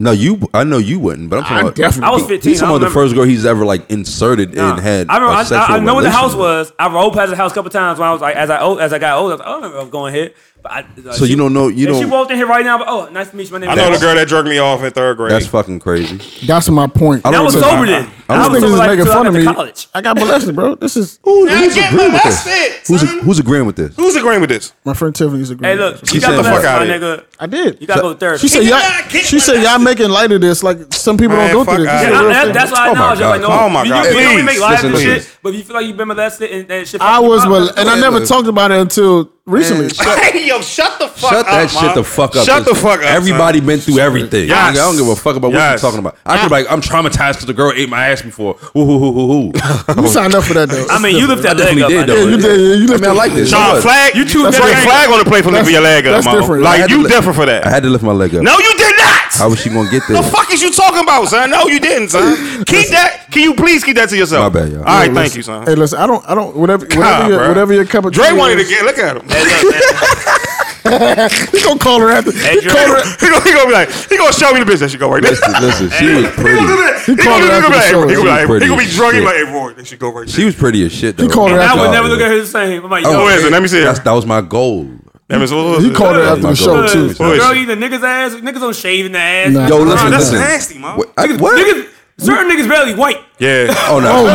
D: No, you. I know you wouldn't, but I'm talking
E: I
D: about.
E: definitely
C: I was
E: did.
C: fifteen.
D: He's
C: I
D: talking
C: don't
D: about the
C: remember.
D: first girl he's ever like inserted
C: Nah.
D: and had.
C: I remember.
D: a
C: I,
D: sexual
C: I, I know where the
D: relation
C: house
D: with.
C: was. I rolled past the house a couple times when I was like, as I o- as I got older, I was like, oh, I remember I'm going here. But I, like,
D: So you don't know- you
C: if She
D: don't-
C: walked in here right now. But, oh, nice to meet you. My name.
B: I
C: is
B: know the
C: Isha.
B: girl that jerked me off in third grade.
D: That's fucking crazy.
E: That's my point.
D: I
C: I
D: don't
C: was
D: remember.
C: sober then.
D: I don't
C: I was
D: think
E: Niggas
C: sober
E: is
C: like
E: making
C: until
E: fun
C: I
E: of
C: got to
E: me.
C: college.
E: I got molested, bro. This is
D: Who,
B: Now
D: who's
B: get
D: agreeing with
B: molested,
D: this? Who's,
B: son.
D: who's agreeing with this?
B: Who's agreeing with this?
E: my friend Tiffany's agreeing.
C: Hey, look,
D: She
C: you
D: said
C: got the
D: fuck
C: fuck
B: outta
C: my
B: here.
C: nigga.
E: I did.
C: You gotta go to therapy.
E: She said,
B: Get
E: "Y'all,
B: my- get
E: she
B: my
E: said, y'all
B: ass.
E: making light of this. Like some people
B: Man,
E: don't go
B: fuck
E: through this.
B: out
E: This
C: Yeah,
E: is
C: I,
B: of
E: a real
C: that,
E: thing.
C: that's why
D: Oh
C: I
D: my
C: know. Like, no,
D: God.
B: Oh my
C: you,
B: God.
C: You, you know, we
B: Please.
C: make lies and
D: Listen,
C: shit,
D: listen.
C: but you feel like you've been molested and that shit.
E: I
C: fucked you
E: was,
C: up.
E: but and I never talked about it until recently.
B: Hey, yo, shut the fuck
D: Shut
B: up.
D: that shit
B: man.
D: the fuck up.
B: Shut the
D: Listen,
B: fuck up.
D: Everybody
B: son.
D: been through everything. I,
B: Yes.
D: don't, I don't give a fuck about what
B: Yes.
D: you're talking about. I could be like, I'm traumatized because the girl ate my ass before. Ooh, hoo, hoo, hoo, hoo.
E: You signed up for that though.
C: I mean, you lift that leg
D: definitely
C: up.
D: did,
C: I
D: though.
E: yeah,
C: know.
E: you did. Yeah, you
D: I
E: look
D: mean, I like this.
B: Sean
D: What?
B: Flag, you two
E: That's
B: Frank
E: different.
B: Flag on the play for lifting your leg up,
E: that's
B: man.
E: different. I
D: I
B: Like
D: had to
B: you
D: li-
B: different for
D: I
B: that.
D: had to lift my leg up.
B: No, you did not.
D: How was she gonna get there?
B: The fuck is you talking about, son? No, you didn't, son. Keep that. Can you please keep that to yourself?
D: My bad, y'all.
B: All right,
E: Hey,
B: thank
E: listen-
B: you, son.
E: Hey, listen, I don't, I don't. Whatever, whatever,
B: God,
E: your,
B: bruh.
E: whatever your cup of tea.
B: Dre wanted to
E: is,
B: get. Look at him.
E: He gonna call her after. He
C: Dre.
E: called her.
B: he, gonna, he gonna be like, he gonna show me the business. That should go right there.
D: Listen, listen, she was
B: He gonna do
D: pretty.
B: that. He
E: called
B: gonna
E: her
B: do- he
E: after
B: gonna be like, he gonna be like- he
D: She was
E: the show.
B: gonna be
D: pretty
B: drunk. He
D: as
B: like, hey, Roy, they should go right
D: She
B: there.
D: was pretty as shit though.
E: called her
C: And I
E: after
C: would
E: all,
C: never look at her the same. I'm
D: Oh,
C: like, yo,
B: Who is it? Let me see her.
D: That's, that was my goal.
B: That means-
E: He called her
D: Yeah,
E: after
D: my
E: the show
D: God. Who
E: too.
D: is
C: Girl,
B: she?
C: you the niggas ass. Niggas don't shave in the ass.
E: Nah.
D: Yo, listen,
B: that's
D: listen.
B: nasty, man.
D: What? I- what?
C: Niggas, certain niggas barely white.
B: Yeah.
D: Oh no!
E: Oh,
D: no, no, no,
E: my
D: no,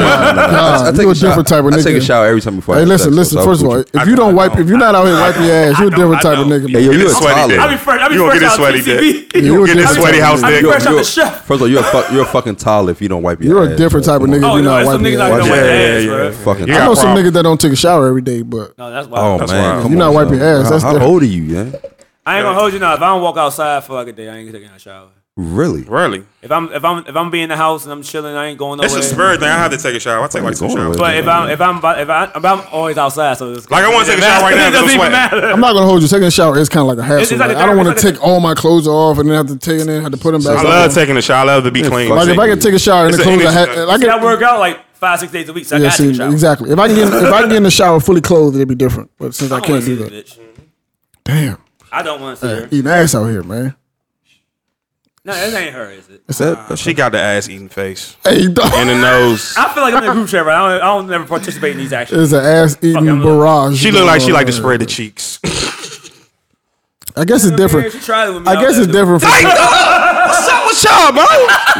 D: no.
E: God.
D: I, I take
E: You a
D: a shower.
E: different type of
D: I take a
E: nigga.
D: shower every time before. I
E: Hey,
D: have
E: listen,
D: sex,
E: listen.
D: so I
E: First of all,
D: appreciate
E: if you don't wipe, if you're not out here wiping your ass, you're a
C: I
E: different
C: know, I
E: type of
C: know.
E: nigga.
D: it. Hey, yo,
B: Get
D: you a
B: this sweaty
D: toddler.
B: dick.
C: I be fresh. I be
B: You gonna
C: fresh
B: get this
C: out
B: sweaty
C: of
B: dick.
C: TCB.
B: You gonna get
E: You a
B: this
E: different
B: sweaty
E: type
B: house
E: of
B: dick.
C: nigga. fresh out the
D: You're-
C: chef.
D: First of all, you're a, fuck, you're a fucking toddler if you don't wipe your
E: You're
D: ass.
E: a different
D: bro.
E: type of
D: Come
E: nigga.
D: on.
E: if
C: Oh,
E: You're
C: no,
E: not
C: there's some
E: wiping
C: niggas out
E: your
C: there
E: ass.
B: Yeah,
C: with
B: yeah,
C: ass,
B: yeah,
C: bro.
B: yeah.
D: Fucking.
B: You
E: I
B: got
E: know some
B: problem.
E: niggas that don't take a shower every day, but
C: No, that's
D: Oh
C: why.
D: man,
B: wild.
D: Come
E: You're not
D: on,
E: wiping
D: son.
E: your ass, that's
D: How, how
E: different.
D: old are you, yeah?
C: I ain't gonna hold you now. If I don't walk outside for like a day, I ain't taking a shower.
D: Really?
B: Really?
C: If I'm if I'm if I'm being in the house and I'm chilling, I ain't going nowhere.
B: That's a spirit thing. I have to take a shower. I take like two
D: Going
B: showers.
D: with
C: But if I'm if I'm about- if, I, if I'm always outside, so it's
B: Like, I wanna take a shower right now,
C: It doesn't
B: but I'm
C: even matter.
E: I'm not gonna hold you. Taking a shower is kind of like a hassle.
C: It's like a
E: Like, I don't want
C: therapy-
E: to take all my clothes off and then have to take and then have to put them back.
B: I
E: on.
B: love taking a shower. I love to be clean.
E: Like if I can take a shower and
B: It's
E: the
B: an
E: clothes I
B: energy
E: had, I
C: I
E: can.
C: work out like five six days a week, so I
E: Yeah,
C: gotta
E: see,
C: take a shower.
E: exactly. If I can get if I can get in the shower fully clothed, it'd be different. But since I
C: I don't wanna
E: can't
C: see
E: do
C: this
E: that,
C: bitch.
E: damn,
C: I don't want to see her.
E: eating ass out here, man.
C: No, this ain't her, is it?
D: Is that, that's
B: She got the ass eating face
E: Hey, dog.
B: and the nose.
C: I feel like I'm in a group chat, right? I don't, I don't never participate in these actions.
E: It's an ass
C: Fuck, I'm
E: eating
C: not-
E: barrage.
B: She look like she
E: going
B: like to
E: on.
B: spread the cheeks.
E: I guess it's different.
C: She tried it with me.
E: I guess it's different. For,
B: What's up with y'all, bro?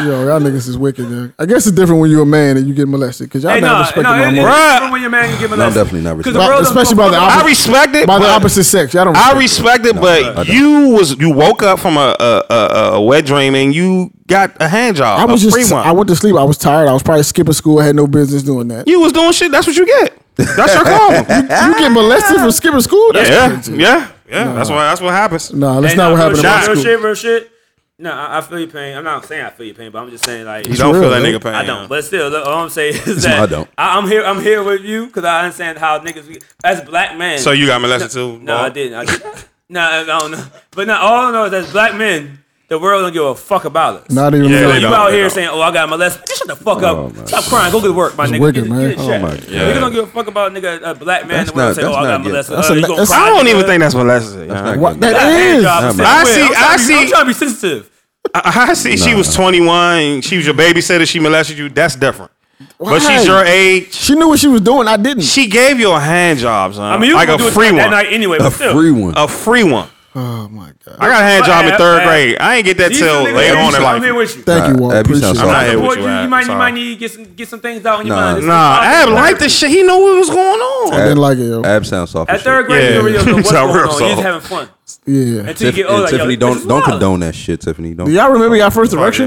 E: yo, y'all niggas is wicked. Yo. I guess it's different when you're a man and you get molested because y'all
C: Hey,
E: not
C: no,
E: respecting
C: no,
E: my
C: it,
E: mother,
B: Bruh.
C: it's different when your man can give a
D: No, I'm
C: lesson.
D: definitely not
C: 'Cause
D: respecting-
E: But
C: world doesn't
E: especially by
C: fuck
E: the
C: up.
E: opposite-
B: I respect it.
E: by the
B: but-
E: opposite sex. Y'all don't.
B: I
E: respect
B: respect it, but you was you woke up from a a, a, a wet dream and you got a hand job.
E: I was
B: a
E: just.
B: free one.
E: I went to sleep. I was tired. I was probably skipping school. I had no business doing that. You,
B: you was doing shit. That's what you get. That's your problem.
E: get molested for skipping school? That's
B: yeah,
E: crazy.
B: yeah, yeah. That's what that's what happens.
E: Nah, that's
C: Hey,
E: not
C: nah,
E: what
C: real
E: happened in
C: shit,
E: my
B: Nah.
C: Real
E: school.
C: shit, real shit. No, I, I feel your pain. I'm not saying I feel your pain, but I'm just saying like
B: You don't
E: real,
B: feel that
E: though.
B: nigga pain.
C: I don't. But still, look, all I'm saying is
D: No,
C: that
D: I don't.
C: I, am here. I'm here with you because I understand how niggas we- as a black man.
B: So you got molested too?
C: No,
B: Ball?
C: I didn't. I didn't. no, I don't know. But no, all I know is as black men, the world don't give a fuck about us.
E: Not even.
B: Yeah,
E: really.
B: they
C: you
B: don't,
C: out
B: they
C: here
B: don't.
C: saying, "Oh, I got molested." Just shut the fuck
D: Oh,
C: up.
D: man.
C: Stop crying. Go get work, my nigga.
E: wicked,
C: Get-
E: man.
C: get
E: Oh,
C: checked.
D: my God.
C: Niggas don't give a fuck about nigga a black man.
D: That's
C: the world
D: not-
C: say, "Oh,
D: that's
C: I got
D: not good.
C: molested."
D: That's
C: Uh,
E: a-
C: you gonna
E: that's-
C: cry,
B: I don't even
C: nigga.
B: think that's molested. yeah.
D: not
E: What?
D: good.
E: That
C: Hand
E: is.
C: job
D: Nah,
C: is
D: man.
C: different.
B: I see-
C: I'm trying to be-
B: I
C: I'm
B: see-
C: trying to be sensitive.
B: I, I see she was 21. and She was your babysitter. She molested you. That's different. But
E: Why?
B: she's your age.
E: She knew what she was doing. I didn't.
B: She gave you a hand job, son.
C: I mean, you
B: like
C: were
B: a
C: doing
B: free
C: that
B: one.
C: night anyway. but
D: a
C: still.
D: free one.
B: A free one.
E: oh my god.
B: I got a hand job in
C: But-
B: third
C: but-
B: grade. I ain't get that
C: These
B: till
C: niggas
B: later
C: that
B: on
C: you
B: in
C: come here
B: life.
C: with you.
E: Thank you,
D: Nah,
E: Walt.
D: Abby
E: Appreciate
D: sounds
E: it.
B: I'm not
D: Nah,
B: here
C: Boy,
B: with you.
C: you, you
B: Ab.
C: might, you
B: Sorry.
C: might need to get some get some things out in your
D: Nah.
C: mind. It's
B: Nah,
C: possible.
B: Ab liked the shit. He knew what was going on.
E: I didn't like it, yo.
D: Ab sounds soft.
C: At
D: as
C: third
D: shit.
C: grade,
B: Yeah.
C: you really don't know what's
B: Tell
C: going
B: real
C: on. You're just
B: soul.
C: having fun
E: Yeah.
C: until you
D: Tiff-
C: get older. like,
D: and
C: yo,
D: Tiffany,
C: this is
D: don't don't
C: wild.
D: condone that shit, Tiffany. Don't.
E: Do y'all remember y'all first erection?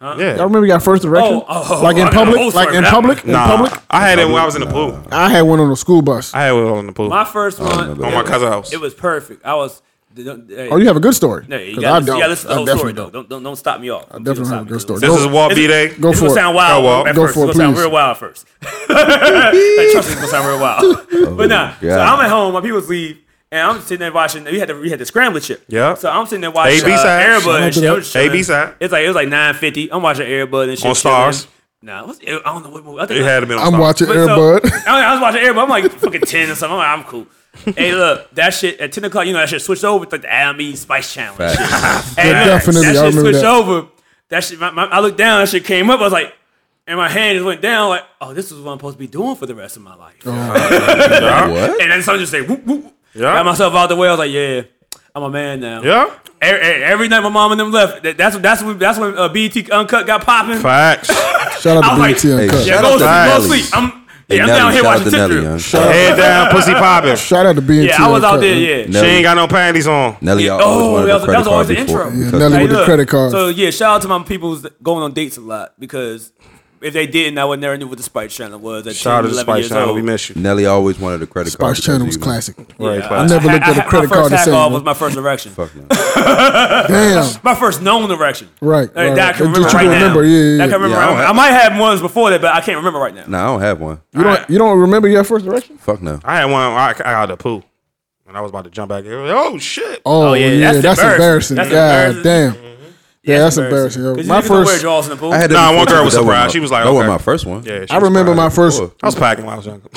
E: Y'all
C: Uh-huh.
B: Yeah.
E: remember y'all first erection?
C: Oh, oh,
E: like in
C: I got
E: public?
C: old
E: Like
C: for
E: in
C: that.
E: public? In
B: Nah,
E: public?
B: I had it when I was in the pool.
E: I had one on a school bus.
B: I had it on the pool.
C: My first one,
D: remember
B: On my cousin's house.
C: it was perfect. I was
E: Oh, you have a good story.
C: No, you
E: 'Cause
C: gotta,
E: I don't.
C: you gotta listen to
E: I
C: the whole story,
E: definitely
C: though.
E: don't.
C: Don't, don't, don't stop me off. I
E: definitely have a good story.
B: This is Walt B. Day.
E: Go
C: It's
E: for
C: gonna
E: it.
C: sound
B: Go,
C: wild
B: Walt.
C: at
E: Go
C: first.
E: for it,
C: it's gonna sound
E: please.
C: real wild at first. like, trust me, it's gonna sound real wild.
E: Oh,
C: but nah, so
D: God.
C: I'm at home. My people leave, and I'm sitting there watching. We had the we had the scrambler chip.
B: Yeah.
C: So I'm sitting there watching
B: AB
C: uh,
B: side.
C: Airbud and shit. I was
B: AB
C: chilling.
B: side.
C: It's like it was like 9:50. I'm watching Airbud and shit.
B: On Stars.
C: chilling. Nah, what's, I don't know what movie. I think
B: It
C: I-
B: had been. on
E: I'm
B: top.
E: watching
C: but so-
E: Airbud.
C: I, I was watching Airbud. I'm like fucking ten or something. I'm like, I'm cool. hey, look, that shit at ten o'clock. You know that shit switched over to like the Ami Spice Channel. and shit. Hey, look,
E: definitely, I
C: That shit
E: remember
C: switched
E: that.
C: over. That shit. My, my, I looked down. That shit came up. I was like, and my hand just went down. Like, oh, this is what I'm supposed to be doing for the rest of my life.
D: What?
C: And then something just say, whoop, whoop.
B: Yeah.
C: Got myself out the way. I was like, yeah, I'm a man now.
B: Yeah.
C: Every, every night my mom and them left. That- That's that's when that's when uh, BET Uncut got popping.
B: Facts.
E: Shout out
C: I'm
E: to
C: like,
E: BT
C: hey,
E: Uncut.
D: shout
C: Go,
D: out
C: to- go
D: Nelly.
C: sleep. I'm
D: Hey,
C: yeah, I'm
D: Nelly,
C: down here
D: shout out
C: watching
D: to
C: Tip
D: Nelly,
C: Drill.
D: huh?
B: Head down, pussy popping. She
E: Shout out to BT
C: Yeah, I was out
E: Uncut,
C: there.
E: man.
C: Yeah.
D: Nelly.
B: ain't got no panties on.
D: Nelly,
C: Yeah,
D: I
C: oh,
D: always
C: that
D: wanted
C: was-
D: the
C: that was
D: credit card
C: always the
D: before.
C: intro. Yeah,
D: because-
E: Nelly
C: Hey,
E: with the
C: look,
E: credit cards.
C: So yeah, shout out to my people who's going on dates a lot because if they didn't, I would never knew what the Spice Channel was. At
B: Shout out to
C: 10,
B: the
C: 11
B: Spice
C: years
B: Channel.
C: old.
B: We miss you.
D: Nelly always wanted the credit card.
E: Spice Channel was
D: because he
E: classic.
B: Right,
E: I
B: class.
E: never looked at a credit
C: my first
E: card the same.
C: half off was
E: man.
C: my first erection.
E: Damn.
C: My first known erection.
E: Right,
C: Like,
E: right,
C: That I can
E: right. That you
C: remember
E: can
C: right now.
E: remember, yeah, yeah,
C: That I can
E: yeah.
C: remember.
D: Yeah, I don't
C: I,
D: have-
C: might have ones before that, but I can't remember right now.
D: Nah, I don't have one.
E: You don't, you don't remember your first direction?
D: Fuck no.
B: I had one. I, I got out the pool, and I was about to jump back. in. Oh shit!
E: Oh,
C: yeah,
E: yeah,
C: that's
E: that's,
C: embarrassing.
E: embarrassing.
C: That's
E: God
C: embarrassing.
E: damn. Yeah, that's embarrassing. yo.
C: 'Cause
E: My
C: you can wear
E: first,
C: drawers in the pool.
D: I had to
B: Nah,
D: be
B: one girl
D: fortunate,
B: was
D: that
B: surprised.
D: my-
B: She was like,
D: "That
B: okay.
D: wasn't my first one."
B: Yeah, she
E: I
B: was
E: remember
B: crying.
E: my first,
B: I was packing when I was younger.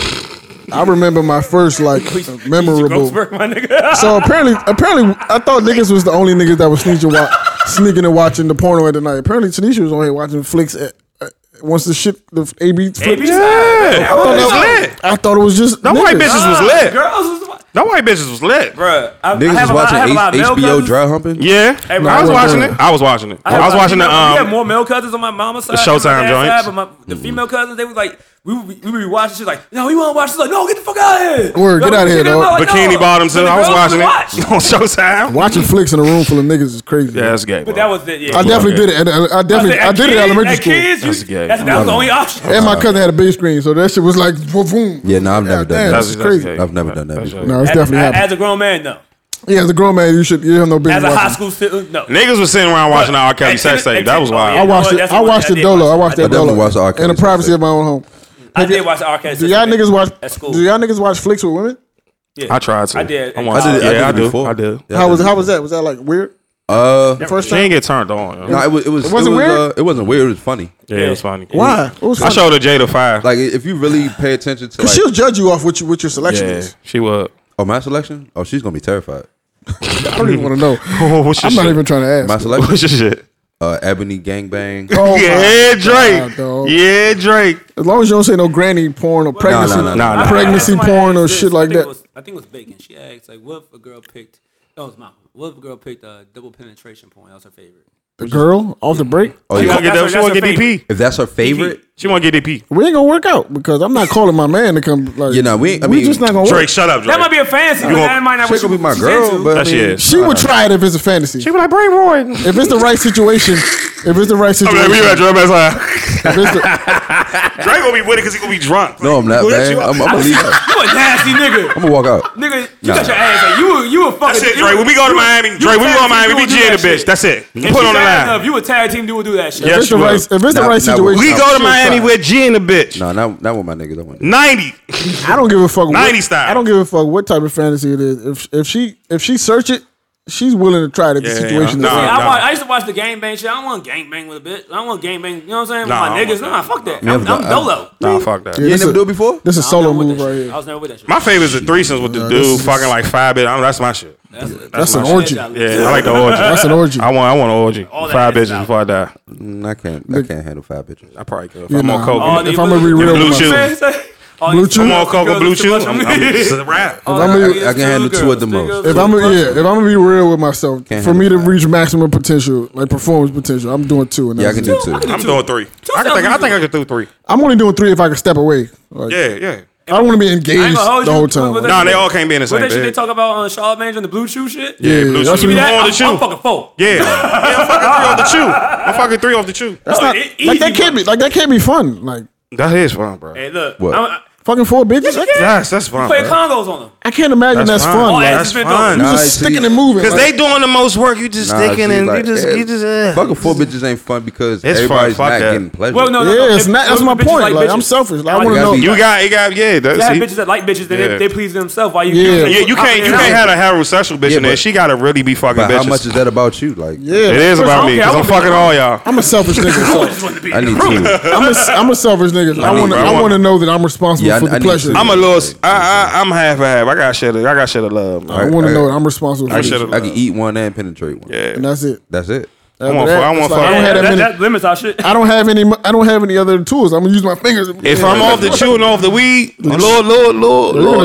E: I remember my first like memorable.
C: Grossberg, my nigga.
E: So apparently, apparently, I thought niggas was the only niggas that was sneaking, wa- sneaking and watching the porno at the night. Apparently, Tanisha was on here watching flicks. At, uh, once the shit, the AB flipped.
C: Baby,
B: Yeah, I
E: I,
B: was
E: thought
B: lit.
E: I thought it was just
B: Them white
E: niggas.
B: bitches was lit.
C: Girls was
B: Them white bitches was lit.
C: Bruh, I, I
D: Niggas
C: have
D: was
C: a lot- I have a
D: watching
C: lot of
D: H-
C: male
D: HBO
C: cousins.
D: dry humping.
B: Yeah, I was
E: bro.
B: watching it. I was watching it. I, was watching the
C: You know, we had
B: um.
C: more male cousins on my mama's side,
B: Showtime
C: than my dad's side,
B: joints.
C: but my, the female cousins, they was like, we would be, we would be watching. She's like, no, we want to watch this. Like, no, get the fuck out of here.
E: Word,
C: No,
E: get outta here,
C: out
E: dog.
C: Like,
B: Bikini
C: no.
B: bottoms.
C: But
B: and
C: the
B: I was
C: girls
B: watching it
C: watch.
B: on Showtime.
E: Watching flicks in a room full of niggas is crazy.
B: Yeah, that's gay.
C: But
B: bro.
C: that was it. Yeah.
E: I definitely did it. at- I definitely, I did it
C: at
E: at elementary
C: at
E: school.
C: Kids, you,
B: That's gay.
C: That's, that was the only option.
E: And my cousin had a big screen, so that shit was like, boom.
D: Yeah, no, I've never done that.
E: damn,
B: That's-
E: That's
B: that's
E: crazy.
B: gay.
D: I've never done that
B: That's
D: before.
B: right.
E: No, it's
C: As-
E: definitely
C: as,
E: happened.
C: as a grown man, no.
E: Yeah, as a grown man, you should you have no
C: As
E: business
C: a high
E: watching.
C: school student, no.
B: Niggas was sitting around watching the R. Kelly
C: Hey,
B: sex
C: hey,
B: tape. That was
C: oh,
B: wild.
C: yeah.
E: I watched
C: know
E: it.
C: what?
E: I
C: That's
E: watched
C: the
E: it
C: one
E: dolo. I
C: I
E: watched
C: did
D: watch.
E: that
D: I
E: dolo
D: definitely watched the R.
E: in
D: Kelly
E: the
D: sex
E: privacy
D: tape.
E: of my own home.
C: I did watch the arcade.
E: Do y'all niggas watch?
C: At school.
E: Do y'all niggas watch flicks with women?
B: I tried to.
C: I did.
B: I,
D: I
B: watched
D: did.
B: it.
D: I did
B: Yeah, I,
D: it
B: do.
D: before.
B: I did.
D: Yeah,
E: How
D: I
E: was
D: did.
E: how was that? Was that like weird?
D: Uh,
E: First
B: She
E: time?
B: didn't get turned on.
D: no, it was. It was. It
E: wasn't
D: was,
E: weird?
D: uh, it wasn't weird. It was funny.
B: yeah, it was funny.
E: Why? What was
B: I
E: funny?
B: showed her Jada Five.
D: Like if you really pay attention to
E: Cause
D: like,
E: she'll judge you off what you what your selection
B: yeah,
E: is.
B: she was.
D: oh my selection, oh she's gonna be terrified.
E: I don't even want to know.
B: Oh, what's your
E: I'm not
B: shit?
E: even trying to ask.
D: My selection,
B: What's your shit?
D: uh, Ebony Gangbang.
E: Oh my
B: yeah,
E: God,
B: Drake.
E: dog.
B: yeah, Drake.
E: As long as you don't say no granny porn or pregnancy,
D: nah, nah,
B: nah.
E: pregnancy
C: I- I- I-
E: porn or
C: this,
E: shit
C: I
E: like
C: think it
E: that.
C: was- I think it was Bacon. She asked, like, what if a girl picked, that was my, what if a girl picked uh, double penetration porn? That was her favorite.
E: The girl off the break.
D: Oh
B: She
D: yeah.
B: want to get
C: That's
B: that-
C: her-
B: she want to
C: that's
B: get
C: her
B: DP.
D: If that's her favorite,
B: She want to get DP.
E: We ain't gonna work out because I'm not calling my man to come. Like,
D: Yeah, nah, we ain't- I
E: we
D: mean,
E: just not gonna
B: Drake,
E: work.
B: shut up, Drake.
C: That might be a fancy, but
B: want-
C: that might not
D: she
C: what
D: could
C: she-
D: be my
C: she's
D: girl,
C: into.
D: but I
B: That
D: mean,
B: shit is.
E: She would
D: Uh-huh.
E: try it if it's a fantasy.
B: She was like, Bray Roy. I'm
E: If it's the right situation, if it's the
B: like,
E: right situation,
B: we at Drake.
E: if it's the,
B: Drake gonna be with it because he gonna be drunk.
D: No, I'm not,
B: Who that
D: man.
B: you
D: I'm,
B: are?
D: I'm gonna leave. her.
C: You a nasty nigga.
D: I'm gonna walk out.
C: Nigga, you
D: Nah.
C: got your ass. Like, you, were- you a fucking.
B: That's it,
C: you
B: Drake.
C: were-
B: When we go to
C: you were-
B: Miami,
C: you
B: Drake,
C: were
B: when we go
C: tag
B: to
C: team,
B: Miami,
C: you
B: we
C: would do
B: G in
C: that
B: the bitch.
C: shit.
B: That's it. Put
C: If
B: it
C: she's
B: on the
C: bad
B: line.
C: enough, You a tag team, do do that shit.
B: Yeah,
E: if it's the
B: she
E: right,
B: was.
E: if it's the
D: Nah,
E: right
D: nah,
E: situation,
B: We go
E: she'll
B: to Miami
E: try.
B: with G in the bitch.
D: No, not not with my niggas. I want. to.
B: 90.
E: I don't give a fuck. what-
B: 90 style.
E: I don't give a fuck what type of fantasy it is. If if she if she search it, she's willing to try it if the
B: Yeah,
E: situation
B: nah,
E: is
C: Yeah,
E: right.
B: nah.
C: I, watch, I used to watch the gangbang shit. I don't want gangbang with a bitch. I don't want gangbang. You know what I'm saying? With
B: Nah,
C: my
B: I don't
C: niggas.
B: want
C: Nah,
B: that.
C: fuck that.
D: You
C: I'm,
D: never
C: I'm
D: done-
C: dolo.
B: Nah, fuck that.
D: You
E: Yeah,
D: ain't
E: this
D: never
E: a-
D: do it before?
E: This
C: I
E: is a
C: was
E: solo
C: never with
E: move
C: that
E: right
C: shit.
E: here.
C: I was never with that shit.
B: My favorite is the threesomes with the dude fucking like five bitches. I'm- That's my shit.
E: That's an
B: my
E: orgy.
C: shit.
B: Yeah, I like the orgy.
E: That's an orgy.
B: I want, I want an orgy.
C: All that
B: Five
C: ass out.
B: bitches before I die.
D: Mm, I can't. I can't handle five bitches.
B: I probably could. If
E: Yeah,
B: I'm on
E: nah.
B: coke.
E: All
B: I'm
E: the- If I'ma be real
B: Blue
E: with
B: chew.
E: Blue chew?
B: I'm on coke and blue chew. I'm, I'm, it's a wrap.
E: I'ma-
D: I can handle two at the most.
E: If I'm yeah, if I'm gonna be real with myself,
D: Can't
E: for me to
D: handle that.
E: reach maximum potential, like performance potential, I'm doing two. And
D: Yeah, I
E: that's
D: can
E: it.
D: do two.
B: I'm doing three. I, can think, I think I could do three.
E: I'm only doing three if I can step away. Like,
B: Yeah, yeah.
E: I don't want to be engaged
C: gonna hold
E: the
C: you.
E: whole
C: What
E: time.
C: was
E: Like,
C: that?
B: Nah, they all can't be in the
C: What
B: same
C: that shit they
B: bed.
C: talk about on Charlemagne and the blue chew shit?
B: Yeah, blue
E: that's
B: chew. You
E: what we-
B: on
C: I'm,
B: the
C: I'm
B: chew.
C: fucking four.
B: Yeah. Yeah, I'm fucking three off the chew. I'm fucking three off the chew.
E: that's not-
C: it-
E: like
C: easy,
E: that can't be like that can't be fun. Like
B: That is fun, bro.
C: Hey, look.
D: What?
C: I'm-
E: Fucking four bitches? I can't,
B: Yes, that's fine.
C: Play Congos on them.
E: I can't imagine
B: That's
E: that's,
B: fine.
E: fun.
C: All
E: like,
C: asses been
B: fine.
C: done.
E: you
D: Nah,
E: just
D: see,
E: sticking and moving.
B: Because
E: like,
B: they doing the most work. You just
D: Nah, see,
B: sticking and
D: like,
B: you just,
D: eh,
B: you just. eh.
D: fucking four bitches ain't fun because
B: It's fun,
D: everybody's
B: fuck
D: not
B: that.
D: getting pleasure.
C: Well, no, no,
E: Yeah,
C: no.
E: it's not- that's my
C: bitches
E: point. Like,
C: bitches.
E: I'm selfish. Like, I
C: Like,
E: wanna
C: you
D: know-
B: You got, you got, yeah. That's
C: gotta have
B: he-
C: bitches that like bitches that
B: Yeah.
C: they, they please themselves while you. you
E: Yeah.
B: Yeah, you can't, you can't have a heterosexual bitch
D: Yeah,
B: in there.
D: but-
B: She gotta really be fucking
D: but
B: bitches.
D: how much is that about you? Like,
E: yeah,
B: It is about me
C: okay, I
B: because I'm
C: wanna be
B: fucking all y'all.
E: I'm a selfish nigga. So
C: just want to be.
D: I need two.
E: I'm a, I'm a selfish nigga. I
D: mean,
E: want to
D: bro, I
E: I
B: want-
E: want to know that I'm responsible
D: Yeah, I-
E: for
D: I
E: the
D: need
E: pleasure.
D: to-
E: I'm
B: I'm a little. I, I, I'm half half. I got shit. I got shit of love.
E: I
B: man.
E: want to know that I'm responsible for
B: I
E: the
B: should've-
E: shit.
D: I can eat one and penetrate one.
B: Yeah.
E: And that's it.
D: That's it.
E: After
B: want
E: that,
B: fu- I want
E: it's
B: fu-
E: like, I don't
B: Yeah,
E: have
C: that,
E: that
C: that,
E: many.
C: that limits our shit.
E: I don't have any. I don't have any other tools. I'm gonna use my fingers.
B: If I'm off the chew and off the weed, Lord, Lord, Lord,
E: you're,
B: Lord,
E: gonna,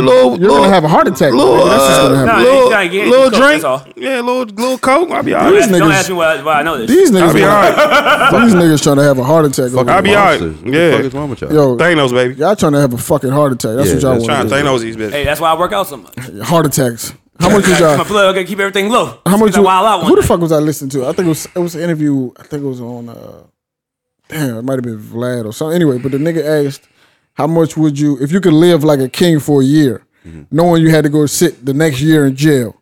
B: Lord,
E: you're
B: Lord,
E: gonna have a heart attack.
B: Lord,
E: Lord, that's just gonna happen.
C: Nah,
B: Lord,
C: you gotta get it.
B: Lord
C: Coke,
B: uh, drink.
C: that's all.
B: Yeah, Lord, little coke. I'll be all
E: These
B: right.
E: niggas-
C: Don't ask me why, why I know this.
E: These
B: I'll
E: niggas,
B: be all
E: gonna-
B: right.
E: these niggas trying to have a heart attack. over
B: I'll
E: there.
B: be all right.
D: Monsters. What
B: Yeah.
D: the fuck is wrong with y'all?
E: Yo,
B: Thanos, baby.
E: y'all trying to have a fucking heart attack. That's
D: Yeah,
E: what y'all
D: that's
E: want.
B: Trying to Thanos these bitches.
C: Hey, that's why I work out so much.
E: Heart attacks. How much was
C: My
E: y'all?
C: blood, okay, keep everything low.
E: How much?
C: Like,
E: You,
C: wild out one
E: who the
C: day.
E: fuck was I listening to? I think it was it was an interview. I think it was on. Uh, damn, it might have been Vlad or something. Anyway, but the nigga asked, "How much would you if you could live like a king for a year,
B: Mm-hmm.
E: knowing you had to go sit the next year in jail?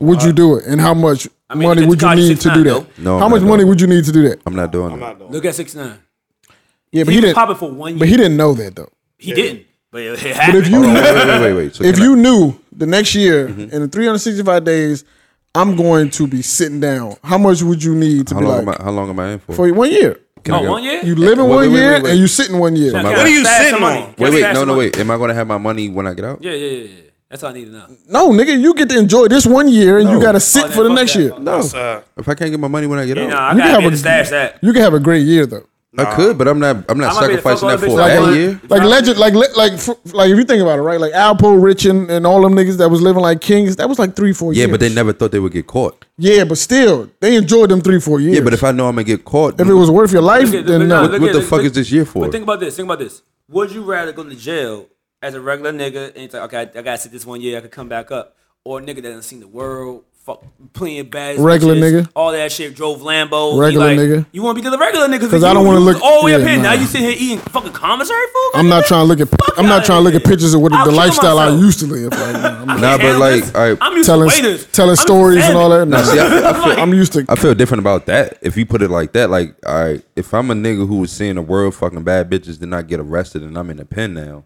E: would you do it? And how much
C: mean,
E: money would you
C: Takashi
E: need to
C: 69
E: do that?
D: though. No,
E: how
D: I'm
E: much
D: not
E: money
D: doing
E: would you need to do that?
D: I'm not doing it.
C: Look at six nine.
E: Yeah, but
C: He,
E: he
C: was
E: didn't.
C: popping for one year.
E: But he didn't know that though.
C: He didn't. But it
E: But
C: happened.
E: if you
D: Wait, wait, wait, wait, wait. So
E: if
D: can I-
E: you knew the next year in the 365 days, I'm going to be sitting down. How much would you need to
D: how
E: be
D: long,
E: like
D: am I, how long am I in for?
E: for one year?
D: Can I
C: oh,
D: go-
C: one year?
E: You live in
D: Wait,
E: one
D: wait, wait,
E: year
D: wait.
E: and you sit in one year.
D: my-
C: Gotta
D: What are
B: you
C: stash
B: sitting
C: some money.
B: on?
C: Gotta
D: Wait, wait,
C: stash
D: no,
C: some
D: no,
C: money.
D: wait. Am I going to have my money when I get out?
C: Yeah, yeah, yeah, yeah. That's all I need to know.
E: No, nigga, you get to enjoy this one year and you
D: No.
E: gotta sit
C: Oh,
E: for the
C: fuck
E: next
C: that.
E: year.
D: No.
C: uh,
D: If I can't get my money when I get
C: Yeah,
D: out,
C: nah, I
E: You can
C: gotta
E: have
C: be able
E: a-
C: to stash that.
E: You can have a great year though.
D: I could, but I'm not. I'm not
C: I might be the
D: sacrificing that
C: fuck
D: for
C: all the bitches I
D: that
C: want.
D: year.
E: Like legend, like le- like f- like if you think about it, right? Like Alpo, Rich, and, and all them niggas that was living like kings. That was like three, four
D: Yeah,
E: years.
D: but they never thought they would get caught.
E: Yeah, but still, they enjoyed them three, four years.
D: Yeah, but if I know I'm gonna get caught,
E: if it was worth your life,
C: Look at-
E: then uh,
C: look-
E: no.
C: nah,
D: what the fuck
C: look-
D: is this year for?
C: But think about this. Think about this. Would you rather go to jail as a regular nigga and it's like, okay, I, I gotta sit this one year, I could come back up, or a nigga that hasn't seen the world, fuck, playing bad,
E: Regular nigga.
C: all that shit, drove Lambo, he
E: Regular
C: like,
E: nigga.
C: You want to be the regular nigga
E: 'Cause I don't
C: you-
E: wanna
C: you
E: look-
C: was all the way up
E: yeah,
C: here. Now
E: nah.
C: you sitting here eating fucking commissary food.
E: I'm not trying to look at.
C: Fuck
E: I'm not
C: outta
E: trying to look at
C: here.
E: pictures of what
C: I'll
E: the
C: kill
E: lifestyle I
C: myself.
E: used to live. Like, I'm not
D: Nah, but
C: Cameras,
D: like, all right.
C: I'm used
E: telling
C: to waiters,
E: telling
C: I'm
E: stories and all that.
D: Nah, see, I feel- I feel-
E: I'm used to.
D: I feel different about that. If you put it like that, like, all right, if I'm a nigga who was seeing the world fucking bad bitches, then I get arrested and I'm in the pen now.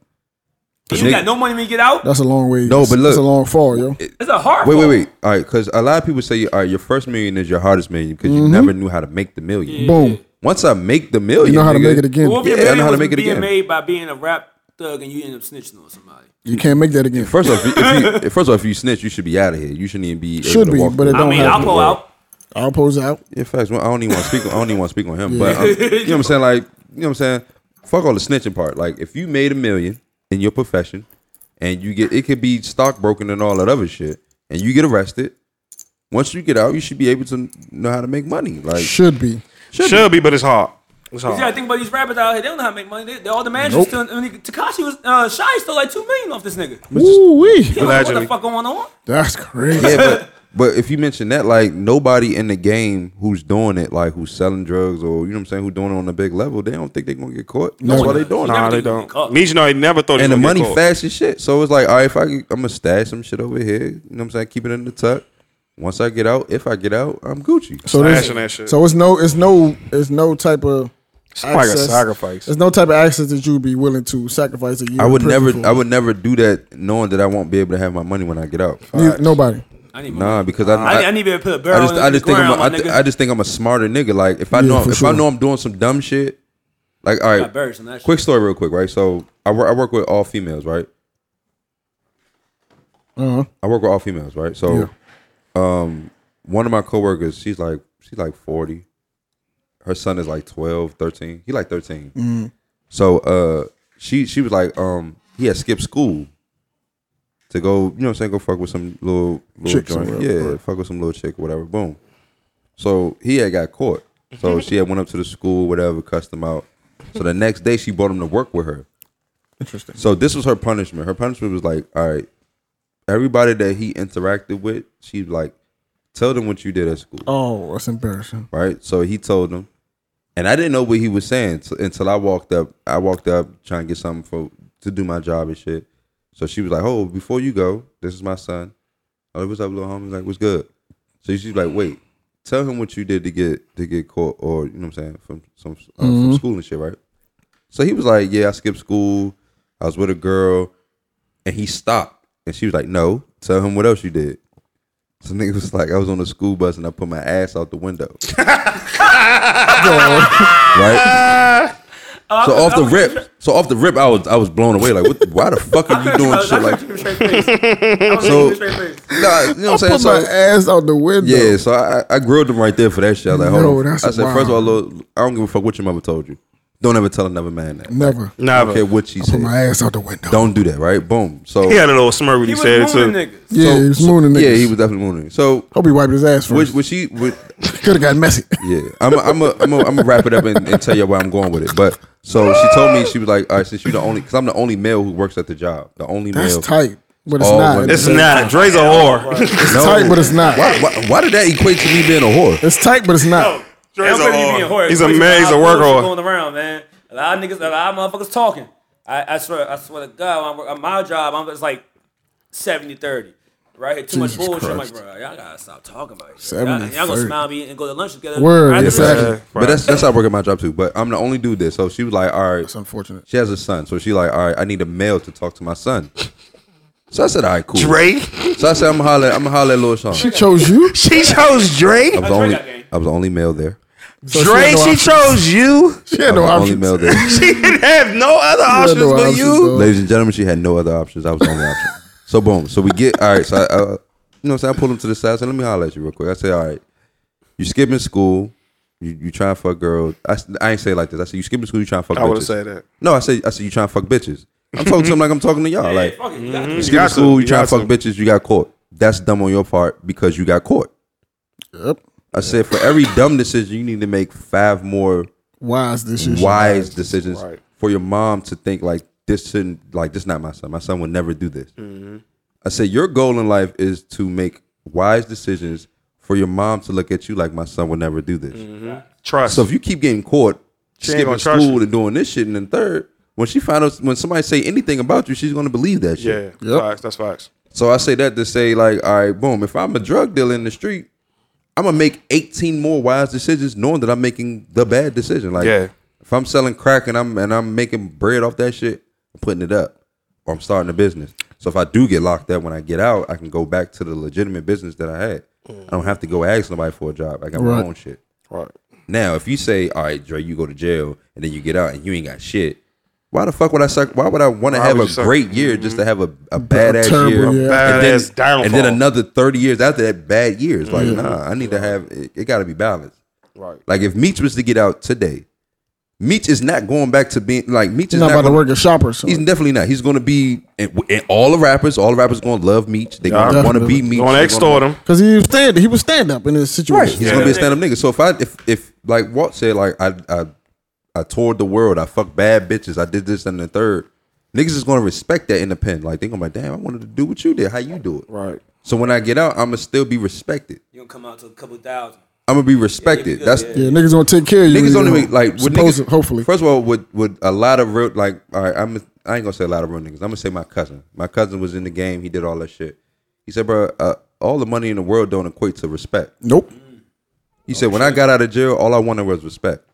C: And You got no money when you get out.
E: That's a long way.
D: No, but look.
E: that's a long fall, yo.
C: It's a hard.
D: Wait, wait,
C: call.
D: wait. All right, because a lot of people say, all right, your first million is your hardest million because you never knew how to make the million.
E: Boom.
D: Once I make the million,
E: You know how to
D: nigga,
E: make it again.
C: But What if your
D: Yeah, I
C: million
D: know how to
C: was
D: make it
C: being
D: again.
C: made by being a rap thug and you end up snitching on somebody?
E: You can't make that again.
D: First off, if you, if you, first off, if you snitch, you should be out of here. You shouldn't even be.
E: Should
D: able
E: be,
D: to walk
E: but it
D: through.
C: I
E: Don't
C: mean,
E: have
C: I'll
E: to
C: pull out.
E: I'll pose out.
D: Yeah, facts. Well, I don't even want to speak. I don't even want to speak on him. But um, you know what I'm saying? Like, you know what I'm saying? Fuck all the snitching part. Like, if you made a million in your profession, and you get it could be stockbroken and all that other shit, and you get arrested. Once you get out, you should be able to know how to make money. Like,
E: Should be.
B: Should be, but it's hard. It's hard.
C: You gotta think about these rappers out here. They don't know how to make money. They, they all the managers still. I mean, Takashi was uh, shy. Stole like two million off this nigga.
E: Ooh wee.
C: You don't know What the
B: Allegedly.
C: fuck going on?
E: That's crazy.
D: yeah, but but if you mention that, like nobody in the game who's doing it, like who's selling drugs or you know what I'm saying, who's doing it on a big level, they don't think they're gonna get caught. That's why they doing it.
B: Nah, they
C: Everything
B: don't.
C: cut.
B: Nijino, he never thought he
D: And the
B: was gonna
D: money
B: get caught.
D: fast as shit. So it's like, all right, if I I'm gonna stash some shit over here, you know what I'm saying, keep it in the tuck. Once I get out, if I get out, I'm Gucci.
E: So there's,
B: Smashing that shit.
E: so it's no it's no it's no type of
B: Sound like a
E: access-
B: sacrifice.
E: There's no type of access that you'd be willing to sacrifice a year.
D: I would
E: in
D: never,
E: prison
D: I
E: for.
D: would never do that, knowing that I won't be able to have my money when I get out.
E: Neither- nobody.
C: I need.
D: Nah, because I,
C: I,
D: I,
C: need- I need to be able to put a
D: I
C: barrel
D: just,
C: in
D: I
C: the
D: just think I'm,
C: ground,
D: a, I,
C: my
D: th-
C: nigga.
D: I just think I'm a smarter nigga. Like if I
E: Yeah,
D: know,
E: for
D: if
E: sure.
D: I know I'm doing some dumb shit, like all
C: got
D: right,
C: berries from that shit.
D: quick story, real quick, right? So I work, I work with all females, right?
E: Uh-huh.
D: I work with all females, right? So,
E: Yeah.
D: um, one of my coworkers, she's like, she's like 40. Her son is like 12, 13. He like 13.
E: Mm-hmm.
D: So, uh, she, she was like, um, he had skipped school to go, you know what I'm saying, go fuck with some little, little
E: Chick
D: joint.
E: somewhere,
D: Yeah, fuck with some little chick, whatever. Boom. So he had got caught. So she had went up to the school, whatever, cussed him out. So the next day she brought him to work with her.
E: Interesting.
D: So this was her punishment. Her punishment was like, all right, everybody that he interacted with, she's like, tell them what you did at school,
E: Oh, that's embarrassing.
D: Mm-hmm. right? So he told them, and I didn't know what he was saying t- until I walked up. I walked up trying to get something for to do my job and shit. So she was like, "Oh, before you go, this is my son. Oh, what's up, little homie? Like, what's good?" So she's like, "Wait, tell him what you did to get to get caught, or you know what I'm saying from some uh, from school and shit, right?" So he was like, "Yeah, I skipped school. I was with a girl," and he stopped, and she was like, "No, tell him what else you did." So nigga was like, I was on a school bus and I put my ass out the window. right? So off the rip, so off the rip, I was I was blown away. Like, what, why the fuck are you doing shit like? So, nah, you know what I'm saying?
E: Put
D: So
E: my ass out the window.
D: yeah, so I, I grilled him right there for that shit. I was like, hold
E: No,
D: on.
E: that's
D: I said,
E: wild.
D: first of all, Lil, I don't give a fuck what your mother told you. Don't ever tell another man that.
E: Never.
D: I
B: Nah,
D: don't care
B: but
D: what she
E: Put
D: said.
E: my ass out the window.
D: Don't do that, right? Boom. So
B: he had a little smirk when
C: He
B: he,
C: was
B: said it too.
C: mooning niggas.
E: yeah, he was mooning niggas.
D: Yeah, he was definitely mooning. So
E: Hope he wiped his ass
D: which
E: first.
D: which she which,
E: Could have got messy.
D: Yeah, I'm a, I'm a, I'm a, I'm gonna wrap it up and, and tell you where I'm going with it. But so she told me she was like, all right, since you're the only, because I'm the only male who works at the job, the only
E: That's
D: male.
E: tight, but it's
D: Oh,
E: not.
D: but
B: It's not. Dre's a whore.
E: It's tight, but it's not.
D: Why, why, why did that equate to me being a whore?
E: It's tight, but it's not.
B: Dre's a
C: Don't put me in
B: whore.
C: horror.
B: He's a
C: Wait,
B: man. He's a
C: a lot of bullshit
B: workhorse.
C: Going around, man. A lot of niggas, a lot of motherfuckers talking. I, I swear, I swear to God, when I work, at my job, I'm it's like 70 30. Right here, too much
E: Jesus
C: bullshit. I'm like,
E: Christ.
C: bro, y'all gotta stop talking about it.
E: 70,
C: Y'all, y'all gonna
E: 30.
C: smile me and go to lunch together.
E: Word,
C: Right?
E: exactly.
B: Yeah,
D: But that's that's how I work at my job too. But I'm the only dude there, so she was like, all right,
E: It's unfortunate.
D: she has a son, so she like, all right, I need a male to talk to my son. So I said, all right, cool.
B: Dre.
D: So I said, I'm gonna holler, I'm gonna holler at Lil Sean.
E: She chose you.
B: She chose Dre.
D: I was the
C: Dre
D: only,
C: got game.
D: I was the only male there.
E: she
B: Dre.
E: had no
B: She
E: options.
B: chose you.
E: She
D: I was
E: had no
D: the only
E: options.
D: male there.
B: She didn't have no other
E: had
B: options
E: no
B: but
E: options,
B: you.
E: though.
D: Ladies and gentlemen, she had no other options. I was the only option. So boom. So we get all right. So I, I you know, what I'm saying I pulled him to the side. I said, "Let me holler at you real quick." I said, "All right, you skipping school? You you trying to fuck girls? I, s- I ain't say it like this. I said you skipping school. You trying to fuck?
B: I would've
D: bitches.
B: said that.
D: No, I said I said you trying to fuck bitches. I'm talking to him like I'm talking to y'all.
C: Hey,
D: like
C: fuck it, you gotta do
D: you
C: it.
D: skipping
B: got to.
D: school, you,
B: You
D: trying
B: got
D: to fuck bitches, you got caught. That's dumb on your part because you got caught.
E: Yep.
D: I said for every dumb decision, you need to make five more
E: Why is this? issue?
D: wise decisions
B: Right.
D: for your mom to think like this shouldn't like this not my son my son would never do this
B: Mm-hmm.
D: i said your goal in life is to make wise decisions for your mom to look at you like my son would never do this
B: Trust.
D: so if you keep getting caught
B: Mm-hmm. ain't gonna
D: skipping
B: trust
D: school
B: you.
D: and doing this shit and then third when she found out when somebody say anything about you she's going to believe that shit
B: yeah.
E: Yep.
B: Facts. That's facts.
D: so I say that to say, like, all right, boom. If I'm a drug dealer in the street, I'm gonna make 18 more wise decisions, knowing that I'm making the bad decision. Like,
B: Yeah.
D: if I'm selling crack and I'm and I'm making bread off that shit, I'm putting it up, or I'm starting a business. So if I do get locked up when I get out, I can go back to the legitimate business that I had. I don't have to go ask nobody for a job. I got my
E: Right.
D: own shit.
B: Right.
D: Now, if you say, "All right, Dre, you go to jail and then you get out and you ain't got shit," why the fuck would I suck? Why would I want to have
B: would
D: a
B: you suck?
D: great year just to have a, a badass
E: terrible
D: year,
E: year.
D: And,
B: Badass
D: then,
B: downfall.
D: and then another thirty years after that, bad years? Like, nah, I need to have it. it Got to be balanced.
B: Right.
D: Like, if Meach was to get out today, Meach is not going back to being like Meach is
E: He's not about to
D: gonna-
E: work at shoppers.
D: He's definitely not. He's going to be and, and all the rappers. All the rappers going to love Meach. They
B: Yeah.
D: going to want to be
E: Definitely.
D: Meach.
B: Going to
D: They
B: extort
D: gonna-
B: him.
E: Because he was stand, he was stand up in this
D: Right.
E: situation.
D: He's gonna be a stand up nigga. So if I if if like Walt said, like I I I toured the world, I fucked bad bitches, I did this and the third. Niggas is gonna respect that in the pen. Like they gonna be like, damn, I wanted to do what you did. How you do it?
B: Right.
D: So when I get out, I'ma still be respected.
C: You gonna come out to a couple thousand.
D: I'm gonna be respected.
C: Yeah,
D: That's
E: Yeah, niggas gonna take care of you.
D: niggas
E: you
D: only
E: know.
D: make, like with
E: Supposed-
D: niggas,
E: hopefully.
D: First of all, with with a lot of real like all right, I'm I ain't gonna say a lot of real niggas. I'm gonna say my cousin. My cousin was in the game. He did all that shit. He said, bro, uh, all the money in the world don't equate to respect.
E: Nope.
B: Oh,
D: He said, when I got out of jail, all I wanted was respect.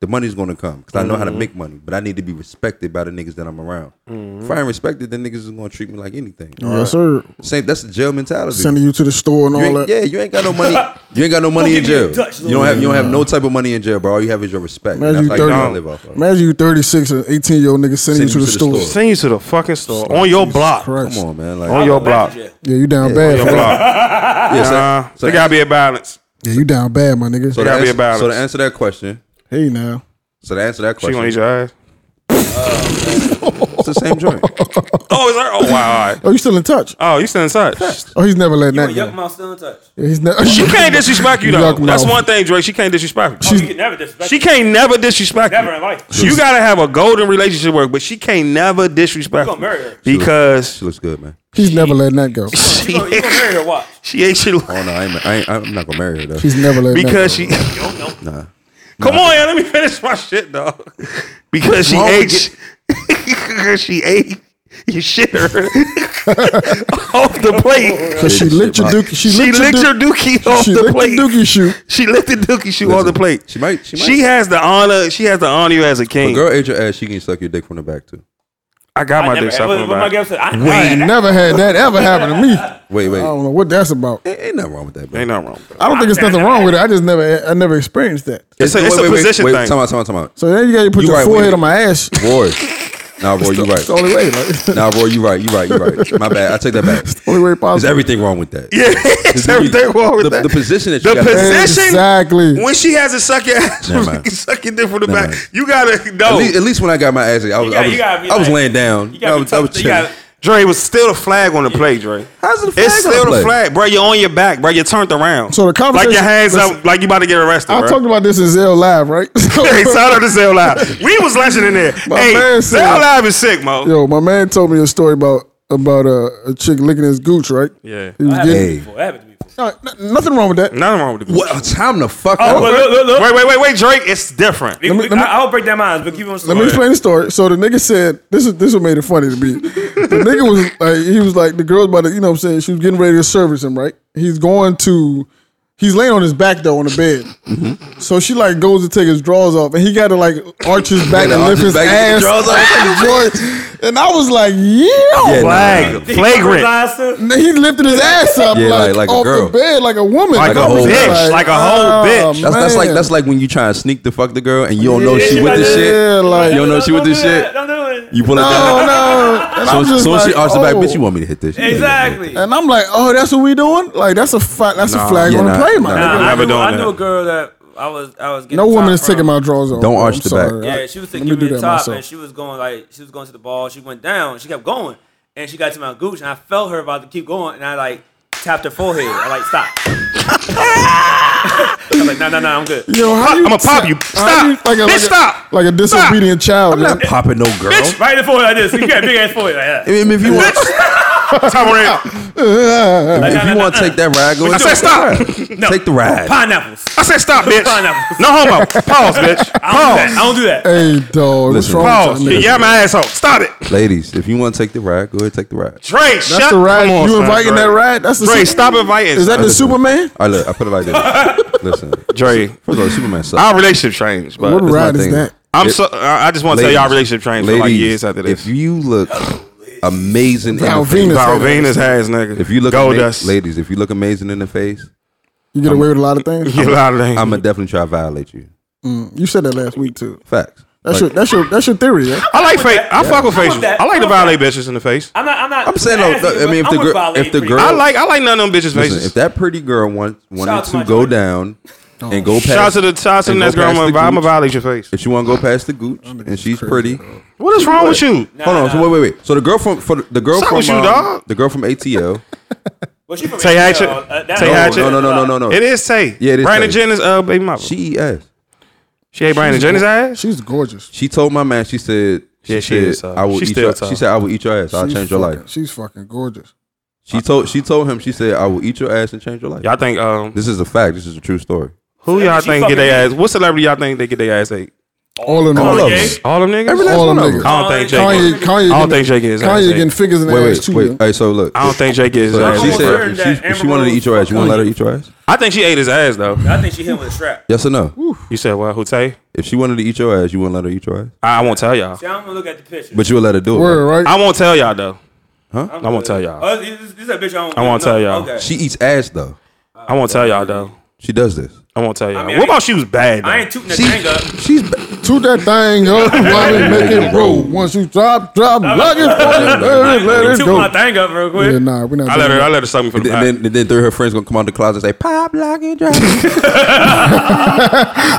D: The money's gonna come because I know
B: Mm-hmm.
D: how to make money, but I need to be respected by the niggas that I'm around.
B: Mm-hmm.
D: If I ain't respected, then niggas is gonna treat me like anything.
E: Yes, Uh, sir.
D: Same, that's the jail mentality.
E: Sending you to the store and
D: You
E: all
D: ain't-
E: that.
D: yeah, you ain't got no money. You ain't got no money
C: give
D: in
C: me
D: jail.
C: a Dutch,
D: You don't have you don't have no type of money in jail, bro. All you have is your respect. And
E: Imagine
D: that's how
E: you
D: you gotta
E: thirty.
D: live off of.
E: Imagine you thirty six or eighteen year old nigga sending you to the, store.
B: Send you to the fucking store on your block.
E: Christ.
D: Come on, man.
B: On
D: Like,
B: your block.
C: Yeah.
E: Yeah, you down bad.
B: Your
E: fella.
B: block.
D: yeah, so-
B: Uh,
D: so
B: there gotta be a balance.
E: Yeah, you down bad, my nigga.
D: so to
B: gotta be a
D: answer-
B: balance.
D: So to answer that question,
E: hey now.
D: so to answer that
B: She gonna eat
D: question,
B: your ass.
D: it's the same joint.
B: Oh, is her? Oh, wow. All right.
E: Oh, you still in touch?
B: Oh, you still in touch?
E: Oh, he's never letting
C: You
E: that
C: and Yuck
E: go.
C: Mouth still in touch.
E: Yeah, he's never.
B: She can't disrespect you though.
E: Yuck
B: That's
E: mouth.
B: one thing, Drake. She can't disrespect you.
C: Oh, you can never disrespect
B: She
C: me.
B: can't never disrespect you.
C: Never in life.
B: You gotta have a golden relationship work, but she can't never disrespect
C: You gonna marry
B: you
C: her.
B: because
D: She looks good, man.
E: He's never letting that go.
C: You gonna, you gonna marry her? Watch.
B: she ain't shit
D: Oh no, I ain't, I ain't, I'm not gonna marry her though.
E: He's never letting
B: because she.
E: that
B: Come on, yeah, let me finish my shit, dog. Because she
D: Wrong with
B: ate. she ate your shitter off the plate.
E: Cause she licked your dookie. She,
B: She licked
E: doo-
B: your dookie off
E: She
B: the
E: licked
B: plate.
E: your dookie shoot.
B: She licked the dookie shoe off the plate.
D: She might. She
B: She,
D: might.
B: has the honor. She has the honor as a
D: a
B: king.
D: girl ate your ass. She can suck your dick from the back too.
B: I got my
C: never-
B: dick sucked
C: what-
B: from
C: what
B: the
C: my
B: back.
C: girl said, I-
E: I ain't never had that ever happen to me. I
D: Wait, wait.
E: don't know what that's about.
D: Ain't ain't nothing wrong with that, bro.
B: Ain't nothing wrong. with that.
E: I don't think it's nothing wrong with it. I just never, I never experienced that.
B: It's a- it's a position
D: wait,
B: thing.
D: Time out, time out, time out.
E: So then you gotta put
D: You
E: your
D: right,
E: forehead
D: Wendy.
E: on my ass.
D: Roy. Nah, Roy, you
E: That's
D: right.
E: the only way. Like,
D: Nah, Roy, you right. You right. You right. My bad. I take that back.
E: only way possible.
D: There's everything wrong with that.
B: Yeah, it's everything wrong with
D: the,
B: that.
D: The position that you
B: The
D: got.
B: posi- position?
E: Exactly.
B: when she has a suck your ass,
D: Never mind.
B: suck your dick from the
D: Never
B: back.
D: mind.
B: You gotta
D: at,
B: know.
D: least, at least when I got my ass, I was,
C: You gotta-
D: I was,
C: you gotta be
D: I was
C: like-
D: laying down.
C: You gotta
D: I
C: be
D: was, I was
C: tough. You gotta-
D: chilling.
B: Dre it was still the flag on the play, Dre.
D: How's the flag
B: It's
D: on
B: still the
D: play?
B: flag, bro. You're on your back, bro. You turned around.
E: So the
B: like your
E: conversation-
B: hands
E: listen-
B: up, like you about to get arrested,
E: I
B: bro.
E: talked about this in Zell Live, right?
B: hey, shout out to Zell Live. We was legend in there.
E: My
B: hey,
E: man
B: Zell
E: said-
B: Live is sick, mo.
E: Yo, my man told me a story about about uh, a chick licking his gooch, right?
B: Yeah.
E: He was getting,
D: Hey.
C: Before, that happened to me before.
E: No, n- nothing wrong with that.
B: Nothing wrong with the
D: What time the fuck
C: Oh,
D: out?
C: look, look, look, look.
B: Wait, wait, wait, wait, Drake. It's different.
C: We-
E: me-
C: we-
E: let me-
C: I- I'll break their minds, but keep on.
E: Let me explain the story. So the nigga said this is this what made it funny to me. The nigga was like he was like the girl's about to, you know what I'm saying, she was getting ready to service him, right? He's going to he's laying on his back though on the bed.
D: Mm-hmm.
E: So she like goes to take his drawers off and he got to like arch his back and
D: arch
E: lift
D: his
E: his
D: back and
E: ass.
D: take the drawers off.
E: Joint. And I was like, yeah.
D: nah.
B: Flag, flagrant,
C: Flagrant.
E: And then he lifted his ass up
D: Yeah, like-
E: like,
D: like a
E: off
D: girl.
E: the bed like a woman.
B: like
D: a
B: a
E: I was
B: whole
D: whole
B: bitch,
D: bitch.
B: like a whole
E: oh,
B: bitch.
D: That's, that's like
E: man.
D: that's like when you try to sneak the fuck the girl and you don't know she
C: Yeah,
D: with the
C: yeah,
E: yeah,
D: shit.
E: like-
D: you don't know she with
C: do
D: this
C: that.
D: shit.
C: Don't do it.
D: You pull it down.
E: Oh no. And I'm
D: So,
E: just
D: so
E: like,
D: she arches back,
E: oh.
D: bitch. You want me to hit this? shit.
C: Exactly.
E: And I'm like, oh, that's what we doing? Like that's a fi- that's
B: Nah,
E: a flag
D: yeah,
E: on the
D: nah,
E: play,
D: nah.
E: man.
C: Nah,
B: Never
C: I, knew,
B: done
C: I
B: that.
C: knew a girl that I was I was getting
E: No woman
C: top
E: is
C: from.
E: taking my drawers off.
D: Don't
E: bro.
D: arch
E: I'm
D: the
E: sorry.
D: back.
E: I-
C: Yeah, she was
E: let
C: taking
E: me
C: me
E: do
C: to the
E: that
C: top,
E: myself.
C: and she was going like she was going to the ball. She went down. She kept going, and she got to my gooch, and I felt her about to keep going, and I like tapped her forehead. I like stop. I was like, no, no, no, I'm good.
E: Yo, how
B: Pop-
E: you
B: I'ma pop
E: ta-
B: you.
E: how
B: Stop.
E: you- like a,
B: Bitch,
E: like a,
B: stop.
E: Like a disobedient child.
D: I'm not
E: yo.
D: popping no girl.
C: Right in the forehead like this. You got a big ass forehead like
D: I
C: that.
D: mean, if you want,
B: Top right.
D: if you want to take that ride, go
B: I said
D: ahead.
B: stop.
C: No,
D: Take the ride.
C: Pineapples.
B: I said stop, bitch.
C: Pineapples.
B: No homo. Pause, bitch.
C: I don't do that. I
B: Pause.
C: don't do that.
E: Hey, dog. What's
D: Listen.
E: wrong
B: Pause.
E: with y'all
B: You
E: niggas?
B: yeah, my asshole. Stop it.
D: Ladies, if you want to take the ride, go ahead take the ride.
B: Dre, That's shut
E: That's the ride.
B: Come on,
E: you
B: son,
E: inviting
B: Dre.
E: that ride? That's the
B: Dre,
E: Sup-
B: stop inviting.
E: Is that the
D: Listen.
E: Superman?
D: All right, look, I put it like this. Listen,
B: Dre?
D: first of all, Superman sucks.
B: Our relationship changed, but
E: What
D: my
E: ride is
D: thing.
E: that?
B: I'm
D: It-
B: so. I I just want to tell
D: Ladies,
B: y'all relationship changed for like
D: ladies,
B: years after this.
D: If you look amazing, in
E: Val
D: the face,
E: Venus.
B: Val Venus has nigga.
D: if you look,
B: gold
D: ama-
B: dust,
D: ladies, if you look amazing in the face,
E: You get away with a lot of things.
B: get out of there.
D: I'm gonna definitely try to violate you.
E: You said that last week too.
D: Facts. Like,
E: That's your that's your that's your theory. Yeah?
B: I like face. I fuck with
C: I want
B: facials.
C: that.
B: I like to
C: I want
B: violate bitches in the face.
C: I'm not. I'm not.
D: I'm saying, no,
C: asking,
D: I mean, if
C: but
D: the
C: I would
D: girl-
C: violate
D: if the
C: pretty
D: girl-
C: much.
B: I like. I like none of them bitches'
D: listen,
B: faces.
D: if that pretty girl want, wanted
C: Shout
D: to
C: out to
D: go
C: my-
D: down
E: Oh,
D: and go past,
B: Shout out to the shout out to the
D: and go
B: next girl. I'm
D: past the
B: gonna I'm gonna
D: gooch.
B: violate your face.
D: if you want to go past the gooch and she's pretty,
B: What is wrong with you?
D: hold on. So wait, wait, wait. So the girl from for the, the girl
B: What's up
D: from
B: with you,
D: um,
B: dog?
D: the girl from ATL.
C: Well, she from
B: Tay
C: ATL.
B: Hatchet.
C: Uh, that-
B: Tay
D: no,
B: Hatchet.
D: no, no, no, no, no, no.
B: It is Tay.
D: Yeah, it is
B: Brandon
D: Tay.
B: Jennings, uh, baby mama. She,
D: She E ass.
B: she ate Brandon Jennings' ass.
E: She's gorgeous.
D: She told my man. She said. She
B: Yeah, she
D: said,
B: is tough.
D: I will
B: She's
D: eat
B: still
D: your,
B: tough.
D: She said, "I will eat your ass. I'll
E: She's
D: change your
E: fucking-
D: life."
E: She's fucking gorgeous.
D: She told she told him. She said, "I will eat your ass and change your life."
B: Y'all think um
D: This is a fact. This is a true story.
B: who y'all
C: She
B: think
C: fucking-
B: get their ass? What celebrity y'all think they get their ass ate?
E: All in all,
D: All of
C: Kanye.
D: them.
B: All them niggas.
D: Every last
E: All
D: one
E: them
D: of them.
E: niggas.
B: I don't think Jake.
E: Kanye,
B: is-
E: Kanye.
B: I don't
E: getting-
B: think Jake is.
E: Kanye getting
B: Jake.
E: fingers in the
D: Wait,
E: ass
D: wait,
E: too.
D: wait.
E: yo.
D: All right, so look.
B: I don't think Jake is.
D: Look,
B: ass.
D: she
C: Amber
D: said
C: Rose
D: if
C: that
D: she, if
C: Amber
D: she wanted to
C: Rose
D: eat your ass. You want to let her
C: fucking-
D: eat your ass?
B: I think she ate his ass though.
C: I think she hit with a strap.
D: Yes or no?
B: You said what? Who Tay?
D: If she wanted to eat your ass, you wouldn't let her eat your ass.
B: I, I won't tell y'all.
C: See, I'm gonna look at the picture.
D: But you would let her do it.
E: Word,
D: right?
E: right?
B: I won't tell y'all though.
C: I'm
B: I won't tell y'all.
C: Oh, this, this is a bitch I won't.
B: I won't
C: no,
B: tell y'all.
C: Okay.
D: She eats ass though.
B: I won't tell y'all though.
D: She does this.
B: I won't tell y'all.
C: mean, I
B: what
C: ain't-
B: about she was bad? Though?
C: I ain't tooting that
D: She,
C: thing up.
D: she's ba-
E: Toot that thing up, while it make it roll. Once you drop, drop, lug it, let it,
C: I
E: let it
C: toot
E: go.
C: my thing up real quick.
E: Yeah, nah, we're not.
B: I
E: doing
B: let her.
E: that.
B: I let her suck me from the
D: and
B: back.
D: then, and then through her friends gonna come out the closet and say pop lock and drop.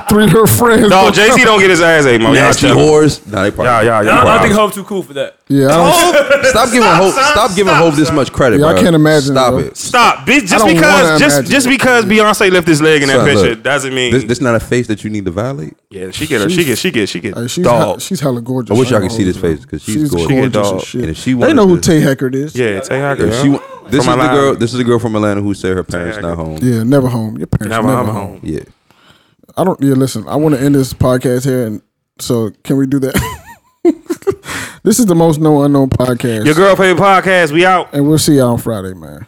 E: Three of her friends.
B: No,
E: go-
B: Jay Z don't get his ass ate, mo. Y'all
D: Nasty
B: chill.
D: whores. Nah, they probably.
B: Y'all, y'all,
C: I don't, I don't
B: y'all.
C: think Hope too cool for that.
E: Yeah, I don't,
D: Stop giving
B: Stop,
D: Hope.
B: son,
D: Stop giving
B: stop,
D: Hope this
B: son.
D: much credit.
E: Yeah, I
D: bro.
E: can't imagine,
D: Stop
E: bro.
D: it.
B: Stop, bitch. Just
E: don't
B: because
E: wanna
B: just
E: imagine.
B: just because Beyonce left his leg in that
D: Son,
B: picture
D: look,
B: doesn't mean
D: This, this not a face that you need to violate.
B: yeah. She get her. She get. She get. She get.
E: Hey, uh, she's
B: dog.
E: hella, she's hella gorgeous.
D: I wish y'all
E: ain't
D: could see
E: gonna
D: this
E: hold you.
D: face because she's gorgeous.
B: She a
E: Oh, gorgeous
B: dog.
E: as shit.
D: And if she
E: they
D: wanted
E: know who
D: to-
E: Tay Heckard is.
B: yeah. Take her.
D: If
B: girl.
D: she, this is
B: From
D: the
B: Atlanta.
D: girl. This is the girl from Atlanta who said her parents not home.
E: Yeah, never home. Your parents
B: Never
E: never,
B: I'm
E: home.
B: home.
D: Yeah.
E: I don't. Yeah, listen. I want to end this podcast here, and so can we do that? This is the most known unknown podcast.
B: Your girl favorite podcast. We out.
E: and we'll see y'all on Friday, man.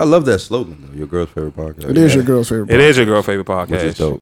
D: I love that slogan though. Your girl's favorite podcast.
E: It is your girl's favorite.
B: It is your girl favorite podcast.
D: Which is dope.